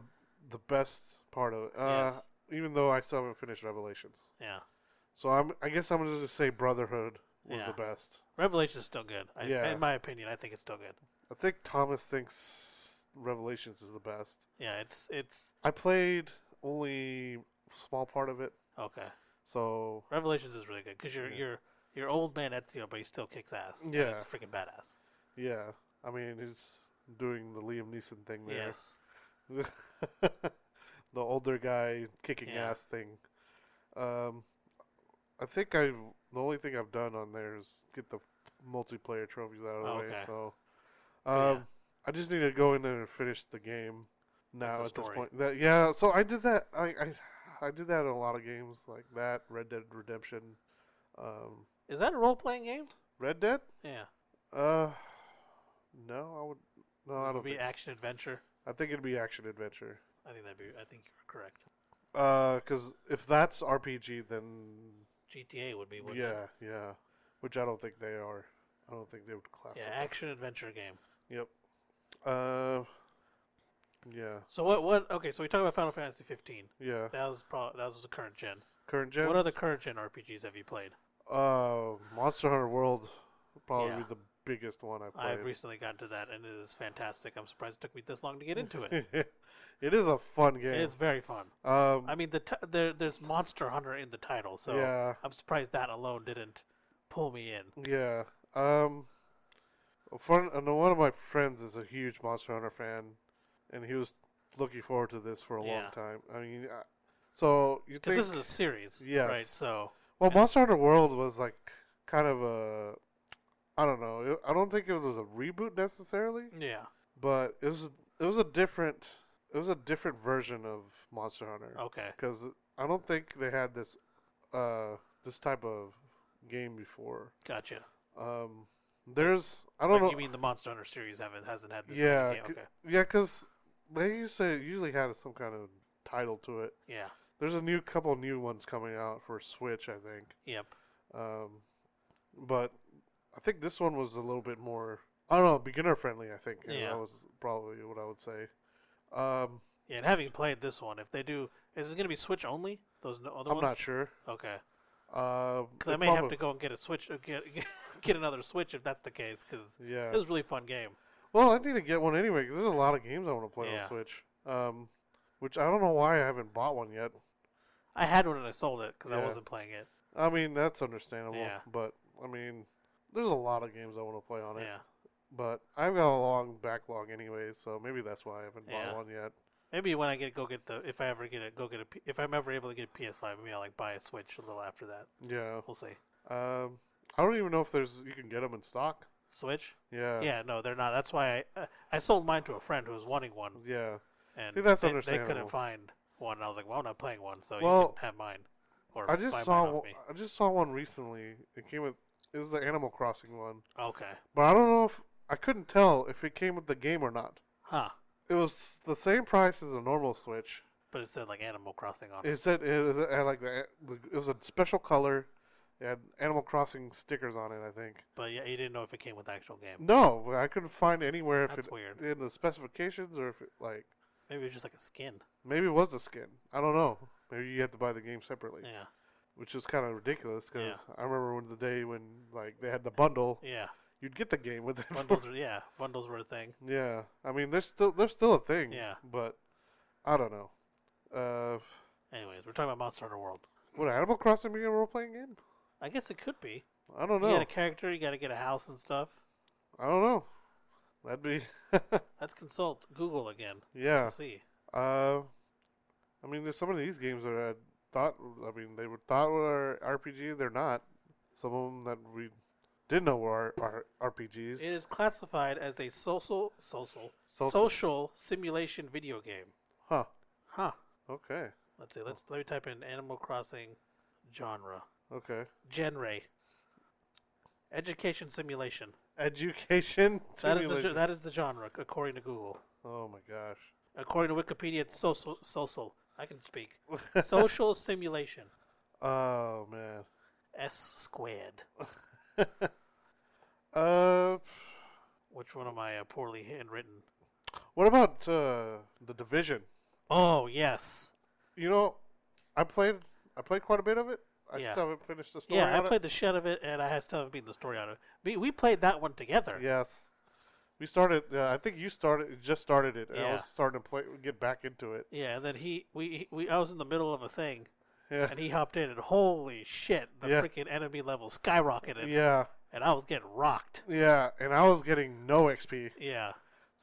Speaker 2: the best part of it. Uh,
Speaker 1: Yes.
Speaker 2: Even though I still haven't finished Revelations,
Speaker 1: Yeah.
Speaker 2: so I'm. I guess I'm just gonna say Brotherhood was
Speaker 1: Yeah.
Speaker 2: the best.
Speaker 1: Revelation's still good. I,
Speaker 2: Yeah.
Speaker 1: In my opinion, I think it's still good.
Speaker 2: I think Thomas thinks Revelations is the best.
Speaker 1: Yeah, it's it's
Speaker 2: I played only small part of it,
Speaker 1: okay.
Speaker 2: so
Speaker 1: Revelations is really good because you're
Speaker 2: Yeah.
Speaker 1: you're you're old man Ezio, but he still kicks ass. and
Speaker 2: Yeah.
Speaker 1: it's freaking badass.
Speaker 2: yeah. I mean, he's doing the Liam Neeson thing there.
Speaker 1: Yes,
Speaker 2: the older guy kicking
Speaker 1: Yeah.
Speaker 2: ass thing. Um, I think I have the only thing I've done on there is get the multiplayer trophies out of the way.
Speaker 1: Oh, Okay.
Speaker 2: So, um,
Speaker 1: Yeah.
Speaker 2: I just need to go in there and finish the game now
Speaker 1: the
Speaker 2: at this
Speaker 1: story.
Speaker 2: point. That yeah. So I did that. I I, I did that in a lot of games like that. Red Dead Redemption. Um,
Speaker 1: is that a role playing game?
Speaker 2: Red Dead.
Speaker 1: Yeah,
Speaker 2: Uh, no, I would. No, I
Speaker 1: it
Speaker 2: don't.
Speaker 1: would be
Speaker 2: Think,
Speaker 1: action adventure.
Speaker 2: I think it'd be action adventure.
Speaker 1: I think that'd be. I think you're correct.
Speaker 2: because Uh, if that's RPG, then
Speaker 1: GTA would be. Wouldn't
Speaker 2: yeah,
Speaker 1: It?
Speaker 2: yeah. Which I don't think they are. I don't think they would classify.
Speaker 1: Yeah, action adventure game.
Speaker 2: Yep. Uh, yeah,
Speaker 1: So what? What? Okay, so we talked about Final Fantasy 15.
Speaker 2: yeah.
Speaker 1: That was probably that was the current gen.
Speaker 2: Current gen.
Speaker 1: What other current gen RPGs have you played?
Speaker 2: uh, Monster Hunter World would probably
Speaker 1: Yeah.
Speaker 2: be the biggest one I played.
Speaker 1: I've recently gotten to that, and it is fantastic. I'm surprised it took me this long to get into it.
Speaker 2: it is a fun game.
Speaker 1: It's very fun.
Speaker 2: um,
Speaker 1: I mean, the t- there, there's Monster Hunter in the title, so
Speaker 2: yeah,
Speaker 1: I'm surprised that alone didn't pull me in.
Speaker 2: yeah. Um, a friend, and one of my friends is a huge Monster Hunter fan, and he was looking forward to this for a
Speaker 1: Yeah.
Speaker 2: long time. I mean, I, so you
Speaker 1: Because
Speaker 2: think
Speaker 1: this is a series,
Speaker 2: Yes.
Speaker 1: right? So
Speaker 2: Well,
Speaker 1: Yes.
Speaker 2: Monster Hunter World was like kind of a I don't know. It- I don't think it was a reboot necessarily,
Speaker 1: yeah,
Speaker 2: but it was it was a different it was a different version of Monster Hunter
Speaker 1: okay,
Speaker 2: because I don't think they had this uh this type of game before.
Speaker 1: gotcha.
Speaker 2: Um there's I
Speaker 1: Like,
Speaker 2: don't know.
Speaker 1: You mean the Monster Hunter series haven't hasn't had this?
Speaker 2: Yeah,
Speaker 1: kind of game.
Speaker 2: c-
Speaker 1: okay,
Speaker 2: yeah, cuz they used to usually had some kind of title to it.
Speaker 1: yeah,
Speaker 2: There's a new couple new ones coming out for Switch, I think.
Speaker 1: yep,
Speaker 2: Um, but I think this one was a little bit more, I don't know, beginner friendly. I think yeah.
Speaker 1: Yeah.
Speaker 2: that was probably what I would say. Um,
Speaker 1: yeah. And having played this one, if they do, is it going to be Switch only? Those no, other
Speaker 2: I'm
Speaker 1: ones?
Speaker 2: not sure.
Speaker 1: Okay,
Speaker 2: Um,
Speaker 1: because I
Speaker 2: it
Speaker 1: may have
Speaker 2: probab-
Speaker 1: to go and get a Switch, uh, get get another Switch if that's the case. Because
Speaker 2: Yeah.
Speaker 1: it was a really fun game.
Speaker 2: well, I need to get one anyway because there's a lot of games I want to play
Speaker 1: Yeah.
Speaker 2: on Switch. Um, which I don't know why I haven't bought one yet.
Speaker 1: I had one and I sold it because I
Speaker 2: Yeah.
Speaker 1: wasn't playing it.
Speaker 2: I mean, that's understandable.
Speaker 1: Yeah.
Speaker 2: But I mean, there's a lot of games I want to play on it.
Speaker 1: Yeah,
Speaker 2: But I've got a long backlog anyway, so maybe that's why I haven't
Speaker 1: Yeah.
Speaker 2: bought one yet.
Speaker 1: maybe when I get go get the if I ever get it, go get a P- if I'm ever able to get a PS5, maybe I'll like buy a Switch a little after that.
Speaker 2: Yeah.
Speaker 1: We'll see.
Speaker 2: Um, I don't even know if there's you can get them in stock.
Speaker 1: Switch?
Speaker 2: Yeah.
Speaker 1: yeah, no, they're not. That's why I uh, I sold mine to a friend who was wanting one,
Speaker 2: Yeah.
Speaker 1: and
Speaker 2: See, that's
Speaker 1: they, they
Speaker 2: understandable.
Speaker 1: couldn't find one. I was like, well, I'm not playing one, so you
Speaker 2: Well,
Speaker 1: can have mine. Or
Speaker 2: I just
Speaker 1: buy
Speaker 2: saw
Speaker 1: mine off
Speaker 2: one,
Speaker 1: me.
Speaker 2: I just saw one recently. It came with it was the Animal Crossing one,
Speaker 1: Okay,
Speaker 2: but I don't know if I couldn't tell if it came with the game or not.
Speaker 1: huh?
Speaker 2: It was the same price as a normal Switch.
Speaker 1: But it said like Animal Crossing on it.
Speaker 2: It said it, was, it had like the, the it was a special color. It had Animal Crossing stickers on it, I think.
Speaker 1: But yeah, you didn't know if it came with the actual game.
Speaker 2: No, I couldn't find anywhere if
Speaker 1: That's
Speaker 2: it
Speaker 1: weird.
Speaker 2: in the specifications or if it like
Speaker 1: Maybe it was just like a skin.
Speaker 2: maybe it was a skin. I don't know. Maybe you had to buy the game separately.
Speaker 1: Yeah,
Speaker 2: which is kind of ridiculous because
Speaker 1: Yeah.
Speaker 2: I remember when the day when like they had the bundle,
Speaker 1: yeah.
Speaker 2: you'd get the game with it. for-
Speaker 1: Bundles, were, yeah, bundles were a thing.
Speaker 2: yeah, I mean, there's still there's still a thing.
Speaker 1: Yeah.
Speaker 2: but I don't know. Uh,
Speaker 1: Anyways, we're talking about Monster Hunter World.
Speaker 2: would Animal Crossing be a role playing game?
Speaker 1: I guess it could be.
Speaker 2: I don't
Speaker 1: You
Speaker 2: know.
Speaker 1: got a character, you got to get a house and stuff.
Speaker 2: I don't know. That'd be
Speaker 1: Let's consult Google again
Speaker 2: yeah.
Speaker 1: to see.
Speaker 2: Uh, I mean, there's some of these games that I thought. I mean, they were thought were RPG. They're not. Some of them that we didn't know were R- R- RPGs.
Speaker 1: It is classified as a social social
Speaker 2: Social.
Speaker 1: social simulation video game.
Speaker 2: Huh.
Speaker 1: Huh.
Speaker 2: Okay.
Speaker 1: Let's see. Let's let me type in Animal Crossing genre.
Speaker 2: Okay.
Speaker 1: Genre. Education simulation.
Speaker 2: Education.
Speaker 1: That is the,
Speaker 2: simulation.
Speaker 1: ge- that is the genre according to Google.
Speaker 2: oh my gosh.
Speaker 1: According to Wikipedia, it's social social. I can speak. Social simulation.
Speaker 2: Oh man.
Speaker 1: S squared.
Speaker 2: Uh,
Speaker 1: Which one am I uh, poorly handwritten?
Speaker 2: what about uh the division?
Speaker 1: Oh yes.
Speaker 2: You know, I played. I played quite a bit of it. I
Speaker 1: Yeah.
Speaker 2: still haven't finished the story.
Speaker 1: Yeah, I
Speaker 2: on it.
Speaker 1: played the shit of it, and I still haven't beaten the story out of it. We, we played that one together.
Speaker 2: Yes. We started. Uh, I think you started. Just started it. And I
Speaker 1: Yeah.
Speaker 2: was starting to play. Get back into it.
Speaker 1: Yeah, and then he we we I was in the middle of a thing,
Speaker 2: Yeah.
Speaker 1: and he hopped in, and holy shit, the
Speaker 2: Yeah.
Speaker 1: freaking enemy level skyrocketed,
Speaker 2: Yeah.
Speaker 1: and I was getting rocked.
Speaker 2: Yeah. And I was getting no XP.
Speaker 1: Yeah,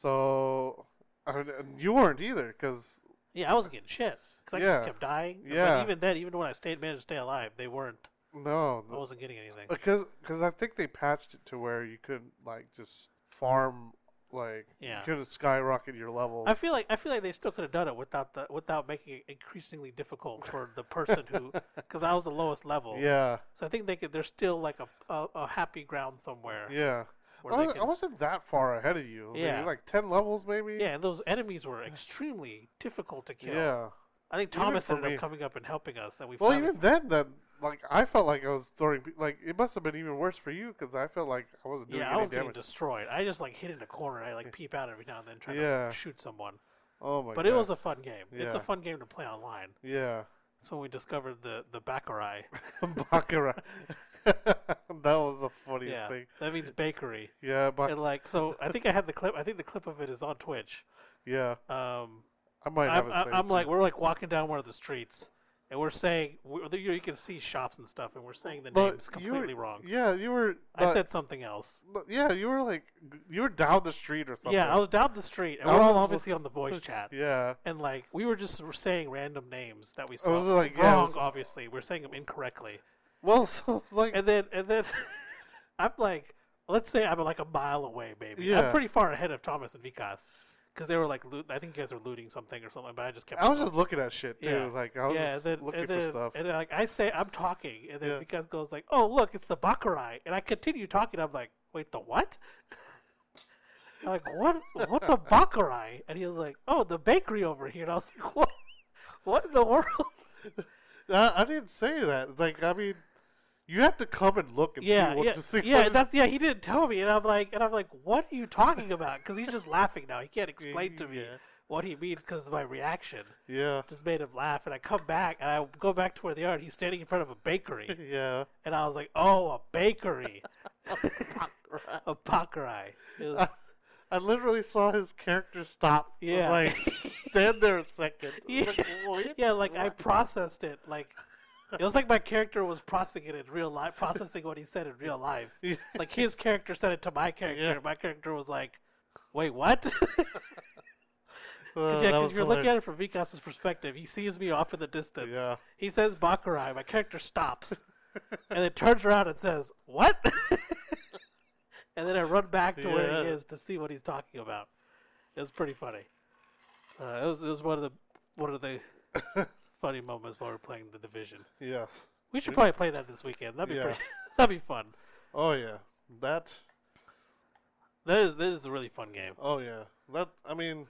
Speaker 2: So I, and you weren't either, because
Speaker 1: yeah, I wasn't getting shit because I
Speaker 2: Yeah.
Speaker 1: just kept dying.
Speaker 2: Yeah.
Speaker 1: but even then, even when I stayed managed to stay alive, they weren't.
Speaker 2: no,
Speaker 1: I wasn't getting anything.
Speaker 2: because because I think they patched it to where you couldn't like just farm like
Speaker 1: Yeah.
Speaker 2: you couldn't skyrocket your level.
Speaker 1: I feel like I feel like they still could have done it without the without making it increasingly difficult for the person who because I was the lowest level.
Speaker 2: yeah.
Speaker 1: So I think they could. There's still like a a, a happy ground somewhere.
Speaker 2: Yeah.
Speaker 1: where
Speaker 2: I,
Speaker 1: they
Speaker 2: was,
Speaker 1: can-
Speaker 2: I wasn't that far ahead of you. Maybe,
Speaker 1: Yeah.
Speaker 2: like ten levels, maybe.
Speaker 1: yeah, and those enemies were extremely difficult to kill.
Speaker 2: Yeah.
Speaker 1: I think
Speaker 2: Even
Speaker 1: Thomas
Speaker 2: for
Speaker 1: ended
Speaker 2: me.
Speaker 1: up coming up and helping us, and we
Speaker 2: Well,
Speaker 1: finally
Speaker 2: even then, then like I felt like I was throwing pe- like it must have been even worse for you because I felt like I wasn't doing
Speaker 1: yeah,
Speaker 2: any
Speaker 1: I was getting
Speaker 2: damage.
Speaker 1: destroyed. I just like hid in a corner. and I like peep out every now and then trying
Speaker 2: Yeah.
Speaker 1: to shoot someone.
Speaker 2: oh my!
Speaker 1: but it
Speaker 2: God.
Speaker 1: was a fun game. It's a
Speaker 2: Yeah.
Speaker 1: fun game to play online.
Speaker 2: yeah,
Speaker 1: That's when we discovered the the baccarai.
Speaker 2: baccarat. that was the funniest
Speaker 1: yeah,
Speaker 2: thing.
Speaker 1: that means bakery.
Speaker 2: Yeah, but
Speaker 1: And like, so I think I had the clip. I think the clip of it is on Twitch.
Speaker 2: yeah,
Speaker 1: Um,
Speaker 2: I might have
Speaker 1: I'm,
Speaker 2: it.
Speaker 1: I-
Speaker 2: saved
Speaker 1: I'm
Speaker 2: too.
Speaker 1: like, we're like walking down one of the streets, and we're saying we you, know, you can see shops and stuff, and we're saying the
Speaker 2: But
Speaker 1: names
Speaker 2: you were-
Speaker 1: completely wrong.
Speaker 2: Yeah, you were.
Speaker 1: I
Speaker 2: but-
Speaker 1: said something else.
Speaker 2: but yeah, you were like you were down the street or something.
Speaker 1: Yeah, I was down the street, and
Speaker 2: I
Speaker 1: we're
Speaker 2: was
Speaker 1: all
Speaker 2: look-
Speaker 1: obviously on the voice chat.
Speaker 2: yeah,
Speaker 1: And like we were just saying random names that we saw
Speaker 2: was like, yeah, I
Speaker 1: wrong.
Speaker 2: was-
Speaker 1: Obviously, we're saying them incorrectly.
Speaker 2: well, so like
Speaker 1: And then and then I'm like, let's say I'm like a mile away, maybe. I'm
Speaker 2: Yeah.
Speaker 1: pretty far ahead of Thomas and Vikas because they were like, loot- I think you guys were looting something or something. But I just kept.
Speaker 2: I was
Speaker 1: going.
Speaker 2: just looking at shit too.
Speaker 1: Yeah.
Speaker 2: Like I was
Speaker 1: yeah,
Speaker 2: just
Speaker 1: and then,
Speaker 2: looking
Speaker 1: and
Speaker 2: for
Speaker 1: then,
Speaker 2: stuff.
Speaker 1: And then, like I say, I'm talking, and then
Speaker 2: Yeah.
Speaker 1: Vikas goes like, "Oh, look, it's the Baccarai," and I continue talking. I'm like, "Wait, the what?" I'm like, "What? What's a Baccarai?" And he was like, "Oh, the bakery over here." And I was like, "What? What in the world?"
Speaker 2: I, I didn't say that. Like I mean, you have to come and look and
Speaker 1: yeah,
Speaker 2: see what
Speaker 1: yeah,
Speaker 2: to see.
Speaker 1: yeah.
Speaker 2: what
Speaker 1: and That's yeah. He didn't tell me, and I'm like, and I'm like, "What are you talking about?" Because he's just laughing now. He can't explain to me
Speaker 2: Yeah.
Speaker 1: what he means because of my reaction.
Speaker 2: Yeah,
Speaker 1: Just made him laugh, and I come back and I go back to where they are, and he's standing in front of a bakery.
Speaker 2: yeah.
Speaker 1: and I was like, "Oh, a bakery, a pakurai." It was,
Speaker 2: I literally saw his character stop. and,
Speaker 1: Yeah.
Speaker 2: like stand there a second.
Speaker 1: Yeah.
Speaker 2: Like, what?
Speaker 1: yeah, like I processed it. Like it was like my character was processing it in real life, processing what he said in real life.
Speaker 2: Yeah.
Speaker 1: Like his character said it to my character.
Speaker 2: Yeah.
Speaker 1: My character was like, "Wait, what?"
Speaker 2: Uh,
Speaker 1: yeah,
Speaker 2: that
Speaker 1: because
Speaker 2: was
Speaker 1: you're looking at it
Speaker 2: hilarious.
Speaker 1: from Vikas's perspective. He sees me off in the distance.
Speaker 2: Yeah.
Speaker 1: He says Bakurai. My character stops and then turns around and says, What? and then I run back to where he
Speaker 2: Yeah.
Speaker 1: is to see what he's talking about. It was pretty funny. Uh, it, was, it was one of the one of the funny moments while we are playing the division.
Speaker 2: Yes.
Speaker 1: We should probably play that this weekend. That'd be
Speaker 2: Yeah.
Speaker 1: pretty, that'd be fun.
Speaker 2: Oh yeah. That.
Speaker 1: That is that is a really fun game.
Speaker 2: Oh yeah. That. I mean,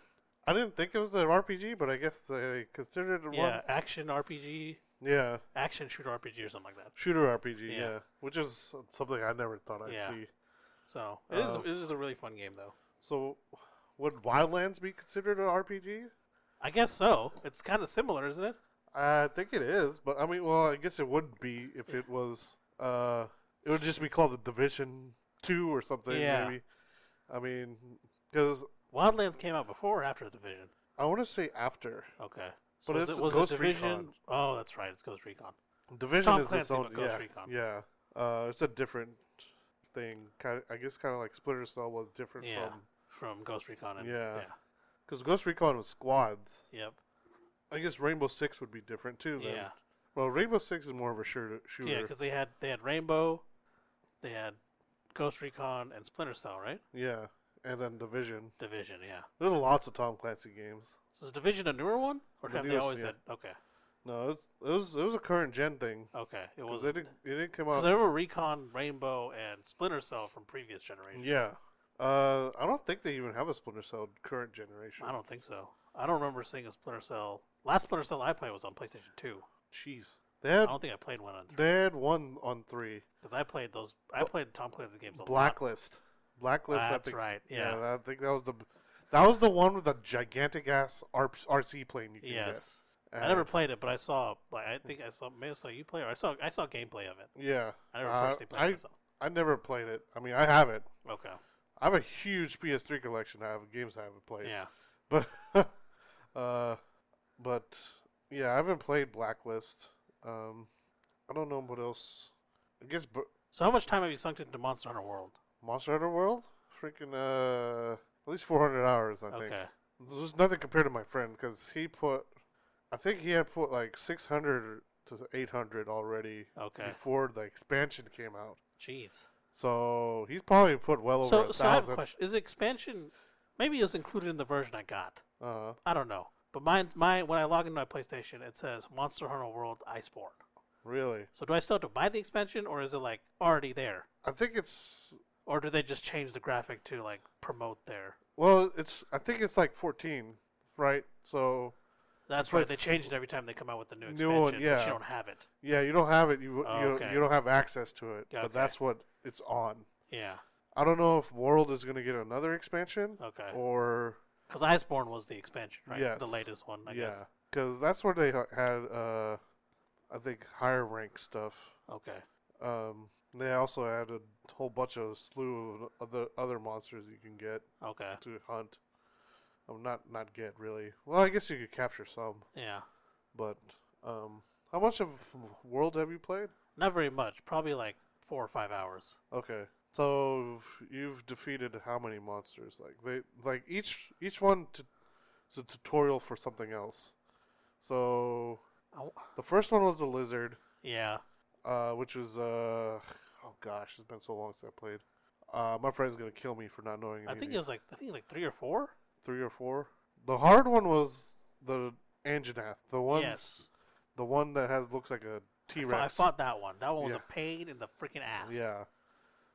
Speaker 2: I didn't think it was an RPG, but I guess they considered it
Speaker 1: Yeah, action RPG,
Speaker 2: one. Yeah.
Speaker 1: action shooter RPG or something like that.
Speaker 2: Shooter RPG.
Speaker 1: Yeah.
Speaker 2: Yeah. Which is something I never thought I'd
Speaker 1: Yeah.
Speaker 2: see.
Speaker 1: So it is
Speaker 2: Uh,
Speaker 1: it is a really fun game though.
Speaker 2: So, would Wildlands be considered an RPG?
Speaker 1: I guess so. It's kind of similar, isn't it?
Speaker 2: I think it is, but I mean, well, I guess it would be if it was. Uh, it would just be called the Division Two or something.
Speaker 1: Yeah.
Speaker 2: Maybe. I mean, because
Speaker 1: Wildlands came out before or after Division.
Speaker 2: I want to say after
Speaker 1: Okay.
Speaker 2: But
Speaker 1: was
Speaker 2: it's
Speaker 1: it was
Speaker 2: Ghost
Speaker 1: it Division?
Speaker 2: Recon.
Speaker 1: Oh, that's right. It's Ghost Recon.
Speaker 2: Division
Speaker 1: Tom
Speaker 2: is its
Speaker 1: Clancy,
Speaker 2: own.
Speaker 1: but Ghost
Speaker 2: yeah,
Speaker 1: Recon.
Speaker 2: yeah. Uh, it's a different. thing, kind of, I guess, kind of like Splinter Cell was different
Speaker 1: Yeah.
Speaker 2: from
Speaker 1: from Ghost Recon. And,
Speaker 2: Yeah. because Ghost Recon was squads.
Speaker 1: yeah. Yep.
Speaker 2: I guess Rainbow Six would be different too. Then.
Speaker 1: Yeah.
Speaker 2: Well, Rainbow Six is more of a shooter. shooter.
Speaker 1: Yeah, because they had they had Rainbow, they had Ghost Recon and Splinter Cell, right?
Speaker 2: Yeah, and then Division.
Speaker 1: Division, yeah.
Speaker 2: There's lots of Tom Clancy games.
Speaker 1: So is Division a newer one, or
Speaker 2: The
Speaker 1: have they
Speaker 2: newest,
Speaker 1: always
Speaker 2: yeah.
Speaker 1: had? Okay,
Speaker 2: No, it's, it was it was a current gen thing.
Speaker 1: okay, it
Speaker 2: 'Cause
Speaker 1: was.
Speaker 2: They didn't, it didn't come out.
Speaker 1: There were Recon, Rainbow, and Splinter Cell from previous generations.
Speaker 2: Yeah. Uh, I don't think they even have a Splinter Cell current generation.
Speaker 1: I don't think so. I don't remember seeing a Splinter Cell. Last Splinter Cell I played was on PlayStation Two.
Speaker 2: Jeez. They
Speaker 1: I
Speaker 2: had,
Speaker 1: don't think I played one on three
Speaker 2: they had one on three.
Speaker 1: because I played those. I
Speaker 2: Bl-
Speaker 1: played Tom Clancy games a lot.
Speaker 2: Blacklist. Blacklist. I
Speaker 1: That's
Speaker 2: think-
Speaker 1: right. Yeah.
Speaker 2: I think that was the that was the one with the gigantic ass RC plane. You can
Speaker 1: yes.
Speaker 2: Get.
Speaker 1: I never played it, but I saw. Like, I think I saw. Maybe I saw you play, or I saw. I saw gameplay of it.
Speaker 2: Yeah.
Speaker 1: I never
Speaker 2: Uh,
Speaker 1: personally played it
Speaker 2: I-
Speaker 1: myself.
Speaker 2: I never played it. I mean, I have it.
Speaker 1: Okay.
Speaker 2: I have a huge PS3 collection. I have games I haven't played.
Speaker 1: Yeah.
Speaker 2: But, uh, but yeah, I haven't played Blacklist. Um, I don't know what else. I guess B-
Speaker 1: So how much time have you sunk into Monster Hunter World?
Speaker 2: Monster Hunter World. Freaking uh, at least 400 hours. I think.
Speaker 1: Okay.
Speaker 2: There's nothing compared to my friend because he put, I think he had put like 600 to 800 already
Speaker 1: Okay.
Speaker 2: before the expansion came out.
Speaker 1: Jeez.
Speaker 2: So he's probably put well over
Speaker 1: So,
Speaker 2: a
Speaker 1: so I have a
Speaker 2: thousand.
Speaker 1: question. Is the expansion? Maybe it was included in the version I got.
Speaker 2: uh,
Speaker 1: I don't know. But mine, my when I log into my PlayStation, it says Monster Hunter World Iceborne.
Speaker 2: really?
Speaker 1: So do I still have to buy the expansion, or is it like already there?
Speaker 2: I think it's
Speaker 1: Or do they just change the graphic to like promote their?
Speaker 2: well, it's I think it's like 14, right? So
Speaker 1: That's
Speaker 2: But-
Speaker 1: right. They change it every time they come out with a new expansion.
Speaker 2: New one,
Speaker 1: But
Speaker 2: yeah.
Speaker 1: you don't have it.
Speaker 2: yeah, you don't have it. You
Speaker 1: Oh,
Speaker 2: you,
Speaker 1: okay.
Speaker 2: you don't have access to it.
Speaker 1: Okay.
Speaker 2: But that's what it's on.
Speaker 1: Yeah.
Speaker 2: I don't know if World is gonna get another expansion
Speaker 1: Okay.
Speaker 2: or
Speaker 1: Because Iceborne was the expansion, right? The
Speaker 2: Yes.
Speaker 1: latest one, I
Speaker 2: yeah,
Speaker 1: guess.
Speaker 2: because that's where they ha- had uh, I think higher rank stuff.
Speaker 1: Okay.
Speaker 2: Um, they also had a whole bunch of slew of other other monsters you can get
Speaker 1: Okay.
Speaker 2: to hunt. Um, not not get really. Well, I guess you could capture some,
Speaker 1: Yeah.
Speaker 2: but um, how much of World have you played?
Speaker 1: Not very much. Probably like four or five hours.
Speaker 2: Okay, so you've defeated how many monsters? Like they like each each one t- is a tutorial for something else. So
Speaker 1: I w-
Speaker 2: the first one was the lizard.
Speaker 1: Yeah.
Speaker 2: uh, which was uh, oh gosh, it's been so long since I played. Uh, my friend's gonna kill me for not knowing.
Speaker 1: I
Speaker 2: any of
Speaker 1: think it
Speaker 2: these.
Speaker 1: was like I think like three or four.
Speaker 2: three or four. The hard one was the Anjanath, the one,
Speaker 1: yes.
Speaker 2: the one that has looks like a T
Speaker 1: I fought, I
Speaker 2: Rex.
Speaker 1: fought that one. That one was
Speaker 2: Yeah.
Speaker 1: a pain in the freaking ass.
Speaker 2: Yeah,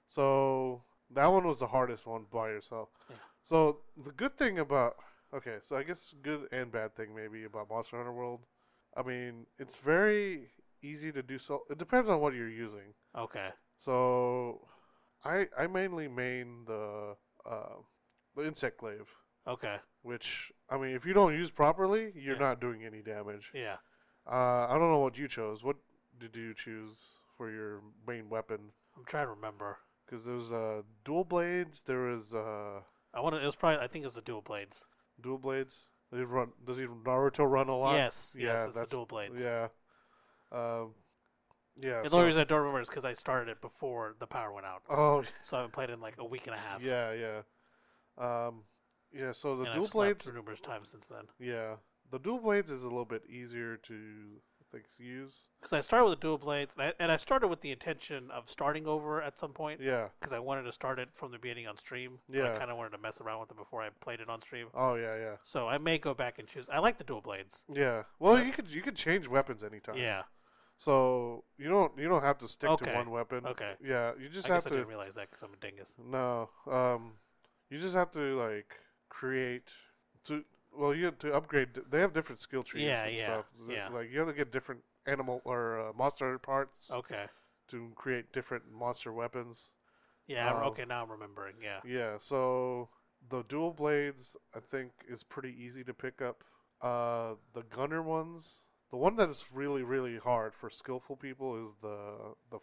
Speaker 2: so that one was the hardest one by yourself.
Speaker 1: Yeah.
Speaker 2: So the good thing about okay, so I guess good and bad thing maybe about Monster Hunter World. I mean, it's very easy to do. So it depends on what you're using.
Speaker 1: Okay.
Speaker 2: So, I I mainly main the uh, the insect glaive,
Speaker 1: Okay.
Speaker 2: which I mean, if you don't use properly, you're
Speaker 1: Yeah.
Speaker 2: not doing any damage.
Speaker 1: Yeah.
Speaker 2: Uh, I don't know what you chose. What did you choose for your main weapon?
Speaker 1: I'm trying to remember.
Speaker 2: Because there was uh, dual blades. There was uh,
Speaker 1: I want to. It was probably. I think it was the dual blades.
Speaker 2: dual blades. They run. Does he Naruto run a lot?
Speaker 1: Yes.
Speaker 2: Yeah,
Speaker 1: yes. It's the
Speaker 2: that's-
Speaker 1: dual blades.
Speaker 2: Yeah. Um, yeah.
Speaker 1: And the
Speaker 2: so-
Speaker 1: only reason I don't remember is because I started it before the power went out,
Speaker 2: oh
Speaker 1: so I haven't played it in like a week and a half.
Speaker 2: yeah yeah. Um, yeah. So the
Speaker 1: and
Speaker 2: dual
Speaker 1: I've slept
Speaker 2: blades.
Speaker 1: numerous times since then.
Speaker 2: Yeah, the dual blades is a little bit easier to I think use.
Speaker 1: Because I started with the dual blades, and I, and I started with the intention of starting over at some point
Speaker 2: Yeah.
Speaker 1: because I wanted to start it from the beginning on stream. but I
Speaker 2: Yeah.
Speaker 1: kind of wanted to mess around with it before I played it on stream.
Speaker 2: Oh yeah, yeah,
Speaker 1: So I may go back and choose. I like the dual blades.
Speaker 2: yeah. Well,
Speaker 1: Yep.
Speaker 2: you could you could change weapons anytime.
Speaker 1: Yeah.
Speaker 2: So you don't you don't have to stick
Speaker 1: Okay,
Speaker 2: to one weapon.
Speaker 1: okay.
Speaker 2: Yeah, you just
Speaker 1: I
Speaker 2: have
Speaker 1: guess I
Speaker 2: to.
Speaker 1: didn't realize that because I'm a dingus.
Speaker 2: No, um, you just have to like create to. Well, you have to upgrade. They have different skill trees
Speaker 1: Yeah,
Speaker 2: and
Speaker 1: yeah,
Speaker 2: stuff.
Speaker 1: yeah.
Speaker 2: Like you have to get different animal or uh, monster parts
Speaker 1: Okay.
Speaker 2: to create different monster weapons.
Speaker 1: Yeah. I'm-
Speaker 2: Um,
Speaker 1: okay. Now I'm remembering. Yeah.
Speaker 2: Yeah, so the dual blades I think is pretty easy to pick up. Uh, the gunner ones, the one that is really really hard for skillful people is the the f-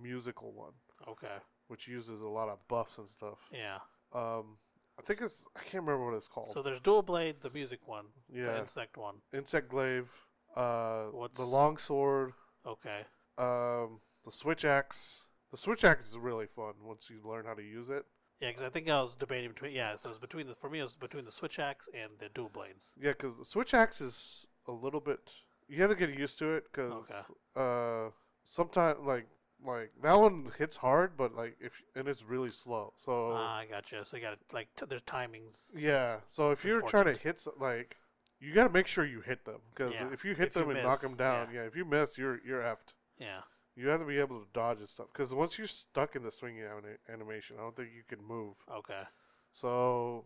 Speaker 2: musical one,
Speaker 1: Okay.
Speaker 2: which uses a lot of buffs and stuff.
Speaker 1: Yeah.
Speaker 2: Um, I think it's I can't remember what it's called.
Speaker 1: So there's dual blades, the music one, the
Speaker 2: Oh. yeah,
Speaker 1: insect one.
Speaker 2: insect glaive, uh,
Speaker 1: What's-
Speaker 2: the long sword,
Speaker 1: Okay.
Speaker 2: um, the switch axe. The Switch Axe is really fun once you learn how to use it.
Speaker 1: Yeah, because I think I was debating between. Yeah, so it was between the for me it was between the switch axe and the dual blades.
Speaker 2: Yeah, because the Switch Axe is a little bit. You have to get used to it because uh, sometimes like like that one hits hard, but like if and it's really slow. So
Speaker 1: Ah, I gotcha. So you got to like t- their timings.
Speaker 2: yeah, so if you're trying to
Speaker 1: important.
Speaker 2: hit so- like you got to make sure you hit them because
Speaker 1: Yeah,
Speaker 2: if you hit
Speaker 1: if you
Speaker 2: them and knock
Speaker 1: miss,
Speaker 2: them down, yeah. if you miss, you're you're effed.
Speaker 1: Yeah,
Speaker 2: You have to be able to dodge and stuff because once you're stuck in the swinging ani- animation, I don't think you can move.
Speaker 1: okay.
Speaker 2: So,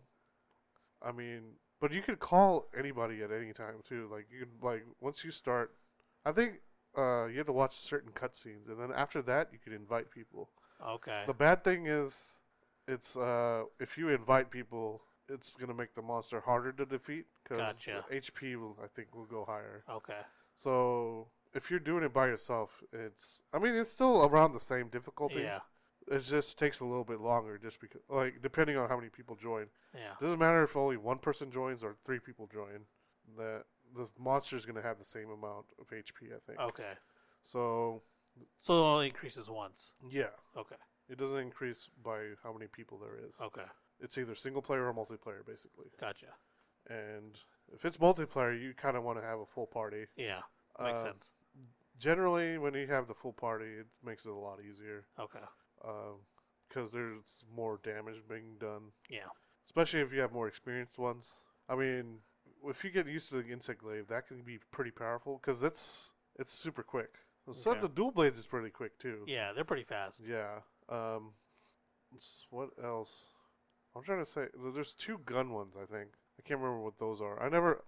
Speaker 2: I mean, but you could call anybody at any time too. Like you can like once you start, I think uh, you have to watch certain cutscenes, and then after that you can invite people.
Speaker 1: Okay.
Speaker 2: The bad thing is, it's uh, if you invite people, it's gonna make the monster harder to defeat because
Speaker 1: Gotcha.
Speaker 2: HP will I think will go higher.
Speaker 1: okay.
Speaker 2: So if you're doing it by yourself, it's I mean it's still around the same difficulty.
Speaker 1: Yeah.
Speaker 2: It just takes a little bit longer, just because like depending on how many people join.
Speaker 1: Yeah.
Speaker 2: Doesn't matter if only one person joins or three people join. The the monster's gonna have the same amount of HP, I think.
Speaker 1: Okay.
Speaker 2: So
Speaker 1: So it only increases once.
Speaker 2: yeah,
Speaker 1: Okay.
Speaker 2: it doesn't increase by how many people there is.
Speaker 1: Okay.
Speaker 2: It's either single player or multiplayer, basically.
Speaker 1: Gotcha.
Speaker 2: And if it's multiplayer, you kind of want to have a full party.
Speaker 1: Yeah. Makes
Speaker 2: Uh,
Speaker 1: sense.
Speaker 2: Generally, when you have the full party, it makes it a lot easier
Speaker 1: Okay.
Speaker 2: because um, there's more damage being done.
Speaker 1: Yeah.
Speaker 2: especially if you have more experienced ones. I mean, if you get used to the insect glaive, that can be pretty powerful because it's it's super quick. So
Speaker 1: Okay.
Speaker 2: the dual blades is pretty quick too.
Speaker 1: Yeah, they're pretty fast.
Speaker 2: Yeah. Um, s- what else? I'm trying to say th- there's two gun ones. I think I can't remember what those are. I never.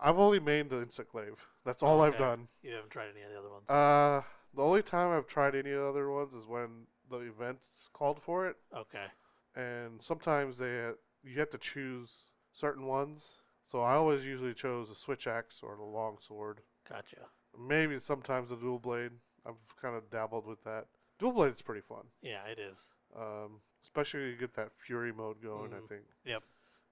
Speaker 2: I've only made the insect glaive. That's all I've
Speaker 1: Okay.
Speaker 2: done.
Speaker 1: You haven't tried any of the other ones.
Speaker 2: Uh, the only time I've tried any other ones is when the events called for it
Speaker 1: okay.
Speaker 2: and sometimes they uh, you have to choose certain ones. So I always usually chose the switch axe or the long sword.
Speaker 1: Gotcha.
Speaker 2: Maybe sometimes the dual blade. I've kind of dabbled with that. Dual blade is pretty fun,
Speaker 1: Yeah, it is.
Speaker 2: um, especially when you get that fury mode going. I
Speaker 1: Mhm.
Speaker 2: think.
Speaker 1: Yep.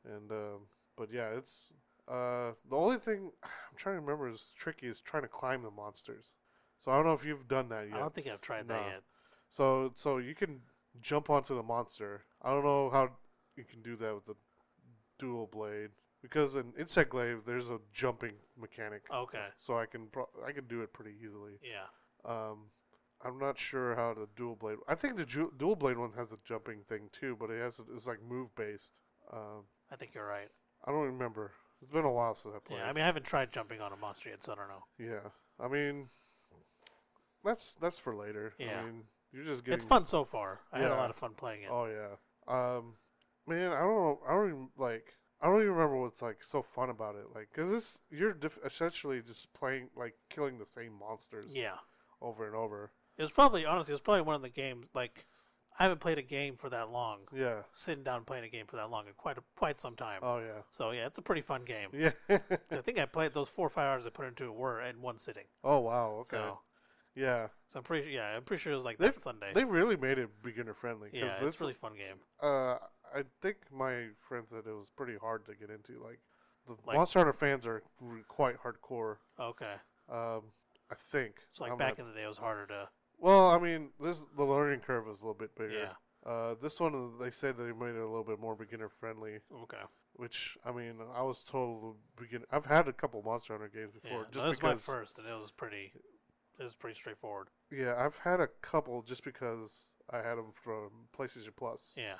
Speaker 2: And um, but yeah, it's uh, the only thing I'm trying to remember is tricky is trying to climb the monsters. So I don't know if you've done
Speaker 1: I
Speaker 2: that yet.
Speaker 1: don't think I've tried that
Speaker 2: No.
Speaker 1: yet.
Speaker 2: So so you can jump onto the monster. I don't know how you can do that with the dual blade because in insect glaive there's a jumping mechanic.
Speaker 1: Okay.
Speaker 2: So I can pro- I can do it pretty easily.
Speaker 1: Yeah.
Speaker 2: Um, I'm not sure how the dual blade. I think the ju- dual blade one has a jumping thing too, but it has it's like move based. Um,
Speaker 1: I think you're right.
Speaker 2: I don't remember. It's been a while since I played.
Speaker 1: Yeah, I mean, I haven't tried jumping on a monster yet, so I don't know.
Speaker 2: it. yeah. I mean, that's that's for later.
Speaker 1: Yeah.
Speaker 2: I mean, you're just getting
Speaker 1: It's fun so far. I had a
Speaker 2: Yeah.
Speaker 1: lot of fun playing it.
Speaker 2: Oh yeah. Um, man, I don't. I don't even, like. I don't even remember what's like so fun about it. Like, cause this you're def- essentially just playing like killing the same monsters
Speaker 1: Yeah.
Speaker 2: over and over.
Speaker 1: It was probably, honestly, it was probably one of the games, like, I haven't played a game for that long,
Speaker 2: Yeah.
Speaker 1: sitting down and playing a game for that long in quite, a, quite some time.
Speaker 2: Oh yeah.
Speaker 1: So, yeah, it's a pretty fun game.
Speaker 2: Yeah.
Speaker 1: I think I played those four or five hours I put into it were in one sitting.
Speaker 2: oh wow. Okay.
Speaker 1: So,
Speaker 2: yeah.
Speaker 1: so I'm pretty, yeah, I'm pretty sure it was like
Speaker 2: They've-
Speaker 1: that Sunday.
Speaker 2: They really made it beginner friendly.
Speaker 1: Yeah, it's,
Speaker 2: it's
Speaker 1: really fun game.
Speaker 2: Uh, I think my friend said it was pretty hard to get into. Like, the
Speaker 1: Like-
Speaker 2: Monster Hunter fans are r- quite hardcore.
Speaker 1: Okay.
Speaker 2: Um, I think.
Speaker 1: So, like,
Speaker 2: I'm
Speaker 1: back
Speaker 2: not-
Speaker 1: in the day, it was harder to,
Speaker 2: Well, I mean, this the learning curve is a little bit bigger.
Speaker 1: yeah.
Speaker 2: Uh, this one they said they made it a little bit more beginner friendly,
Speaker 1: Okay.
Speaker 2: which I mean I was told begin. I've had a couple Monster Hunter games
Speaker 1: Yeah.
Speaker 2: before,
Speaker 1: no,
Speaker 2: just
Speaker 1: that was my
Speaker 2: because.
Speaker 1: first, and it was pretty, it was pretty straightforward.
Speaker 2: Yeah, I've had a couple just because I had them from PlayStation Plus,
Speaker 1: Yeah.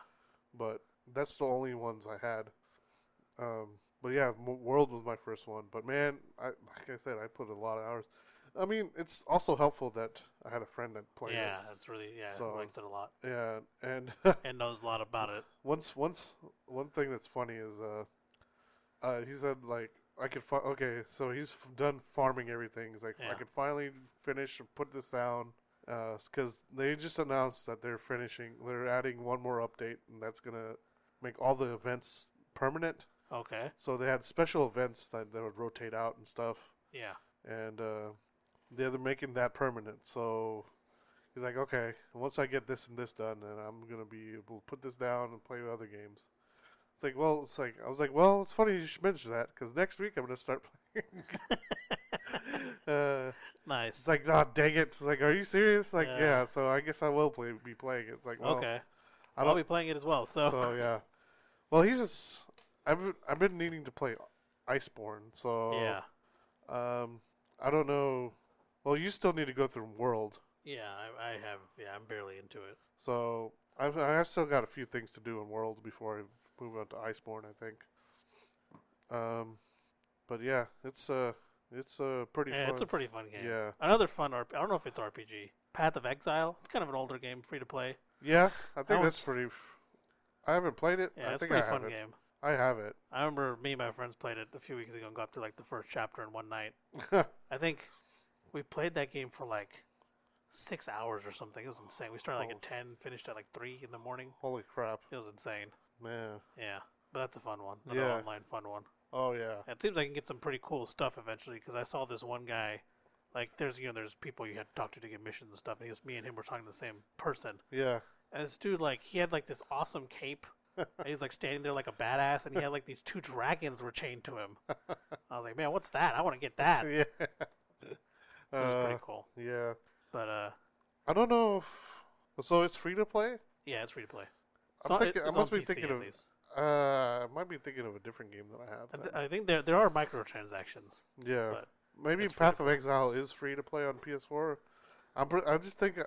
Speaker 2: but that's the only ones I had. Um, but yeah, M- World was my first one. But man, I like I said, I put a lot of hours. I mean, it's also helpful that I had a friend that played
Speaker 1: yeah, that's really, yeah,
Speaker 2: So-
Speaker 1: likes it a lot.
Speaker 2: it. Yeah, and
Speaker 1: and knows a lot about it.
Speaker 2: Once, once, one thing that's funny is, uh, uh, he said like I could fi- okay, so he's f- done farming everything. He's like, I
Speaker 1: Yeah.
Speaker 2: could finally finish and put this down, because they just announced that they're finishing, they're adding one more update, and that's gonna make all the events permanent.
Speaker 1: Okay.
Speaker 2: So they had special events that they would rotate out and stuff,
Speaker 1: Yeah.
Speaker 2: and uh, they're they're making that permanent. So. He's like, okay, once I get this and this done, then I'm gonna be able to put this down and play other games. It's like, well, it's like I was like, well, it's funny you should mention that because next week I'm gonna start playing. uh,
Speaker 1: Nice.
Speaker 2: It's like, ah, dang it. It's like, are you serious? Like,
Speaker 1: Yeah.
Speaker 2: yeah. So I guess I will play, be playing it. It's like, well,
Speaker 1: okay.
Speaker 2: I
Speaker 1: I'll
Speaker 2: don't.
Speaker 1: be playing it as well. So,
Speaker 2: so yeah. Well, he's just. I've been- I've been needing to play Iceborne. So
Speaker 1: yeah,
Speaker 2: Um, I don't know. Well, you still need to go through World.
Speaker 1: yeah. I, I have. Yeah, I'm barely into it.
Speaker 2: So I've I've still got a few things to do in World before I move on to Iceborne. I think. Um, but yeah, it's uh it's uh, pretty
Speaker 1: Yeah,
Speaker 2: fun.
Speaker 1: Eh, it's a pretty fun game.
Speaker 2: Yeah,
Speaker 1: Another fun RP. I don't know if it's RPG. Path of Exile. It's kind of an older game, free to play.
Speaker 2: yeah. I think
Speaker 1: one's-
Speaker 2: that's pretty. f- I haven't played it.
Speaker 1: Yeah,
Speaker 2: I
Speaker 1: it's a
Speaker 2: think
Speaker 1: pretty
Speaker 2: I have
Speaker 1: fun
Speaker 2: it.
Speaker 1: game.
Speaker 2: I have it.
Speaker 1: I remember me and my friends played it a few weeks ago and got through like the first chapter in one night. I think we played that game for like six hours or something. It was insane. We started like
Speaker 2: Oh.
Speaker 1: at ten, finished at like three in the morning.
Speaker 2: Holy crap,
Speaker 1: It was insane.
Speaker 2: man!
Speaker 1: Yeah, but that's a fun one. Another
Speaker 2: Yeah.
Speaker 1: online fun one.
Speaker 2: Oh yeah,
Speaker 1: It seems I can get some pretty cool stuff eventually because I saw this one guy. Like there's you know there's people you had to talk to to get missions and stuff. And he was me and him were talking to the same person.
Speaker 2: yeah.
Speaker 1: And this dude like he had like this awesome cape. and he's like standing there like a badass, and he had like these two dragons were chained to him. I was like, man, what's that? I want to get that.
Speaker 2: Yeah.
Speaker 1: So it was
Speaker 2: Uh,
Speaker 1: pretty cool.
Speaker 2: yeah.
Speaker 1: But uh,
Speaker 2: I don't know. If, so it's free to play.
Speaker 1: yeah, it's free to play. It's
Speaker 2: I'm
Speaker 1: on-
Speaker 2: thinking,
Speaker 1: it's
Speaker 2: I
Speaker 1: on
Speaker 2: must be
Speaker 1: PC
Speaker 2: thinking
Speaker 1: at
Speaker 2: of.
Speaker 1: least.
Speaker 2: Uh, I might be thinking of a different game that I have.
Speaker 1: I,
Speaker 2: then.
Speaker 1: th- I think there there are microtransactions.
Speaker 2: yeah,
Speaker 1: but
Speaker 2: maybe
Speaker 1: it's free to
Speaker 2: Path of Exile is free to play on PS4. I'm. Pre- I just think I,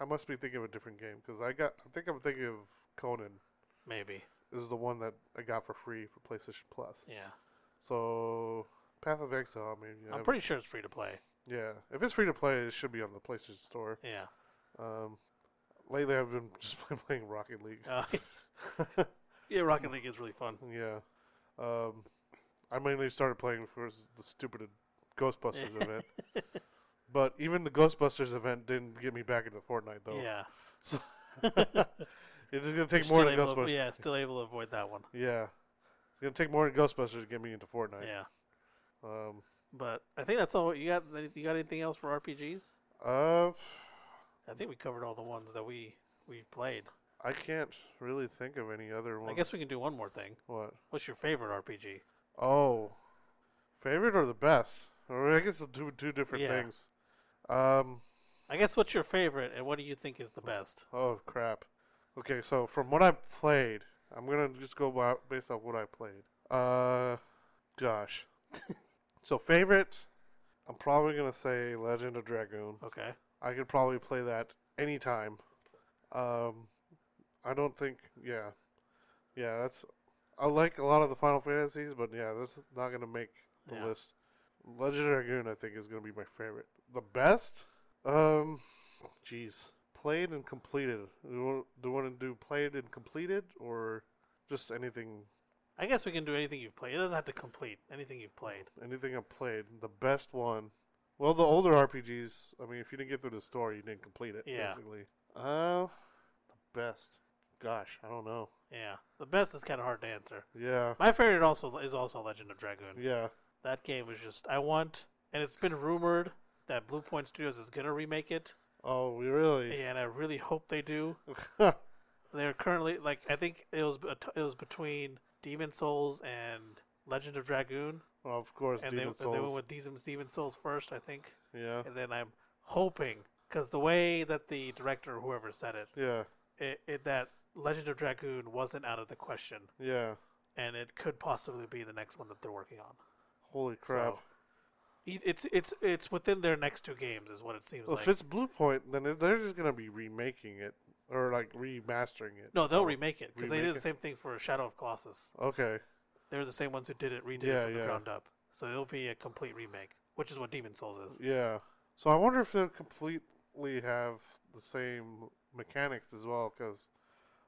Speaker 2: I must be thinking of a different game because I got. I think I'm thinking of Conan.
Speaker 1: Maybe.
Speaker 2: Is the one that I got for free for PlayStation Plus.
Speaker 1: Yeah.
Speaker 2: So Path of Exile, maybe.
Speaker 1: I'm pretty sure it's free to play.
Speaker 2: yeah, if it's free to play, it should be on the PlayStation Store.
Speaker 1: Yeah.
Speaker 2: Um, lately I've been just playing Rocket League.
Speaker 1: Uh, yeah, Rocket League is really fun.
Speaker 2: Yeah. Um, I mainly started playing for s- the stupid Ghostbusters event. But even the Ghostbusters event didn't get me back into Fortnite, though.
Speaker 1: Yeah.
Speaker 2: It's going to take
Speaker 1: Still
Speaker 2: more than
Speaker 1: able to-
Speaker 2: Ghostbusters. Yeah.
Speaker 1: yeah, still able to avoid that one.
Speaker 2: It's going to take more than Ghostbusters to get me into Fortnite.
Speaker 1: Yeah.
Speaker 2: Um,
Speaker 1: But I think that's all you got any- you got anything else for RPGs?
Speaker 2: uh,
Speaker 1: I think we covered all the ones that we we've played.
Speaker 2: I can't really think of any other ones.
Speaker 1: I guess we can do one more thing.
Speaker 2: What?
Speaker 1: What's your favorite RPG?
Speaker 2: Oh. Favorite or the best? Or I guess they're two, two different
Speaker 1: Yeah.
Speaker 2: things. Um,
Speaker 1: I guess what's your favorite and what do you think is the best?
Speaker 2: Oh crap. Okay, so from what I played, I'm gonna just go by, based off what I played. Uh, gosh. so favorite, I'm probably gonna say Legend of Dragoon.
Speaker 1: Okay.
Speaker 2: I could probably play that anytime. Um, I don't think, yeah, yeah. That's I like a lot of the Final Fantasies, but yeah, that's not gonna make the
Speaker 1: Yeah.
Speaker 2: list. Legend of Dragoon, I think, is gonna be my favorite. The best, um, jeez, played and completed. Do you want, do you want to do played and completed or just anything?
Speaker 1: I guess we can do anything you've played. It doesn't have to complete anything you've played.
Speaker 2: Anything I played. The best one. Well, the older RPGs. I mean, if you didn't get through the story, you didn't complete it.
Speaker 1: Yeah.
Speaker 2: Basically. Uh, the best. Gosh, I don't know.
Speaker 1: Yeah. The best is kind of hard to answer.
Speaker 2: Yeah.
Speaker 1: My favorite also is also Legend of Dragoon.
Speaker 2: Yeah.
Speaker 1: That game was just I want, and it's been rumored that Blue Point Studios is gonna remake it,
Speaker 2: Oh, we really.
Speaker 1: and I really hope they do. They're currently like I think it was bet- it was between Demon Souls and Legend of Dragoon,
Speaker 2: Well, of course,
Speaker 1: and they,
Speaker 2: Demon
Speaker 1: and they went
Speaker 2: Souls.
Speaker 1: with Demon, Demon Souls first, I think,
Speaker 2: yeah.
Speaker 1: and then I'm hoping because the way that the director or whoever said it,
Speaker 2: Yeah.
Speaker 1: it, it that Legend of Dragoon wasn't out of the question,
Speaker 2: Yeah.
Speaker 1: and it could possibly be the next one that they're working on.
Speaker 2: Holy crap.
Speaker 1: So, it- it's it's it's within their next two games, is what it seems
Speaker 2: well,
Speaker 1: like.
Speaker 2: if it's Blue Point, then it- they're just gonna be remaking it or like remastering it.
Speaker 1: No, they'll
Speaker 2: Oh,
Speaker 1: remake it because they
Speaker 2: remake
Speaker 1: did the
Speaker 2: it?
Speaker 1: same thing for Shadow of Colossus.
Speaker 2: Okay.
Speaker 1: They were the same ones who did it, redid it
Speaker 2: Yeah,
Speaker 1: from the
Speaker 2: yeah.
Speaker 1: ground up. So it'll be a complete remake, which is what Demon Souls is.
Speaker 2: Yeah. So I wonder if they'll completely have the same mechanics as well, because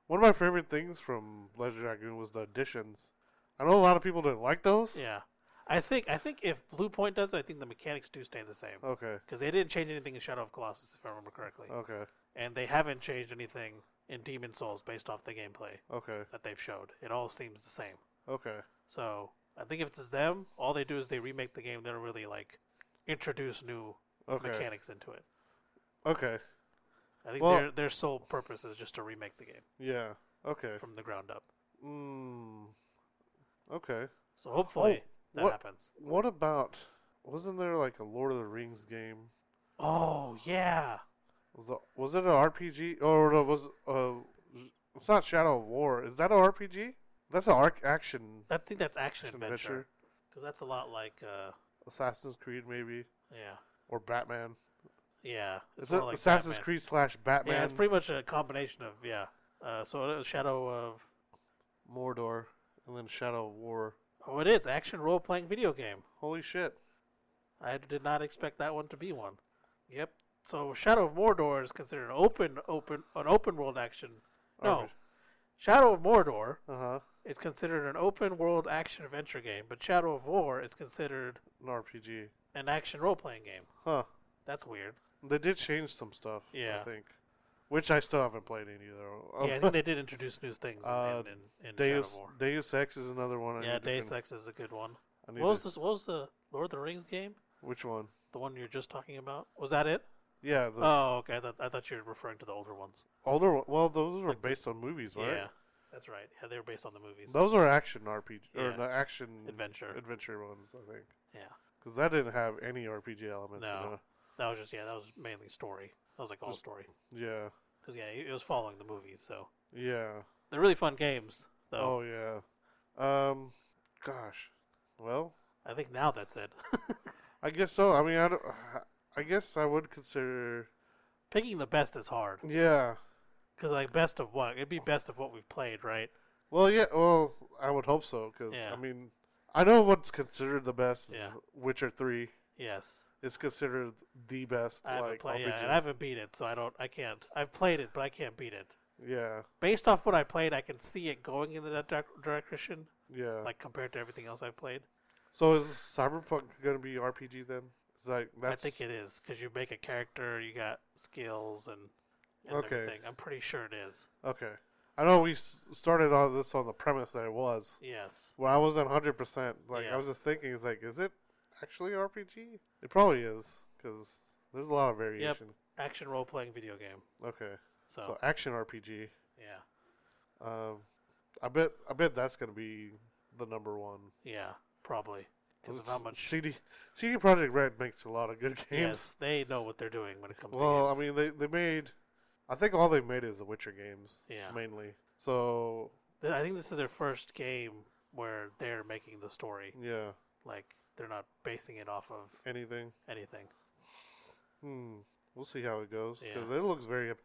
Speaker 2: one of my favorite things from Legend of Dragoon was the additions. I know a lot of people didn't like those.
Speaker 1: Yeah, I think I think if Blue Point does it, I think the mechanics do stay the same
Speaker 2: Okay.
Speaker 1: because they didn't change anything in Shadow of Colossus, if I remember correctly,
Speaker 2: Okay.
Speaker 1: and they haven't changed anything in Demon Souls based off the gameplay
Speaker 2: Okay.
Speaker 1: that they've showed. It all seems the same.
Speaker 2: Okay.
Speaker 1: So I think if it's them, all they do is they remake the game. They don't really like introduce new
Speaker 2: Okay.
Speaker 1: mechanics into it.
Speaker 2: Okay.
Speaker 1: I think
Speaker 2: Well-
Speaker 1: their their sole purpose is just to remake the game
Speaker 2: Yeah. Okay.
Speaker 1: from the ground up.
Speaker 2: Mm. Okay.
Speaker 1: So hopefully that
Speaker 2: Oh, what-
Speaker 1: happens.
Speaker 2: What about? Wasn't there like a Lord of the Rings game
Speaker 1: Oh yeah.
Speaker 2: Was, the, was it an RPG or no, was uh, it's not Shadow of War? Is that an RPG? That's an arc action
Speaker 1: I think that's action
Speaker 2: Action
Speaker 1: adventure
Speaker 2: adventure.
Speaker 1: because that's a lot like uh,
Speaker 2: Assassin's Creed maybe
Speaker 1: yeah,
Speaker 2: or Batman.
Speaker 1: yeah.
Speaker 2: Is
Speaker 1: more
Speaker 2: it
Speaker 1: like
Speaker 2: Assassin's
Speaker 1: Batman.
Speaker 2: Creed slash Batman?
Speaker 1: Yeah, it's pretty much a combination of yeah. Uh, so it was Shadow of
Speaker 2: Mordor and then Shadow of War.
Speaker 1: oh, it is action role playing video game.
Speaker 2: Holy shit!
Speaker 1: I did not expect that one to be one. Yep. So Shadow of Mordor is considered an open open an open world action. No, Shadow of Mordor
Speaker 2: Uh huh.
Speaker 1: is considered an open world action adventure game, but Shadow of War is considered
Speaker 2: An RPG.
Speaker 1: an action role playing game.
Speaker 2: Huh.
Speaker 1: That's weird.
Speaker 2: They did change some stuff.
Speaker 1: Yeah.
Speaker 2: I think, which I still haven't played any though.
Speaker 1: Yeah, I think they did introduce new things in,
Speaker 2: Uh,
Speaker 1: in, in, in Shadow
Speaker 2: Deus
Speaker 1: of War.
Speaker 2: Deus Ex is another one. I
Speaker 1: Yeah,
Speaker 2: need to
Speaker 1: Deus
Speaker 2: fin-
Speaker 1: Ex is a good one.
Speaker 2: I need
Speaker 1: What was
Speaker 2: to-
Speaker 1: this? What was the Lord of the Rings game?
Speaker 2: Which one?
Speaker 1: The one you were just talking about? Was that it?
Speaker 2: Yeah, the
Speaker 1: Oh, okay. I thought, I thought you were referring to the older ones.
Speaker 2: older. one- Well, those were
Speaker 1: Like the-
Speaker 2: based on movies, right?
Speaker 1: Yeah, that's right. Yeah, they were based on the movies.
Speaker 2: Those are action RPG
Speaker 1: Yeah.
Speaker 2: or the action
Speaker 1: Adventure.
Speaker 2: adventure ones, I think,
Speaker 1: yeah.
Speaker 2: because that didn't have any RPG elements. in
Speaker 1: No. That was just yeah. That was mainly story. That was like all
Speaker 2: Just-
Speaker 1: story.
Speaker 2: it. Yeah.
Speaker 1: Because yeah, it it was following the movies. So
Speaker 2: Yeah.
Speaker 1: they're really fun games. Though
Speaker 2: Oh yeah. Um, gosh. Well,
Speaker 1: I think now that's it.
Speaker 2: I guess so. I mean, I don't. I guess I would consider.
Speaker 1: Picking the best is hard.
Speaker 2: Yeah.
Speaker 1: Because like best of what? It'd be best of what we've played, right?
Speaker 2: Well, yeah. Well, I would hope so because
Speaker 1: Yeah.
Speaker 2: I mean, I know what's considered the best. is
Speaker 1: Yeah.
Speaker 2: Witcher Three
Speaker 1: Yes.
Speaker 2: It's considered the best.
Speaker 1: I haven't
Speaker 2: like
Speaker 1: played.
Speaker 2: RPG.
Speaker 1: Yeah, and I haven't beat it, so I don't. I can't. I've played it, but I can't beat it.
Speaker 2: yeah.
Speaker 1: Based off what I played, I can see it going in that dir- direction.
Speaker 2: Yeah.
Speaker 1: Like compared to everything else I've played,
Speaker 2: so is Cyberpunk gonna be RPG then? It's like that's.
Speaker 1: I think it is because you make a character, you got skills and, and
Speaker 2: Okay.
Speaker 1: everything. I'm pretty sure it is.
Speaker 2: Okay. I know we s- started on this on the premise that it was.
Speaker 1: Yes.
Speaker 2: Well, I wasn't hundred percent. Like
Speaker 1: Yeah.
Speaker 2: I was just thinking, it's like, is it actually RPG? It probably is because there's a lot of variation.
Speaker 1: action role playing video game.
Speaker 2: Okay,
Speaker 1: So,
Speaker 2: so action RPG.
Speaker 1: yeah,
Speaker 2: Um, I bet I bet that's gonna be the number one.
Speaker 1: yeah, probably because of how
Speaker 2: It's-
Speaker 1: much.
Speaker 2: CD CD Project Red makes a lot of good games.
Speaker 1: Yes, they know what they're doing when it comes to
Speaker 2: well, I
Speaker 1: games.
Speaker 2: mean, they they made. I think all they made is the Witcher games,
Speaker 1: Yeah.
Speaker 2: mainly. So
Speaker 1: I mean, I think this is their first game where they're making the story.
Speaker 2: yeah,
Speaker 1: Like they're not basing it off of
Speaker 2: anything.
Speaker 1: anything.
Speaker 2: Hmm. We'll see how it goes
Speaker 1: Yeah.
Speaker 2: because it looks very. up-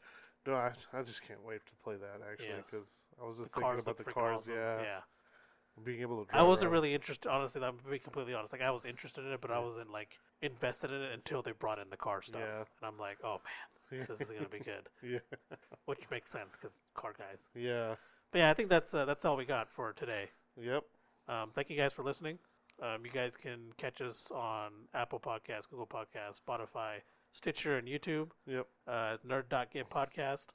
Speaker 2: No, I, I just can't wait to play that actually
Speaker 1: Yes.
Speaker 2: because I was just
Speaker 1: the
Speaker 2: thinking
Speaker 1: cars
Speaker 2: about
Speaker 1: look
Speaker 2: the
Speaker 1: freaking
Speaker 2: cars.
Speaker 1: awesome.
Speaker 2: Yeah,
Speaker 1: yeah.
Speaker 2: being able to.
Speaker 1: I
Speaker 2: Drive
Speaker 1: wasn't
Speaker 2: around.
Speaker 1: really interested. Honestly, I'm being completely honest. Like I was interested in it, but I wasn't like invested in it until they brought in the car stuff.
Speaker 2: Yeah.
Speaker 1: And I'm like, oh man, this is gonna be good,
Speaker 2: yeah,
Speaker 1: which makes sense because car guys.
Speaker 2: yeah,
Speaker 1: But yeah, I think that's uh, that's all we got for today.
Speaker 2: yep.
Speaker 1: Um, thank you guys for listening. Um, you guys can catch us on Apple Podcasts, Google Podcasts, Spotify, Stitcher, and YouTube.
Speaker 2: Yep.
Speaker 1: Uh, Nerd.get podcast.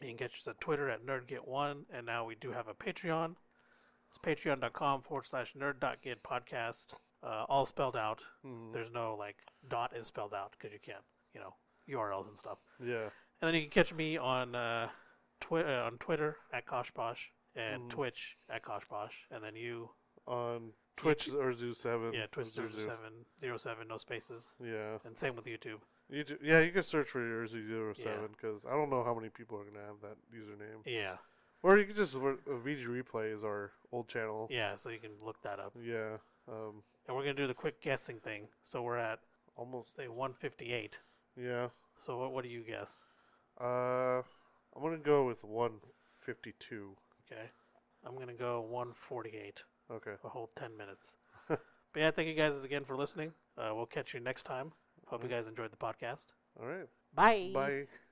Speaker 1: You can catch us on Twitter at nerdget1, and now we do have a Patreon. It's patreon.com forward slash nerd.get podcast, uh, all spelled out.
Speaker 2: Mhm.
Speaker 1: There's no like dot is spelled out because you can't, you know, URLs and stuff.
Speaker 2: Yeah.
Speaker 1: And then you can catch me on uh, twi- uh, on Twitter at Koshposh and
Speaker 2: Mhm.
Speaker 1: Twitch at Koshposh, and then you
Speaker 2: On Twitch or Zoo Seven.
Speaker 1: Yeah,
Speaker 2: or
Speaker 1: Twister
Speaker 2: Zoo.
Speaker 1: seven zero seven, no spaces,
Speaker 2: Yeah.
Speaker 1: and same with YouTube.
Speaker 2: You ju- yeah, you can search for your Zero
Speaker 1: Yeah.
Speaker 2: Seven because I don't know how many people are gonna have that username.
Speaker 1: Yeah,
Speaker 2: Or you can just wor- uh, VG Replay is our old channel.
Speaker 1: yeah. So you can look that up,
Speaker 2: Yeah, um,
Speaker 1: and we're gonna do the quick guessing thing. So we're at
Speaker 2: almost.
Speaker 1: say one fifty eight.
Speaker 2: Yeah,
Speaker 1: So what, what do you guess?
Speaker 2: uh, I'm gonna go with one fifty-two.
Speaker 1: Okay, I'm gonna go one forty eight.
Speaker 2: Okay.
Speaker 1: A whole ten minutes. but yeah, thank you guys again for listening. Uh, we'll catch you next time. Hope you guys enjoyed the podcast.
Speaker 2: All right.
Speaker 1: Bye.
Speaker 2: Bye.